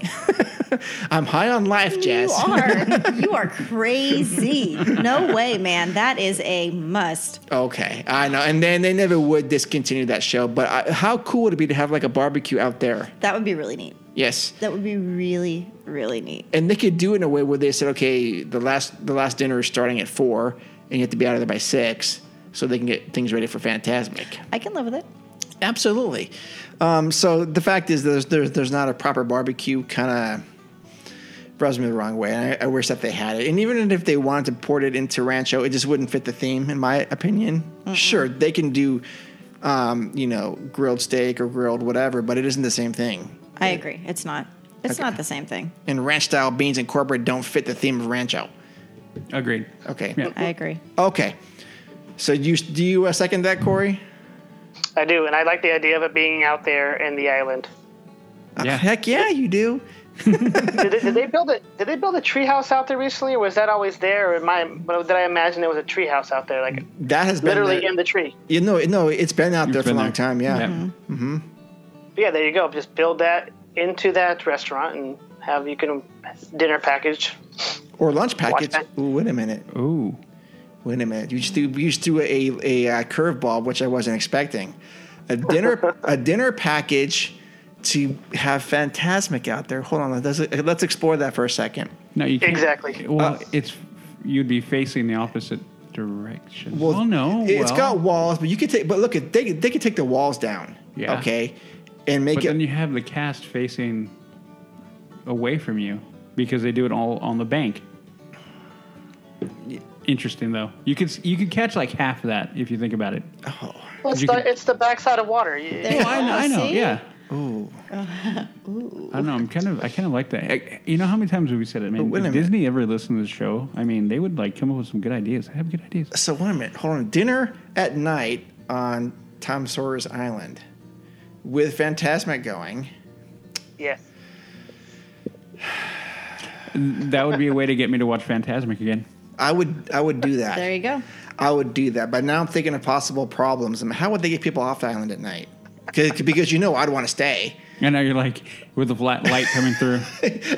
[SPEAKER 1] I'm high on life, Jazz.
[SPEAKER 4] You are. You are crazy. No way, man. That is a must.
[SPEAKER 1] Okay, I know. And then they never would discontinue that show. But I, how cool would it be to have like a barbecue out there?
[SPEAKER 4] That would be really neat.
[SPEAKER 1] Yes.
[SPEAKER 4] That would be really, really neat.
[SPEAKER 1] and they could do it in a way where they said, okay, the last the last dinner is starting at four, and you have to be out of there by six, so they can get things ready for Fantasmic.
[SPEAKER 4] I can live with it.
[SPEAKER 1] Absolutely. Um, so the fact is, there's there's, there's not a proper barbecue kind of rubs me the wrong way. And I, I wish that they had it. And even if they wanted to port it into Rancho, it just wouldn't fit the theme, in my opinion. Sure, they can do, um, you know, grilled steak or grilled whatever, but it isn't the same thing.
[SPEAKER 4] I agree. It's not. It's
[SPEAKER 1] Okay.
[SPEAKER 4] not the same thing.
[SPEAKER 1] And ranch style beans and corporate don't fit the theme of Rancho.
[SPEAKER 5] Agreed.
[SPEAKER 1] Okay.
[SPEAKER 5] Yeah.
[SPEAKER 4] I agree.
[SPEAKER 1] Okay. So you do you uh, second that, Corey?
[SPEAKER 9] I do, and I like the idea of it being out there in the island.
[SPEAKER 5] Yeah.
[SPEAKER 1] Heck yeah, you do.
[SPEAKER 9] did, they, did they build it? Did they build a treehouse out there recently, or was that always there? Or am I, but did I imagine there was a treehouse out there, like
[SPEAKER 1] That has
[SPEAKER 9] literally
[SPEAKER 1] been the-
[SPEAKER 9] in the tree?
[SPEAKER 1] you know no, it's been out there for a
[SPEAKER 5] been
[SPEAKER 1] long
[SPEAKER 5] there.
[SPEAKER 1] time. Yeah. Mm-hmm.
[SPEAKER 9] But yeah, there you go. Just build that into that restaurant and have you can dinner package.
[SPEAKER 1] Or lunch package.
[SPEAKER 9] that.
[SPEAKER 1] Ooh, wait a minute.
[SPEAKER 5] Ooh.
[SPEAKER 1] Wait a minute. You just threw, you just threw a a, uh curveball, which I wasn't expecting. A dinner a dinner package to have Fantasmic out there. Hold on. Let's let's explore that for a second.
[SPEAKER 5] No, you can't.
[SPEAKER 9] Exactly.
[SPEAKER 5] Well,
[SPEAKER 1] Uh,
[SPEAKER 5] it's you'd be facing the opposite direction.
[SPEAKER 1] Well,
[SPEAKER 5] Well, no,
[SPEAKER 1] it's
[SPEAKER 5] well,
[SPEAKER 1] got walls, but you could take. But look, at they they could take the walls down.
[SPEAKER 5] Yeah.
[SPEAKER 1] Okay. And make
[SPEAKER 5] But
[SPEAKER 1] it.
[SPEAKER 5] then you have the cast facing away from you because they do it all on the bank. Interesting though. You could s- you could catch like half of that if you think about it.
[SPEAKER 1] Oh,
[SPEAKER 9] Well, it's,
[SPEAKER 5] You
[SPEAKER 9] the,
[SPEAKER 5] can-
[SPEAKER 9] it's the backside of water. You-
[SPEAKER 4] There you
[SPEAKER 5] I know,
[SPEAKER 4] go.
[SPEAKER 5] I know,
[SPEAKER 4] See?
[SPEAKER 5] yeah. Ooh. I know. I'm kind of. I kind of like that. I, you know how many times have we said it? I mean,
[SPEAKER 1] But wait a
[SPEAKER 5] if
[SPEAKER 1] minute.
[SPEAKER 5] Disney ever listened to the show, I mean, they would like come up with some good ideas. I have good ideas.
[SPEAKER 1] So wait a minute. Hold on. Dinner at night on Tom Sawyer's Island with Fantasmic going.
[SPEAKER 9] Yeah.
[SPEAKER 5] That would be a way to get me to watch Fantasmic again.
[SPEAKER 1] I would I would do that.
[SPEAKER 4] There you go.
[SPEAKER 1] I would do that. But now I'm thinking of possible problems. I mean, how would they get people off the island at night? 'Cause- Because you know I'd want to stay.
[SPEAKER 5] And now you're like with the flat light coming through,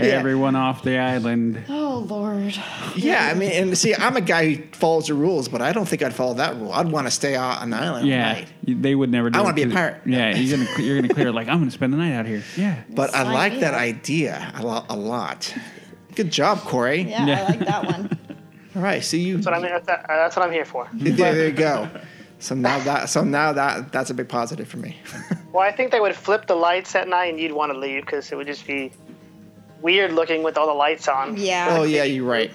[SPEAKER 5] everyone off the island.
[SPEAKER 4] Oh Lord.
[SPEAKER 1] Yeah, I mean, and see, I'm a guy who follows the rules, but I don't think I'd follow that rule. I'd want to stay out on the island at
[SPEAKER 5] Yeah,
[SPEAKER 1] night.
[SPEAKER 5] you- they would never. Do
[SPEAKER 1] I
[SPEAKER 5] it
[SPEAKER 1] wanna be a
[SPEAKER 5] to-
[SPEAKER 1] pirate.
[SPEAKER 5] Yeah, you're gonna you're gonna clear it like I'm gonna spend the night out here. Yeah,
[SPEAKER 1] But I
[SPEAKER 4] Slide
[SPEAKER 1] like
[SPEAKER 4] me
[SPEAKER 1] that
[SPEAKER 4] out.
[SPEAKER 1] idea a lot. A lot. Good job, Corey.
[SPEAKER 4] Yeah, I like that one.
[SPEAKER 1] All right, so you.
[SPEAKER 9] That's what I'm. That's, that's what I'm here for.
[SPEAKER 1] there, there you go. So now that so now that that's a big positive for me.
[SPEAKER 9] Well, I think they would flip the lights at night, and you'd want to leave because it would just be weird looking with all the lights on.
[SPEAKER 4] Yeah.
[SPEAKER 1] Oh yeah, you're right.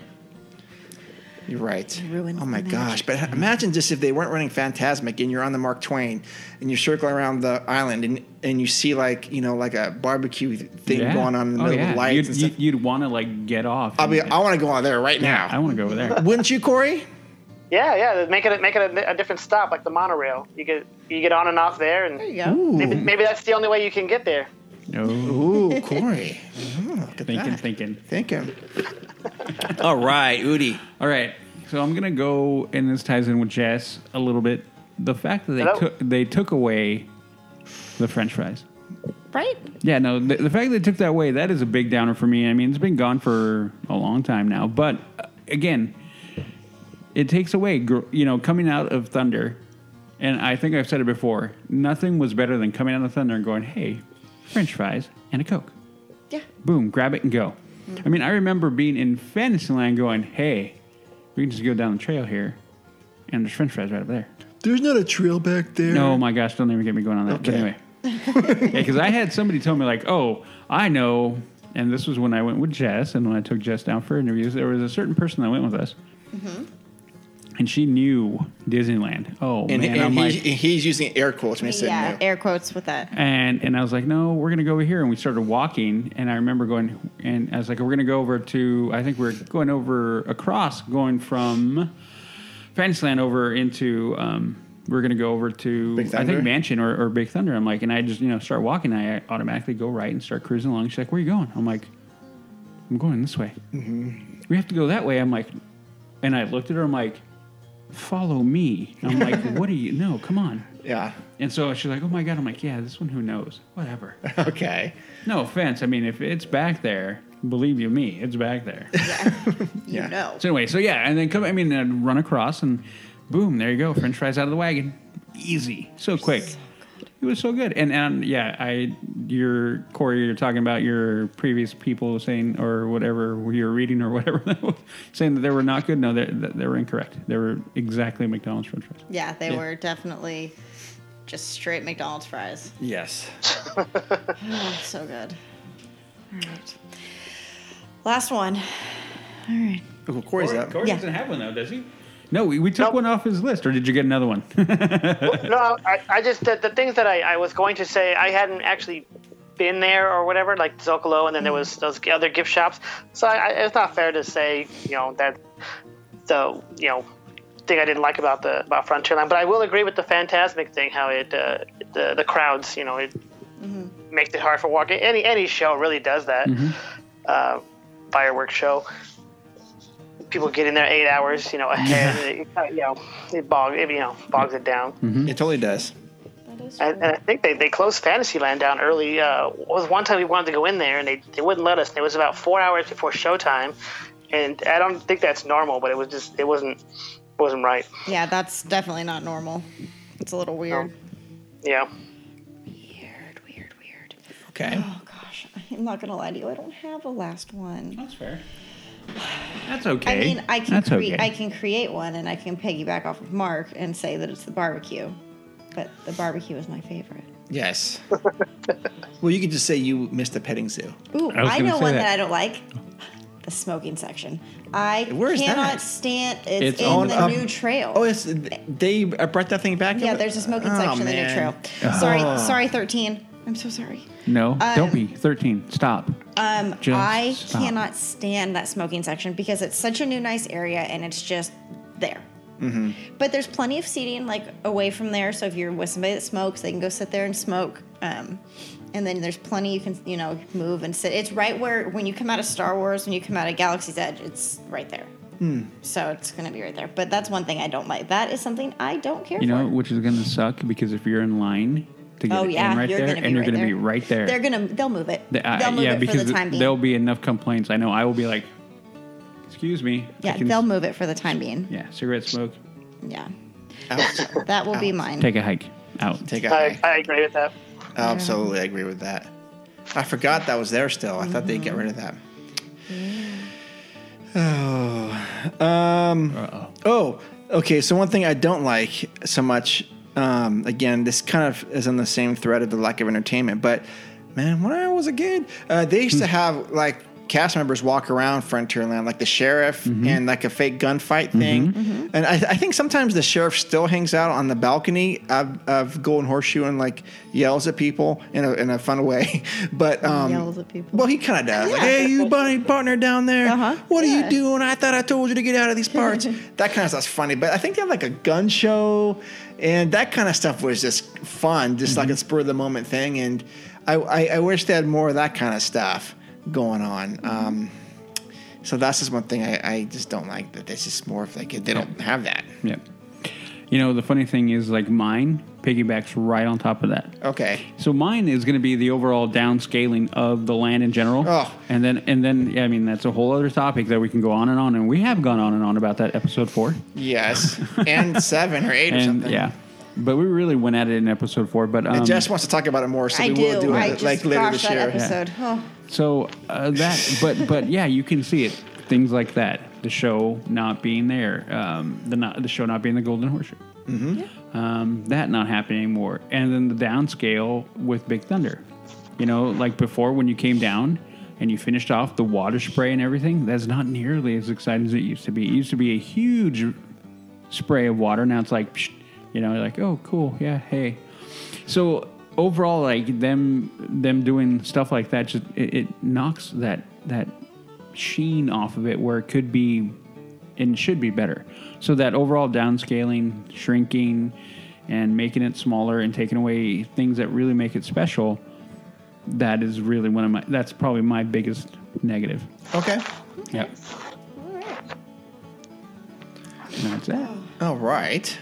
[SPEAKER 1] You're right.
[SPEAKER 4] ruined
[SPEAKER 1] oh my
[SPEAKER 4] the
[SPEAKER 1] gosh! But imagine just if they weren't running Fantasmic and you're on the Mark Twain and you're circling around the island and, and you see like you know like a barbecue thing
[SPEAKER 5] Yeah.
[SPEAKER 1] going on in the
[SPEAKER 5] Oh,
[SPEAKER 1] middle
[SPEAKER 5] yeah.
[SPEAKER 1] of lights.
[SPEAKER 5] You'd,
[SPEAKER 1] and
[SPEAKER 5] you
[SPEAKER 1] stuff.
[SPEAKER 5] you'd want to like get off.
[SPEAKER 1] I'll be.
[SPEAKER 5] and-
[SPEAKER 1] I want to go on there right
[SPEAKER 5] Yeah, I
[SPEAKER 1] now.
[SPEAKER 5] want to go over there.
[SPEAKER 1] Wouldn't you, Corey?
[SPEAKER 9] Yeah, yeah. Make it make it a, a different stop, like the monorail. You get you get on and off there,
[SPEAKER 4] There
[SPEAKER 9] and
[SPEAKER 4] you go.
[SPEAKER 9] maybe, maybe that's the only way you can get there.
[SPEAKER 5] No,
[SPEAKER 1] Ooh, Corey. Oh, look at
[SPEAKER 5] thinking,
[SPEAKER 1] that.
[SPEAKER 5] thinking.
[SPEAKER 1] Thinking. All right, Udi.
[SPEAKER 5] All right, so I'm gonna go, and this ties in with Jess a little bit. The fact that they
[SPEAKER 9] Hello?
[SPEAKER 5] took they took away the French fries.
[SPEAKER 4] Right?
[SPEAKER 5] Yeah, no, the, the fact that they took that away, that is a big downer for me. I mean, it's been gone for a long time now. But uh, again, it takes away, gr- you know, coming out of Thunder. And I think I've said it before nothing was better than coming out of Thunder and going, hey, French fries and a Coke.
[SPEAKER 4] Yeah.
[SPEAKER 5] Boom, grab it and go. I mean, I remember being in Fantasyland going, hey, we can just go down the trail here and there's French fries right up there.
[SPEAKER 1] There's not a trail back there.
[SPEAKER 5] No, my gosh, don't even get me going on that. But
[SPEAKER 1] Okay.
[SPEAKER 5] anyway, because I had somebody tell me like, "Oh, I know," and this was when I went with Jess, and when I took Jess down for interviews, there was a certain person that went with us, and she knew Disneyland. Oh
[SPEAKER 1] And,
[SPEAKER 5] man,
[SPEAKER 1] and
[SPEAKER 5] I'm
[SPEAKER 1] he's,
[SPEAKER 5] like,
[SPEAKER 1] he's using air quotes when he said
[SPEAKER 4] Yeah.
[SPEAKER 1] no.
[SPEAKER 4] Air quotes with that.
[SPEAKER 5] and and I was like, "No, we're gonna go over here," and we started walking, and I remember going, and I was like, "We're gonna go over to," I think we are going over across, going from Fantasyland over into. Um, we are gonna go over to
[SPEAKER 1] Big
[SPEAKER 5] I
[SPEAKER 1] Thunder?
[SPEAKER 5] think Mansion or, or Big Thunder. I'm like, and I just you know start walking. I automatically go right and start cruising along. She's like, "Where are you going?" I'm like, "I'm going this way."
[SPEAKER 1] Mm-hmm.
[SPEAKER 5] We have to go that way. I'm like, and I looked at her. I'm like, "Follow me." I'm like, "What are you? No, come on."
[SPEAKER 1] Yeah.
[SPEAKER 5] And so she's like, "Oh my god!" I'm like, "Yeah, this one. Who knows? Whatever."
[SPEAKER 1] Okay.
[SPEAKER 5] no offense. I mean, if it's back there, believe you me, it's back there.
[SPEAKER 4] You
[SPEAKER 1] Yeah.
[SPEAKER 4] know.
[SPEAKER 5] so anyway, so yeah, and then come. I mean, then run across and boom, there you go. French fries out of the wagon. Easy, so quick. It was so good, and and yeah, I your Corey, you're talking about your previous people saying or whatever you're reading or whatever that was, saying that they were not good. No, they they were incorrect. They were exactly McDonald's French fries.
[SPEAKER 4] Yeah, they
[SPEAKER 1] Yeah.
[SPEAKER 4] were definitely just straight McDonald's fries.
[SPEAKER 1] Yes.
[SPEAKER 4] Oh, so good. All right. Last one. All right.
[SPEAKER 1] Well, Corey's
[SPEAKER 5] Corey,
[SPEAKER 1] up.
[SPEAKER 5] Corey
[SPEAKER 4] Yeah.
[SPEAKER 5] doesn't have one though, does he? No, we, we took
[SPEAKER 9] Nope.
[SPEAKER 5] one off his list, or did you get another one?
[SPEAKER 9] no, I, I just the, the things that I, I was going to say I hadn't actually been there or whatever, like Zocalo, and then there was those other gift shops. So I, I, it's not fair to say you know that the you know thing I didn't like about the about Frontierland, but I will agree with the Fantasmic thing, how it uh, the the crowds, you know, it makes it hard for walking. Any any show really does that. Uh, fireworks show. People get in there eight hours, you know, ahead. It, you know, it bogs, it, you know, bogs it down.
[SPEAKER 1] It totally does.
[SPEAKER 9] And, and I think they, they closed Fantasyland down early. Uh, it was one time we wanted to go in there and they, they wouldn't let us. It was about four hours before showtime, and I don't think that's normal. But it was just it wasn't wasn't right.
[SPEAKER 4] Yeah, that's definitely not normal. It's a little weird.
[SPEAKER 9] Yeah.
[SPEAKER 4] Weird, weird, weird.
[SPEAKER 1] Okay.
[SPEAKER 4] Oh gosh, I'm not gonna lie to you. I don't have a last one.
[SPEAKER 5] That's fair. That's okay.
[SPEAKER 4] I mean, I can
[SPEAKER 5] That's
[SPEAKER 4] cre-
[SPEAKER 5] okay.
[SPEAKER 4] I can create one and I can piggyback off of Mark and say that it's the barbecue, but the barbecue is my favorite.
[SPEAKER 1] Yes. well, you could just say you missed the petting zoo.
[SPEAKER 4] Ooh,
[SPEAKER 5] I was
[SPEAKER 4] I,
[SPEAKER 5] gonna
[SPEAKER 4] know
[SPEAKER 5] say
[SPEAKER 4] one that.
[SPEAKER 5] that.
[SPEAKER 4] I don't like. The smoking section. I
[SPEAKER 1] Where is
[SPEAKER 4] cannot
[SPEAKER 1] that?
[SPEAKER 4] stand. It's,
[SPEAKER 5] It's
[SPEAKER 4] in
[SPEAKER 5] on
[SPEAKER 4] the
[SPEAKER 1] up-
[SPEAKER 4] new trail.
[SPEAKER 1] Oh, it's they uh, brought that thing back. Oh,
[SPEAKER 4] yeah, there's a smoking
[SPEAKER 5] Oh,
[SPEAKER 4] section in the new trail.
[SPEAKER 5] Uh-huh.
[SPEAKER 4] Sorry, sorry, thirteen. I'm so sorry.
[SPEAKER 5] no, don't be. 13. Stop. Um,
[SPEAKER 4] um, I cannot stand that smoking section because it's such a new nice area and it's just there.
[SPEAKER 5] Mm-hmm.
[SPEAKER 4] But there's plenty of seating like away from there, so if you're with somebody that smokes, they can go sit there and smoke. Um, and then there's plenty you can you know move and sit. It's right where when you come out of Star Wars, when you come out of Galaxy's Edge, it's right there.
[SPEAKER 5] Hmm.
[SPEAKER 4] So it's gonna be right there. But that's one thing I don't like. That is something I don't care
[SPEAKER 5] You
[SPEAKER 4] for.
[SPEAKER 5] know, which is going to suck because if you're in line to get
[SPEAKER 4] oh
[SPEAKER 5] it
[SPEAKER 4] yeah,
[SPEAKER 5] in right
[SPEAKER 4] you're
[SPEAKER 5] there,
[SPEAKER 4] gonna be
[SPEAKER 5] and you're
[SPEAKER 4] right
[SPEAKER 5] going to
[SPEAKER 4] there.
[SPEAKER 5] be right there.
[SPEAKER 4] They're gonna they'll move it.
[SPEAKER 5] The- I-
[SPEAKER 4] they'll move
[SPEAKER 5] yeah,
[SPEAKER 4] it
[SPEAKER 5] because
[SPEAKER 4] for the time being.
[SPEAKER 5] there'll be enough complaints. I know I will be like, excuse me. I
[SPEAKER 4] yeah,
[SPEAKER 5] can-
[SPEAKER 4] they'll move it for the time being.
[SPEAKER 5] Yeah, cigarette smoke.
[SPEAKER 4] Yeah.
[SPEAKER 1] Out.
[SPEAKER 4] That will be mine.
[SPEAKER 5] Take a hike. Out.
[SPEAKER 1] Take a
[SPEAKER 9] I,
[SPEAKER 1] hike.
[SPEAKER 9] I agree with that.
[SPEAKER 1] Absolutely, I agree with that. I forgot that was there still. I thought they'd get rid of that. Oh, um,
[SPEAKER 5] Uh-oh.
[SPEAKER 1] oh, okay. So one thing I don't like so much. Um, again, this kind of is on the same thread of the lack of entertainment. But man, when I was a kid, uh, they used to have like cast members walk around Frontierland, like the sheriff and like a fake gunfight thing.
[SPEAKER 4] Mm-hmm.
[SPEAKER 1] And I, I think sometimes the sheriff still hangs out on the balcony of, of Golden Horseshoe and like yells at people in a, in a fun way. But um,
[SPEAKER 4] Yells at people.
[SPEAKER 1] Well, he kind of does. Like, hey, you buddy partner down there,
[SPEAKER 4] Uh-huh.
[SPEAKER 1] what are
[SPEAKER 4] Yeah.
[SPEAKER 1] you doing? I thought I told you to get out of these parts. that kind of stuff's funny. But I think they have like a gun show, and that kind of stuff was just fun, just
[SPEAKER 4] Mm-hmm.
[SPEAKER 1] like a spur of the moment thing. And I, I, I wish they had more of that kind of stuff going on.
[SPEAKER 4] Mm-hmm.
[SPEAKER 1] Um, so that's just one thing I, I just don't like that this is more of like they don't have that.
[SPEAKER 5] Yep. You know, the funny thing is, like, mine piggybacks right on top of that.
[SPEAKER 1] Okay.
[SPEAKER 5] So mine is going to be the overall downscaling of the land in general.
[SPEAKER 1] Oh.
[SPEAKER 5] And then, and then, yeah, I mean, that's a whole other topic that we can go on and on. And we have gone on and on about that episode four.
[SPEAKER 1] Yes. and seven or eight or
[SPEAKER 5] and
[SPEAKER 1] something.
[SPEAKER 5] yeah, but we really went at it in episode four. But um,
[SPEAKER 1] And Jess wants to talk about it more, so
[SPEAKER 4] I
[SPEAKER 1] we
[SPEAKER 4] do.
[SPEAKER 1] will do
[SPEAKER 4] I
[SPEAKER 1] it
[SPEAKER 4] just
[SPEAKER 1] like later
[SPEAKER 4] crashed
[SPEAKER 1] this
[SPEAKER 4] that
[SPEAKER 1] year.
[SPEAKER 4] episode. Oh,
[SPEAKER 5] So uh, that, but but yeah, you can see it. Things like that. The show not being there. Um, the not the show not being the Golden Horseshoe. Um, that not happening anymore. And then the downscale with Big Thunder. You know, like before when you came down and you finished off the water spray and everything. That's not nearly as exciting as it used to be. It used to be a huge spray of water. Now it's like, psh, you know, you're like, oh, cool, yeah, hey. So overall, like them them doing stuff like that, just it, it knocks that that sheen off of it where it could be and should be better. So that overall downscaling, shrinking, and making it smaller and taking away things that really make it special. That is really one of my. That's probably my biggest negative.
[SPEAKER 1] Okay.
[SPEAKER 5] Yep. And that's it.
[SPEAKER 1] All right.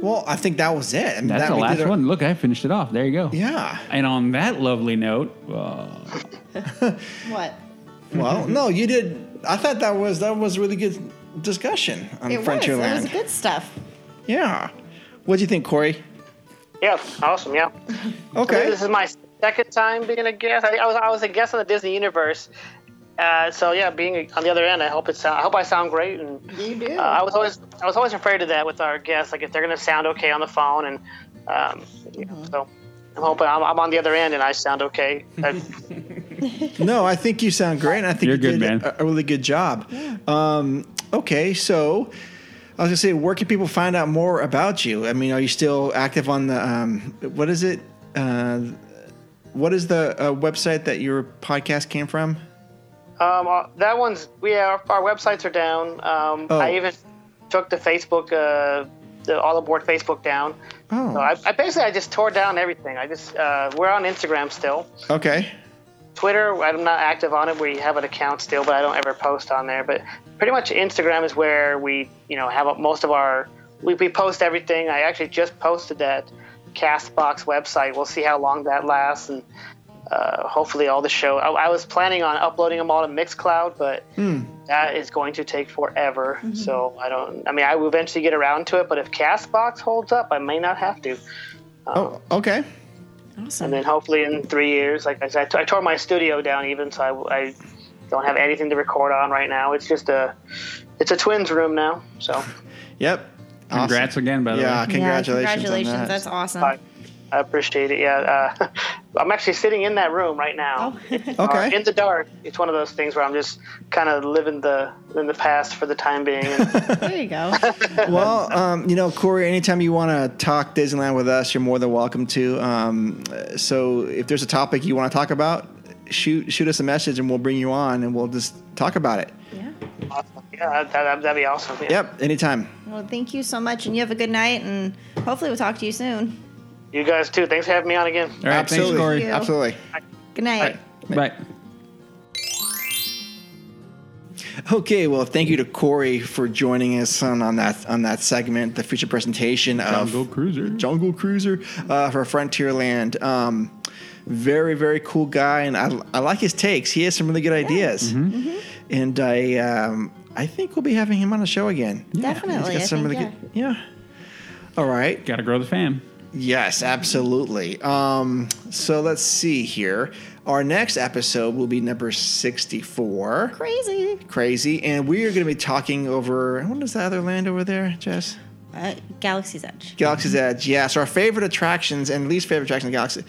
[SPEAKER 1] Well, I think that was it. I mean,
[SPEAKER 5] That's
[SPEAKER 1] that
[SPEAKER 5] the
[SPEAKER 1] we
[SPEAKER 5] last
[SPEAKER 1] did our-
[SPEAKER 5] one. Look, I finished it off. There you go.
[SPEAKER 1] Yeah.
[SPEAKER 5] And on that lovely note, uh,
[SPEAKER 4] What?
[SPEAKER 1] Well, no, you did. I thought that was that was a really good discussion on
[SPEAKER 4] It was. It
[SPEAKER 1] Frontierland.
[SPEAKER 4] was good stuff.
[SPEAKER 1] Yeah. What do you think, Corey?
[SPEAKER 9] Yeah, awesome. Yeah.
[SPEAKER 1] Okay.
[SPEAKER 9] This is my second time being a guest. I, I was I was a guest on the Disney Universe. Uh, so yeah, being on the other end, I hope it's I hope I sound great. And
[SPEAKER 4] You do.
[SPEAKER 9] uh, I was always I was always afraid of that with our guests, like if they're gonna sound okay on the phone, and um, yeah,
[SPEAKER 1] Mm-hmm.
[SPEAKER 9] so I'm hoping I'm, I'm on the other end and I sound okay. I,
[SPEAKER 1] No, I think you sound great. And I think
[SPEAKER 5] You're
[SPEAKER 1] you
[SPEAKER 5] good,
[SPEAKER 1] did
[SPEAKER 5] man.
[SPEAKER 1] A, a really good job. Um, okay, so I was gonna say, where can people find out more about you? I mean, are you still active on the um, what is it? Uh, what is the uh, website that your podcast came from?
[SPEAKER 9] Um, uh, that one's yeah. Our, our websites are down. Um,
[SPEAKER 1] Oh.
[SPEAKER 9] I even took the Facebook, uh, the all aboard Facebook down.
[SPEAKER 1] Oh.
[SPEAKER 9] So I, I basically I just tore down everything. I just uh, we're on Instagram still.
[SPEAKER 1] Okay.
[SPEAKER 9] Twitter I'm not active on it. We have an account still, but I don't ever post on there. But pretty much Instagram is where we you know have most of our we, we post everything. I actually just posted that Castbox website. We'll see how long that lasts and. Uh, hopefully, all the show. I, I was planning on uploading them all to Mixcloud, but that is going to take forever. So I don't. I mean, I will eventually get around to it, but if Castbox holds up, I may not have to.
[SPEAKER 1] Oh, okay.
[SPEAKER 4] Awesome.
[SPEAKER 9] And then hopefully in three years, like I said, I t- I tore my studio down even, so I, I don't have anything to record on right now. It's just a it's a twins room now. So
[SPEAKER 1] Yep. Awesome.
[SPEAKER 5] congrats again, by the
[SPEAKER 1] Yeah,
[SPEAKER 5] way.
[SPEAKER 1] congratulations.
[SPEAKER 4] Yeah,
[SPEAKER 1] on
[SPEAKER 4] congratulations.
[SPEAKER 1] that.
[SPEAKER 4] That's awesome.
[SPEAKER 9] I, I appreciate it. Yeah, uh, I'm actually sitting in that room right now.
[SPEAKER 4] Oh.
[SPEAKER 9] Uh,
[SPEAKER 1] okay.
[SPEAKER 9] in the dark, it's one of those things where I'm just kind of living the in the past for the time being. And
[SPEAKER 4] there you go.
[SPEAKER 1] well, um, you know, Corey, anytime you want to talk Disneyland with us, you're more than welcome to. Um, uh, so if there's a topic you want to talk about, shoot shoot us a message and we'll bring you on and we'll just talk about it.
[SPEAKER 4] Yeah.
[SPEAKER 9] yeah, that, that, that'd be awesome. Yeah.
[SPEAKER 1] Yep, anytime.
[SPEAKER 4] Well, thank you so much, and you have a good night, and hopefully we'll talk to you soon.
[SPEAKER 9] You guys too. Thanks for having me on again.
[SPEAKER 5] All right,
[SPEAKER 1] Absolutely.
[SPEAKER 5] thanks, Corey.
[SPEAKER 4] Thank you.
[SPEAKER 1] Absolutely.
[SPEAKER 4] Good night.
[SPEAKER 5] Bye.
[SPEAKER 1] Okay, well, thank you to Corey for joining us on, on that on that segment, the future presentation of
[SPEAKER 5] Jungle Cruiser.
[SPEAKER 1] Jungle Cruiser uh, for Frontierland. Um, very very cool guy, and I, I like his takes. He has some really good ideas,
[SPEAKER 5] Mm-hmm.
[SPEAKER 1] Mm-hmm. and I um, I think we'll be having him on the show again.
[SPEAKER 4] Definitely. I think, yeah.
[SPEAKER 1] good. Yeah. All right.
[SPEAKER 5] Got to grow the fam.
[SPEAKER 1] Yes, absolutely. Um, so let's see here. Our next episode will be number sixty-four
[SPEAKER 4] Crazy.
[SPEAKER 1] crazy. And we are going to be talking over what is that other land over there, Jess?
[SPEAKER 4] Uh, Galaxy's Edge.
[SPEAKER 1] Galaxy's Edge. Yeah, so our favorite attractions and least favorite attractions in the galaxy.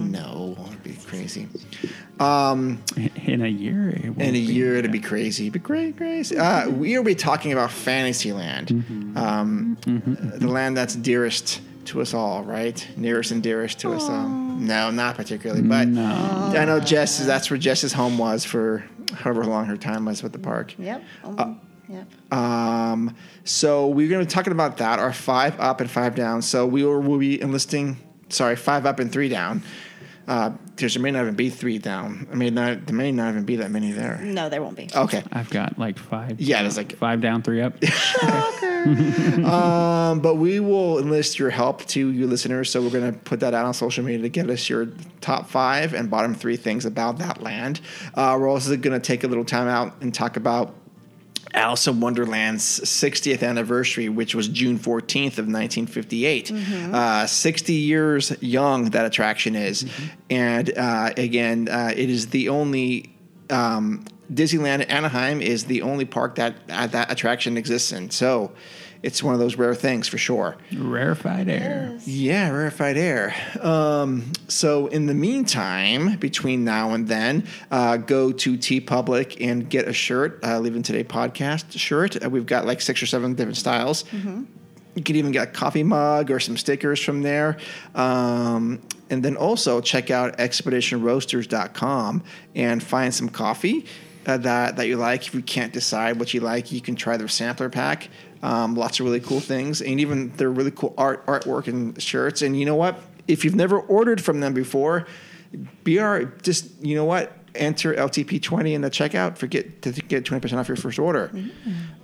[SPEAKER 1] No, it'd be crazy. Um,
[SPEAKER 5] In a year. It will
[SPEAKER 1] in a
[SPEAKER 5] be.
[SPEAKER 1] year, it'd be crazy. It'd be great, crazy. Uh, we will be talking about Fantasyland, um, the land that's dearest to us all, right? Nearest and dearest to us all. No, not particularly, but I know Jess. That's where Jess's home was for however long her time was with the park.
[SPEAKER 4] Yep. Um,
[SPEAKER 1] Uh,
[SPEAKER 4] yep.
[SPEAKER 1] Um, so we're going to be talking about that. Our five up and five down. So we will we'll be enlisting. Sorry, five up and three down. Uh, there's there may not even be three down. I mean, not, there may not even be that many there.
[SPEAKER 4] No, there won't be.
[SPEAKER 1] Okay.
[SPEAKER 5] I've got like five.
[SPEAKER 1] Yeah, there's like
[SPEAKER 5] Five down, three up.
[SPEAKER 1] Um, but we will enlist your help to you listeners. So we're going to put that out on social media to get us your top five and bottom three things about that land. Uh, we're also going to take a little time out and talk about Alice in Wonderland's 60th anniversary, which was June 14th of 1958. Uh, 60 years young that attraction is, and uh, again, uh, it is the only. Um, Disneyland Anaheim is the only park that uh, that attraction exists in, so it's one of those rare things for sure.
[SPEAKER 5] Rarefied air.
[SPEAKER 1] Yeah, rarefied air. Um, so, in the meantime, between now and then, uh, go to T Public and get a shirt, uh, Leaving Today podcast shirt. Uh, we've got like six or seven different styles. You can even get a coffee mug or some stickers from there. Um, and then also check out expeditionroasters.com and find some coffee uh, that, that you like. If you can't decide what you like, you can try their sampler pack. Um, lots of really cool things, and even their really cool art artwork and shirts. And you know what? If you've never ordered from them before, be our just you know what enter LTP20 in the checkout for get to get 20% off your first order.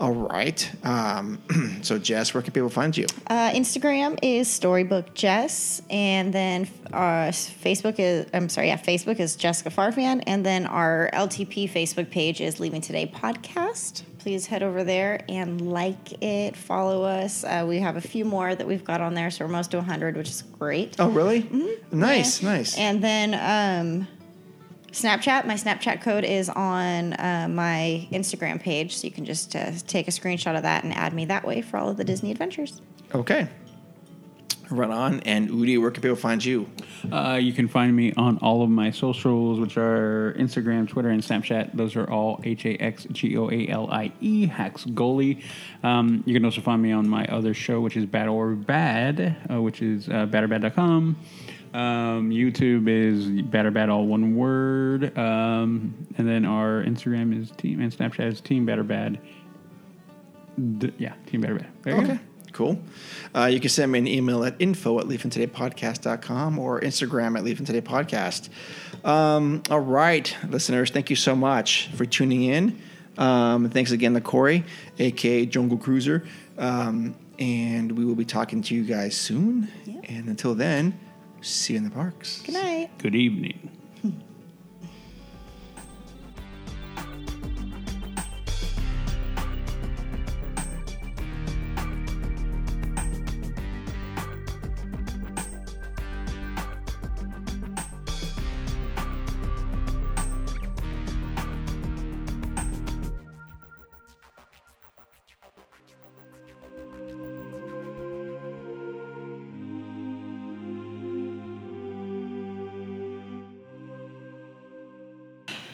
[SPEAKER 1] All right. Um, so, Jess, where can people find you?
[SPEAKER 4] Uh, Instagram is Storybook Jess, and then uh, Facebook is I'm sorry, yeah, Facebook is Jessica Farfan, and then our LTP Facebook page is Leaving Today Podcast. Please head over there and like it, follow us. Uh, we have a few more that we've got on there, so we're almost to 100, which is great.
[SPEAKER 1] Oh, really? Nice, nice.
[SPEAKER 4] mm-hmm. And then um, Snapchat, my Snapchat code is on uh, my Instagram page, so you can just uh, take a screenshot of that and add me that way for all of the Disney adventures.
[SPEAKER 1] okay. Run on. And Udi, where can people find you?
[SPEAKER 5] Uh, you can find me on all of my socials, which are Instagram, Twitter, and Snapchat. Those are all H A X G O A L I E, Hacks Goalie. Um, you can also find me on my other show, which is Bad or Bad, uh, which is uh, batterbad.com. Um, YouTube is batterbad, all one word. Um, and then our Instagram is team, and Snapchat is team batterbad. D- yeah, team batterbad. There you go.
[SPEAKER 1] Okay. Cool. Uh, you can send me an email at info at leafintodaypodcast.com or Instagram at leafintodaypodcast. Um, all right, listeners, thank you so much for tuning in. Um, thanks again to Corey, aka Jungle Cruiser. Um, and we will be talking to you guys soon. And until then, see you in the parks.
[SPEAKER 4] Good night.
[SPEAKER 5] Good evening.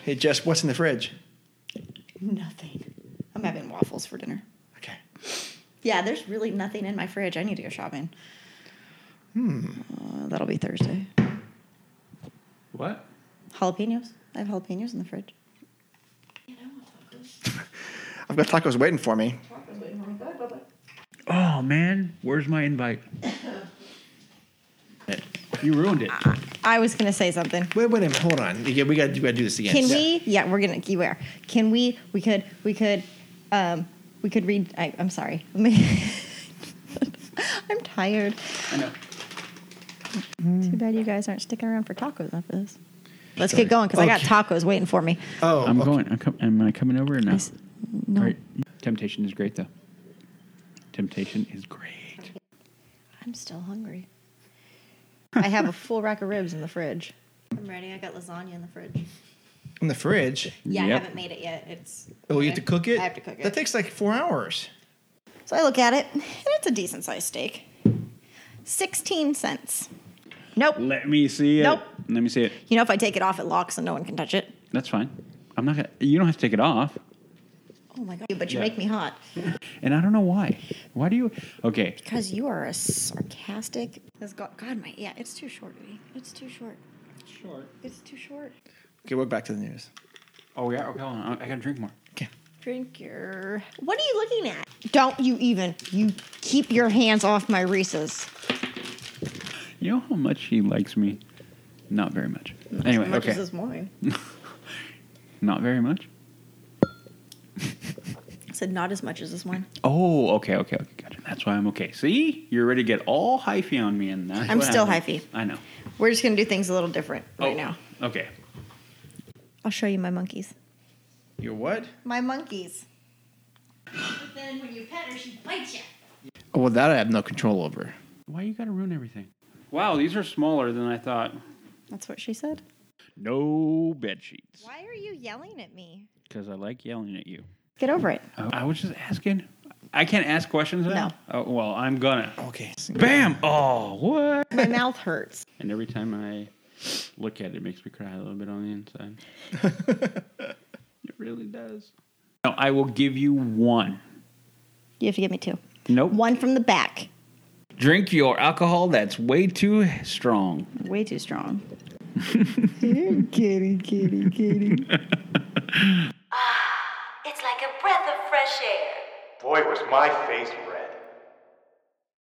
[SPEAKER 1] Hey, Jess, what's in the fridge?
[SPEAKER 4] Nothing. I'm having waffles for dinner.
[SPEAKER 1] Okay.
[SPEAKER 4] Yeah, there's really nothing in my fridge. I need to go shopping. Hmm. Uh, that'll be Thursday.
[SPEAKER 5] What?
[SPEAKER 4] Jalapenos. I have jalapenos in the fridge.
[SPEAKER 1] I've got tacos waiting for me.
[SPEAKER 5] Oh man, where's my invite? you ruined it.
[SPEAKER 4] I was gonna say something.
[SPEAKER 1] Wait, wait a minute. Hold on. Yeah, we got we to do this again.
[SPEAKER 4] Can we? Yeah, we're gonna keep where. Can we? We could. We could. Um, we could read. I, I'm sorry. Let me- I'm tired.
[SPEAKER 5] I know.
[SPEAKER 4] Too bad you guys aren't sticking around for tacos after this. Let's get going because I got
[SPEAKER 1] Okay.
[SPEAKER 4] tacos waiting for me.
[SPEAKER 1] Oh,
[SPEAKER 5] I'm
[SPEAKER 1] okay.
[SPEAKER 5] going. I'm com- am I coming over or
[SPEAKER 4] I
[SPEAKER 5] no?
[SPEAKER 4] s- no.
[SPEAKER 5] All right. Temptation is great though. Temptation is great.
[SPEAKER 4] I'm still hungry. I have a full rack of ribs in the fridge. I'm ready. I got lasagna in the fridge.
[SPEAKER 1] in the fridge.
[SPEAKER 4] Yeah, I
[SPEAKER 5] Yep.
[SPEAKER 4] haven't made it yet. It's
[SPEAKER 1] Oh, you have to cook it.
[SPEAKER 4] I have to cook it.
[SPEAKER 1] That takes like four hours.
[SPEAKER 4] so I look at it, and it's a decent sized steak. Sixteen cents. Nope.
[SPEAKER 5] Let me see it.
[SPEAKER 4] Nope.
[SPEAKER 5] Let me see it.
[SPEAKER 4] You know, if I take it off, it locks and no one can touch it.
[SPEAKER 5] That's fine. I'm not gonna. You don't have to take it off.
[SPEAKER 4] Oh my god! But you
[SPEAKER 5] Yeah.
[SPEAKER 4] make me hot
[SPEAKER 5] And I don't know why. Why do you? Okay.
[SPEAKER 4] because you are a sarcastic. This God, god, my yeah, it's too short. Udi. It's too short.
[SPEAKER 5] Short.
[SPEAKER 4] It's too short.
[SPEAKER 1] Okay, we're back to the news.
[SPEAKER 5] Oh yeah. Okay. Hold on. I, I gotta drink more.
[SPEAKER 1] Okay.
[SPEAKER 4] Drink your. What are you looking at? Don't you even. You keep your hands off my Reese's.
[SPEAKER 5] You know how much he likes me? Not very much. anyway.
[SPEAKER 4] much
[SPEAKER 5] okay.
[SPEAKER 4] as is mine.
[SPEAKER 5] Not very much.
[SPEAKER 4] I said not as much as this one.
[SPEAKER 5] Oh, okay, okay, okay, gotcha. That's why I'm okay. See, you're ready to get all hyphy on me, and that's
[SPEAKER 4] I'm
[SPEAKER 5] what
[SPEAKER 4] still
[SPEAKER 5] happened. Oh.
[SPEAKER 4] hyphy.
[SPEAKER 5] I know.
[SPEAKER 4] We're just gonna do things a little different right now.
[SPEAKER 5] Okay.
[SPEAKER 4] I'll show you my monkeys.
[SPEAKER 1] Your what?
[SPEAKER 4] My monkeys. But then when you pet her, she bites you.
[SPEAKER 1] Oh, well, that I have no control over.
[SPEAKER 5] Why you gotta ruin everything? Wow, these are smaller than I thought.
[SPEAKER 4] That's what she said.
[SPEAKER 5] No bed sheets.
[SPEAKER 4] Why are you yelling at me?
[SPEAKER 5] Because I like yelling at you.
[SPEAKER 4] Get over it.
[SPEAKER 5] I, Oh, I was just asking. I can't ask questions now. Oh, well, I'm gonna.
[SPEAKER 1] Okay.
[SPEAKER 5] Bam! Oh, what?
[SPEAKER 4] My mouth hurts.
[SPEAKER 5] And every time I look at it, it makes me cry a little bit on the inside. it really does. No, I will give you one.
[SPEAKER 4] You have to give me two.
[SPEAKER 5] Nope.
[SPEAKER 4] One from the back.
[SPEAKER 5] Drink your alcohol that's way too strong.
[SPEAKER 4] Way too strong.
[SPEAKER 3] It's like a breath of fresh air.
[SPEAKER 10] Boy, was my face red.